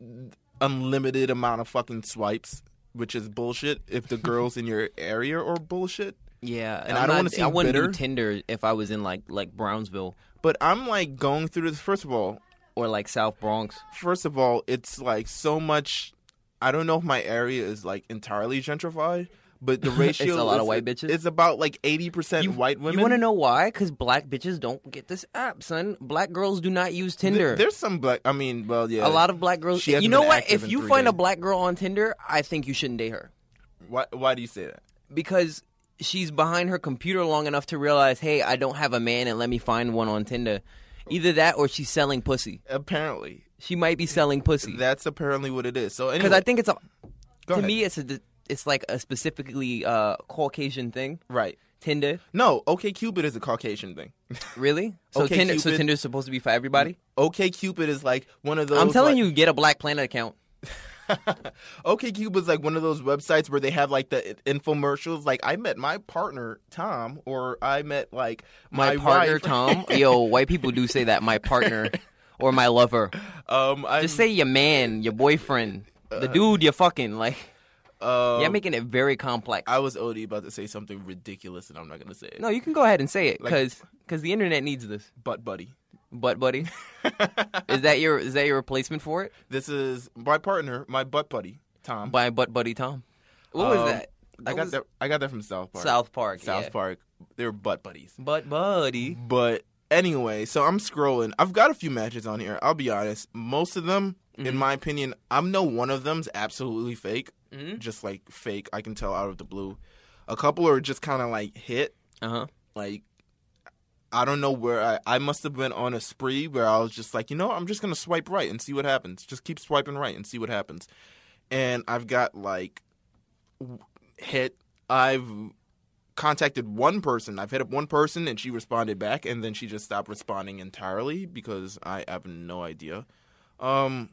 [SPEAKER 2] unlimited amount of fucking swipes, which is bullshit. If the girls in your area are bullshit,
[SPEAKER 1] Yeah,
[SPEAKER 2] And
[SPEAKER 1] I'm
[SPEAKER 2] I don't
[SPEAKER 1] not-
[SPEAKER 2] wanna seem
[SPEAKER 1] I wouldn't
[SPEAKER 2] bitter.
[SPEAKER 1] do Tinder if I was in like like Brownsville
[SPEAKER 2] but I'm like going through this. First of all,
[SPEAKER 1] or like South Bronx.
[SPEAKER 2] first of all, it's like so much. I don't know if my area is like entirely gentrified, but the ratio
[SPEAKER 1] It's a lot of
[SPEAKER 2] is-
[SPEAKER 1] white bitches?
[SPEAKER 2] It's about like eighty percent white women.
[SPEAKER 1] You want to know why? Because black bitches don't get this app, son. Black girls do not use
[SPEAKER 2] Th-
[SPEAKER 1] Tinder.
[SPEAKER 2] there's some black. I mean, well, yeah,
[SPEAKER 1] a lot of black girls.
[SPEAKER 2] She
[SPEAKER 1] You
[SPEAKER 2] hasn't
[SPEAKER 1] know
[SPEAKER 2] been
[SPEAKER 1] what?
[SPEAKER 2] active
[SPEAKER 1] If
[SPEAKER 2] in
[SPEAKER 1] you
[SPEAKER 2] three
[SPEAKER 1] find a
[SPEAKER 2] days.
[SPEAKER 1] black girl on Tinder, I think you shouldn't date her
[SPEAKER 2] Why, why do you say that?
[SPEAKER 1] because she's behind her computer long enough to realize, hey, I don't have a man, and let me find one on Tinder. Either that, or she's selling pussy.
[SPEAKER 2] Apparently,
[SPEAKER 1] She might be selling pussy because
[SPEAKER 2] that's apparently what it is. So anyway,
[SPEAKER 1] Mm. I think it's a.
[SPEAKER 2] go
[SPEAKER 1] to
[SPEAKER 2] ahead.
[SPEAKER 1] me, it's a. It's like a specifically uh, Caucasian thing.
[SPEAKER 2] right.
[SPEAKER 1] Tinder,
[SPEAKER 2] No, OK Cupid is a Caucasian thing.
[SPEAKER 1] really? So
[SPEAKER 2] Okay,
[SPEAKER 1] Tinder, so
[SPEAKER 2] Cupid.
[SPEAKER 1] Tinder's supposed to be for everybody.
[SPEAKER 2] OK Cupid is like one of those.
[SPEAKER 1] I'm telling
[SPEAKER 2] like-
[SPEAKER 1] you, get a Black Planet account.
[SPEAKER 2] OKCupid is like one of those websites where they have like the infomercials. Like I met my partner Tom, or I met like
[SPEAKER 1] My,
[SPEAKER 2] my,
[SPEAKER 1] partner
[SPEAKER 2] wife.
[SPEAKER 1] Tom. Yo, white people do say that. My partner or my lover.
[SPEAKER 2] Um, I
[SPEAKER 1] Just say your man, your boyfriend, the dude you're fucking. Like,
[SPEAKER 2] Uh, um,
[SPEAKER 1] you're making it very complex.
[SPEAKER 2] I was OD about to say something ridiculous, and I'm not gonna say it.
[SPEAKER 1] no, you can go ahead and say it
[SPEAKER 2] Like-
[SPEAKER 1] because the internet needs this.
[SPEAKER 2] Butt buddy.
[SPEAKER 1] Butt buddy, is that your is that your replacement for it?
[SPEAKER 2] This is my partner, my butt buddy Tom.
[SPEAKER 1] By butt buddy Tom. What
[SPEAKER 2] Um,
[SPEAKER 1] was that?
[SPEAKER 2] I
[SPEAKER 1] What
[SPEAKER 2] got
[SPEAKER 1] was-
[SPEAKER 2] that. I got that from South Park.
[SPEAKER 1] South Park.
[SPEAKER 2] South
[SPEAKER 1] yeah.
[SPEAKER 2] Park. They were butt buddies.
[SPEAKER 1] Butt buddy.
[SPEAKER 2] But anyway, so I'm scrolling. I've got a few matches on here. I'll be honest. Most of them,
[SPEAKER 1] Mm-hmm.
[SPEAKER 2] in my opinion, I know one of them's absolutely fake.
[SPEAKER 1] Mm-hmm. Mm.
[SPEAKER 2] Just like fake, I can tell out of the blue. A couple are just kind of like hit.
[SPEAKER 1] Uh huh.
[SPEAKER 2] Like, I don't know where I, I must have been on a spree where I was just like, you know, I'm just going to swipe right and see what happens. Just keep swiping right and see what happens. And I've got like w- hit. I've contacted one person. I've hit up one person and she responded back and then she just stopped responding entirely because I have no idea. Um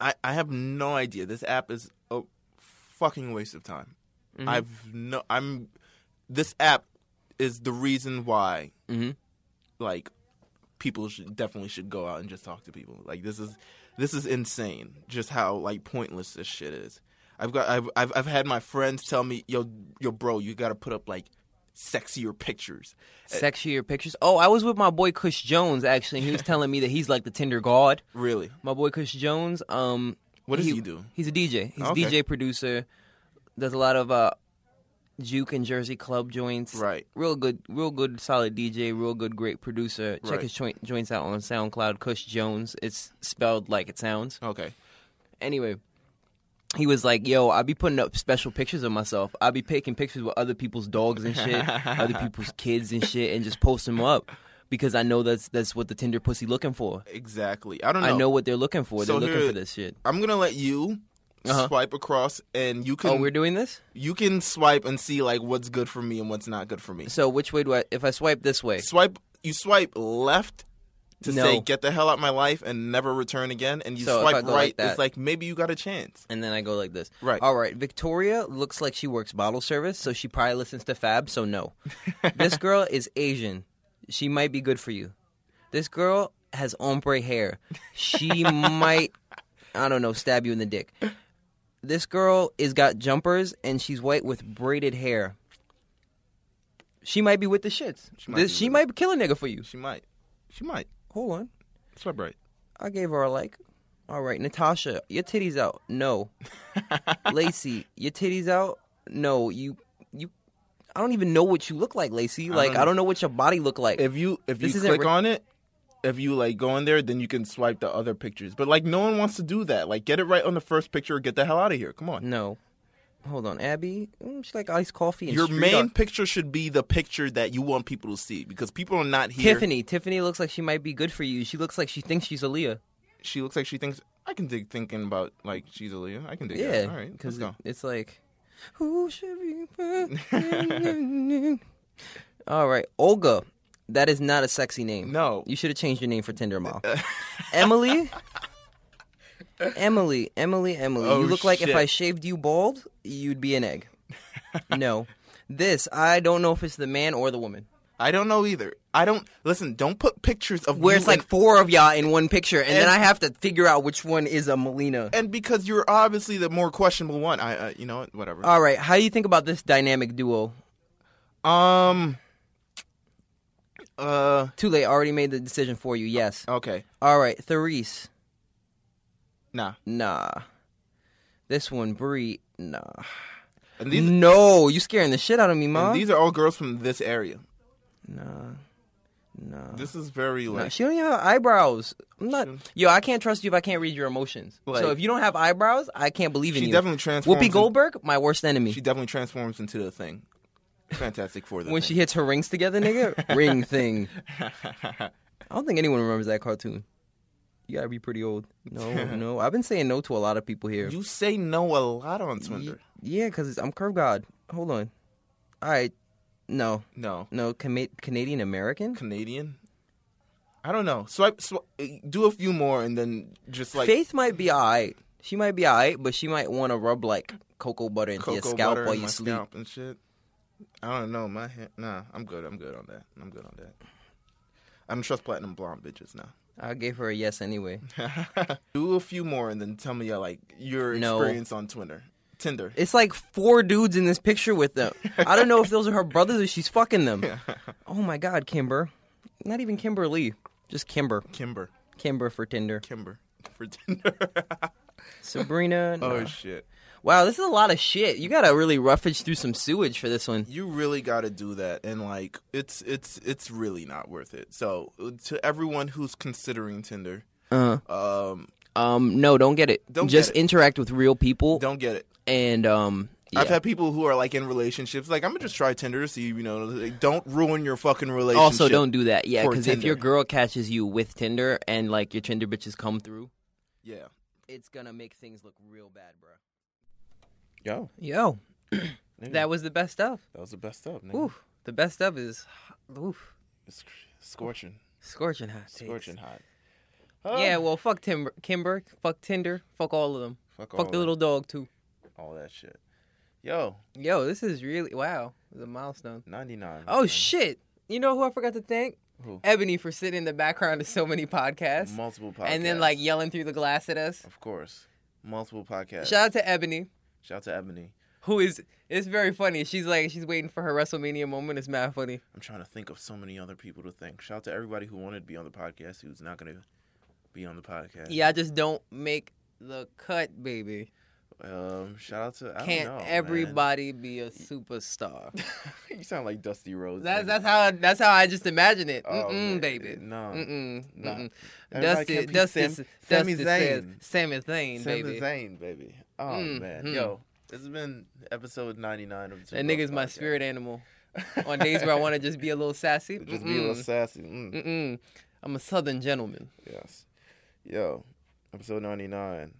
[SPEAKER 2] I I have no idea. This app is a fucking waste of time. I've no I'm this app is the reason why
[SPEAKER 1] Mhm.
[SPEAKER 2] like people should definitely should go out and just talk to people. Like this is this is insane. Just how like pointless this shit is. I've got I've I've, I've had my friends tell me yo yo bro you got to put up like sexier pictures.
[SPEAKER 1] sexier pictures. Oh, I was with my boy Kush Jones actually. And he was telling me that he's like the Tinder god.
[SPEAKER 2] Really?
[SPEAKER 1] My boy Kush Jones. Um,
[SPEAKER 2] What does he do?
[SPEAKER 1] He's a DJ. He's
[SPEAKER 2] Okay.
[SPEAKER 1] a DJ producer. Does a lot of uh, juke and Jersey club joints.
[SPEAKER 2] Right.
[SPEAKER 1] Real good, real good, solid DJ. Real good, great producer. Check
[SPEAKER 2] Right.
[SPEAKER 1] his joint, joints out on SoundCloud. Kush Jones. It's spelled like it sounds
[SPEAKER 2] Okay.
[SPEAKER 1] anyway, he was like, "Yo, I be putting up special pictures of myself. I be taking pictures with other people's dogs and shit, other people's kids and shit, and just post them up." because I know that's that's what the Tinder pussy looking for.
[SPEAKER 2] Exactly. I don't
[SPEAKER 1] I
[SPEAKER 2] know.
[SPEAKER 1] know what they're looking for.
[SPEAKER 2] So
[SPEAKER 1] they're looking
[SPEAKER 2] here-
[SPEAKER 1] for this shit.
[SPEAKER 2] I'm gonna let you
[SPEAKER 1] Uh-huh.
[SPEAKER 2] swipe across, and you can
[SPEAKER 1] oh, we're doing this.
[SPEAKER 2] you can swipe and see like what's good for me and what's not good for me.
[SPEAKER 1] So which way do I? If I swipe this way,
[SPEAKER 2] Swipe you swipe left to
[SPEAKER 1] No.
[SPEAKER 2] say get the hell out my life and never return again, and you
[SPEAKER 1] So if I
[SPEAKER 2] swipe
[SPEAKER 1] go
[SPEAKER 2] right.
[SPEAKER 1] like that-
[SPEAKER 2] it's like maybe you got a chance.
[SPEAKER 1] and then I go like this.
[SPEAKER 2] Right.
[SPEAKER 1] All right. Victoria looks like she works bottle service, so she probably listens to Fab. So no, this girl is Asian. She might be good for you. This girl has ombre hair. She might, I don't know, stab you in the dick. This girl is got jumpers and she's white with braided hair. She might be with the shits. She
[SPEAKER 2] might
[SPEAKER 1] might, this,
[SPEAKER 2] be
[SPEAKER 1] she
[SPEAKER 2] with
[SPEAKER 1] might kill a nigga for you.
[SPEAKER 2] She might. She might.
[SPEAKER 1] Hold on.
[SPEAKER 2] Swipe right.
[SPEAKER 1] I gave her a like. All right, Natasha, your titties out. No. Lacey, your titties out. No, you you I don't even know what you look like, Lacey. Like I
[SPEAKER 2] don't
[SPEAKER 1] don't, know what your body look like.
[SPEAKER 2] If you if
[SPEAKER 1] This
[SPEAKER 2] you
[SPEAKER 1] isn't
[SPEAKER 2] click
[SPEAKER 1] re-
[SPEAKER 2] on it, if you like go in there, then you can swipe the other pictures. But like no one wants to do that. Like get it right on the first picture. or Get the hell out of here. Come on.
[SPEAKER 1] no. Hold on, Abby. Mm, She like iced coffee and
[SPEAKER 2] Your
[SPEAKER 1] street
[SPEAKER 2] main
[SPEAKER 1] art.
[SPEAKER 2] picture should be the picture that you want people to see because people are not here.
[SPEAKER 1] Tiffany. Tiffany looks like she might be good for you. She looks like she thinks she's Aaliyah.
[SPEAKER 2] She looks like she thinks I can dig thinking about like she's Aaliyah. I can dig.
[SPEAKER 1] Yeah,
[SPEAKER 2] that. All right, let's
[SPEAKER 1] because
[SPEAKER 2] go.
[SPEAKER 1] it's like, who should be? first? All right, Olga. That is not a sexy name.
[SPEAKER 2] No.
[SPEAKER 1] you should have changed your name for Tinder Mom. Emily. Emily, Emily, Emily.
[SPEAKER 2] Oh,
[SPEAKER 1] you look like if
[SPEAKER 2] shit.
[SPEAKER 1] I shaved you bald, you'd be an egg. no, this I don't know if it's the man or the woman.
[SPEAKER 2] I don't know either. I don't listen. Don't put pictures of
[SPEAKER 1] Where
[SPEAKER 2] you
[SPEAKER 1] it's like
[SPEAKER 2] and-
[SPEAKER 1] four of y'all in one picture, and, then
[SPEAKER 2] And-
[SPEAKER 1] I have to figure out which one is a Melina.
[SPEAKER 2] and because you're obviously the more questionable one. I, uh, you know, what? whatever.
[SPEAKER 1] All right, how do you think about this dynamic duo?
[SPEAKER 2] um. Uh.
[SPEAKER 1] Too late. I already made the decision for you. Yes.
[SPEAKER 2] Okay.
[SPEAKER 1] All right, Therese.
[SPEAKER 2] Nah.
[SPEAKER 1] Nah. This one, Bree. Nah.
[SPEAKER 2] And these.
[SPEAKER 1] no, you scaring the shit out of me,
[SPEAKER 2] and
[SPEAKER 1] mom.
[SPEAKER 2] these are all girls from this area.
[SPEAKER 1] nah. Nah.
[SPEAKER 2] This is very
[SPEAKER 1] Nah,
[SPEAKER 2] like.
[SPEAKER 1] She don't even have eyebrows. I'm not. Yo, I can't trust you if I can't read your emotions.
[SPEAKER 2] Like-
[SPEAKER 1] so if you don't have eyebrows, I can't believe in
[SPEAKER 2] She
[SPEAKER 1] you.
[SPEAKER 2] definitely transforms.
[SPEAKER 1] Whoopi
[SPEAKER 2] in-
[SPEAKER 1] Goldberg, my worst enemy.
[SPEAKER 2] she definitely transforms into the thing. Fantastic for the
[SPEAKER 1] when she
[SPEAKER 2] thing.
[SPEAKER 1] hits her rings together, nigga, ring thing. I don't think anyone remembers that cartoon. You gotta be pretty old. No, no. I've been saying no to a lot of people here.
[SPEAKER 2] you say no a lot on Twitter.
[SPEAKER 1] Yeah, because I'm curve god. Hold on. All right. No,
[SPEAKER 2] No.
[SPEAKER 1] no. Cana- Canadian American.
[SPEAKER 2] Canadian. I don't know. Swipe, swipe, do a few more, and then just like
[SPEAKER 1] Faith might be alright. She might be alright, but she might want to rub like cocoa butter into your
[SPEAKER 2] cocoa
[SPEAKER 1] scalp
[SPEAKER 2] butter
[SPEAKER 1] while
[SPEAKER 2] in
[SPEAKER 1] you
[SPEAKER 2] my
[SPEAKER 1] sleep.
[SPEAKER 2] scalp and shit. I don't know. My hair. Nah, I'm good. I'm good on that. I'm good on that. I don't trust platinum blonde bitches now.
[SPEAKER 1] I gave her a yes anyway.
[SPEAKER 2] do a few more, and then tell me uh, like your
[SPEAKER 1] No.
[SPEAKER 2] experience on Twitter, Tinder.
[SPEAKER 1] It's like four dudes in this picture with them. I don't know if those are her brothers or she's fucking them. Oh my god, Kimber. Not even Kimberly. Just Kimber.
[SPEAKER 2] Kimber,
[SPEAKER 1] Kimber for Tinder.
[SPEAKER 2] Kimber for Tinder.
[SPEAKER 1] Sabrina.
[SPEAKER 2] oh
[SPEAKER 1] nah.
[SPEAKER 2] shit.
[SPEAKER 1] Wow, this is a lot of shit. You gotta really roughage through some sewage for this one.
[SPEAKER 2] you really got to do that and like it's it's it's really not worth it so to everyone who's considering tinder um
[SPEAKER 1] Um, no, don't get it.
[SPEAKER 2] Don't get
[SPEAKER 1] Just
[SPEAKER 2] it.
[SPEAKER 1] interact with real people.
[SPEAKER 2] don't get it
[SPEAKER 1] And um, yeah.
[SPEAKER 2] i've had people who are like in relationships like i'm gonna just try tinder to see you know like, don't ruin your fucking relationship
[SPEAKER 1] also don't do that. Yeah,
[SPEAKER 2] for
[SPEAKER 1] because if
[SPEAKER 2] Tinder.
[SPEAKER 1] your girl catches you with Tinder and like your Tinder bitches come through,
[SPEAKER 2] yeah
[SPEAKER 1] it's gonna make things look real bad, bro.
[SPEAKER 2] yo
[SPEAKER 1] Yo, that was the best stuff.
[SPEAKER 2] that was the best stuff man
[SPEAKER 1] Oof, the best stuff is oof,
[SPEAKER 2] it's scorching
[SPEAKER 1] scorching hot. Takes.
[SPEAKER 2] scorching hot
[SPEAKER 1] Yeah, well, fuck Timber, Kimber, fuck Tinder, fuck all of them.
[SPEAKER 2] Fuck
[SPEAKER 1] Fuck,
[SPEAKER 2] all of
[SPEAKER 1] the little dog too.
[SPEAKER 2] all that shit yo
[SPEAKER 1] Yo, this is really wow. It's a milestone.
[SPEAKER 2] 99
[SPEAKER 1] Oh shit! You know who I forgot to thank?
[SPEAKER 2] Who?
[SPEAKER 1] Ebony for sitting in the background of so many podcasts.
[SPEAKER 2] multiple podcasts
[SPEAKER 1] and then like yelling through the glass at us.
[SPEAKER 2] of course multiple podcasts
[SPEAKER 1] Shout out to Ebony,
[SPEAKER 2] shout out to ebony
[SPEAKER 1] who is it's very funny. She's like she's waiting for her WrestleMania moment. It's mad funny.
[SPEAKER 2] I'm trying to think of so many other people to thank. Shout out to everybody who wanted to be on the podcast who's not going to be on the podcast.
[SPEAKER 1] Yeah, I just don't make the cut, baby.
[SPEAKER 2] Um, shout out to I
[SPEAKER 1] Can't
[SPEAKER 2] don't know, man.
[SPEAKER 1] everybody be a superstar?
[SPEAKER 2] you sound like Dusty Rose.
[SPEAKER 1] That's that's how that's how I just imagine it.
[SPEAKER 2] Oh,
[SPEAKER 1] Mm-mm,
[SPEAKER 2] man.
[SPEAKER 1] baby.
[SPEAKER 2] No.
[SPEAKER 1] Mm-mm.
[SPEAKER 2] Nah.
[SPEAKER 1] Mm-mm.
[SPEAKER 2] Everybody
[SPEAKER 1] Dusty,
[SPEAKER 2] can't be
[SPEAKER 1] Dusty,
[SPEAKER 2] Sam-
[SPEAKER 1] Dusty
[SPEAKER 2] Sami
[SPEAKER 1] says
[SPEAKER 2] Zayn.
[SPEAKER 1] Sami Zayn,
[SPEAKER 2] Sami
[SPEAKER 1] baby.
[SPEAKER 2] Zayn, baby. Oh
[SPEAKER 1] Mm,
[SPEAKER 2] man,
[SPEAKER 1] mm.
[SPEAKER 2] yo, this has been episode 99 of the Two
[SPEAKER 1] That
[SPEAKER 2] Bros
[SPEAKER 1] nigga's my
[SPEAKER 2] Podcast.
[SPEAKER 1] spirit animal. On days where I want to just be a little sassy,
[SPEAKER 2] Just be a little
[SPEAKER 1] Mm-mm.
[SPEAKER 2] sassy. Mm.
[SPEAKER 1] Mm-mm. I'm a Southern gentleman.
[SPEAKER 2] Yes. Yo, episode 99.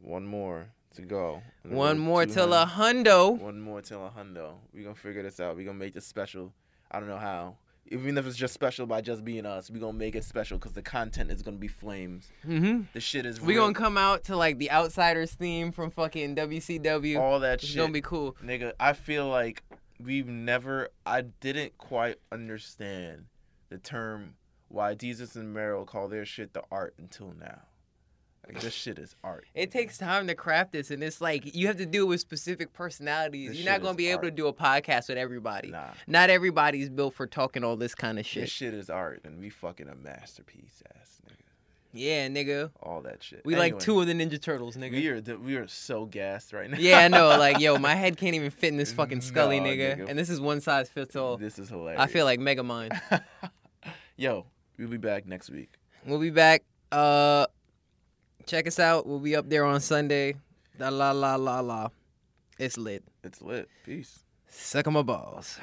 [SPEAKER 2] One more to go. On the
[SPEAKER 1] One
[SPEAKER 2] road
[SPEAKER 1] more
[SPEAKER 2] to
[SPEAKER 1] till a
[SPEAKER 2] 100.
[SPEAKER 1] hundo.
[SPEAKER 2] One more till a hundo. We're going to figure this out. We're going to make this special. I don't know how. Even if it's just special by just being us, we're going to make it special because the content is going to be flames.
[SPEAKER 1] Mhm.
[SPEAKER 2] The shit is
[SPEAKER 1] We
[SPEAKER 2] real.
[SPEAKER 1] gonna come out to like the Outsiders theme from fucking WCW.
[SPEAKER 2] All that
[SPEAKER 1] It's
[SPEAKER 2] shit.
[SPEAKER 1] gonna be cool.
[SPEAKER 2] Nigga, I feel like we've never, I didn't quite understand the term why Jesus and Meryl call their shit the art until now. Like, this shit is art.
[SPEAKER 1] It takes time to craft this, and it's like you have to do it with specific personalities.
[SPEAKER 2] This
[SPEAKER 1] You're not
[SPEAKER 2] shit
[SPEAKER 1] gonna
[SPEAKER 2] is
[SPEAKER 1] be able to
[SPEAKER 2] art.
[SPEAKER 1] do a podcast with everybody.
[SPEAKER 2] Nah.
[SPEAKER 1] Not everybody's built for talking all this kind of
[SPEAKER 2] This
[SPEAKER 1] shit.
[SPEAKER 2] shit is art, and we fucking a masterpiece, ass nigga.
[SPEAKER 1] Yeah, nigga.
[SPEAKER 2] All that shit.
[SPEAKER 1] We like
[SPEAKER 2] Anyway,
[SPEAKER 1] two of the Ninja Turtles, nigga.
[SPEAKER 2] We are th- we are so gassed right now.
[SPEAKER 1] yeah, I know. Like, yo, my head can't even fit in this fucking scully,
[SPEAKER 2] Nah,
[SPEAKER 1] nigga.
[SPEAKER 2] nigga.
[SPEAKER 1] And this is one size fits all.
[SPEAKER 2] this is hilarious.
[SPEAKER 1] I feel like Megamind.
[SPEAKER 2] yo, we'll be back next week.
[SPEAKER 1] we'll be back. Uh, check us out. We'll be up there on Sunday. La la la la la. It's lit.
[SPEAKER 2] It's lit. Peace.
[SPEAKER 1] Suck on my balls.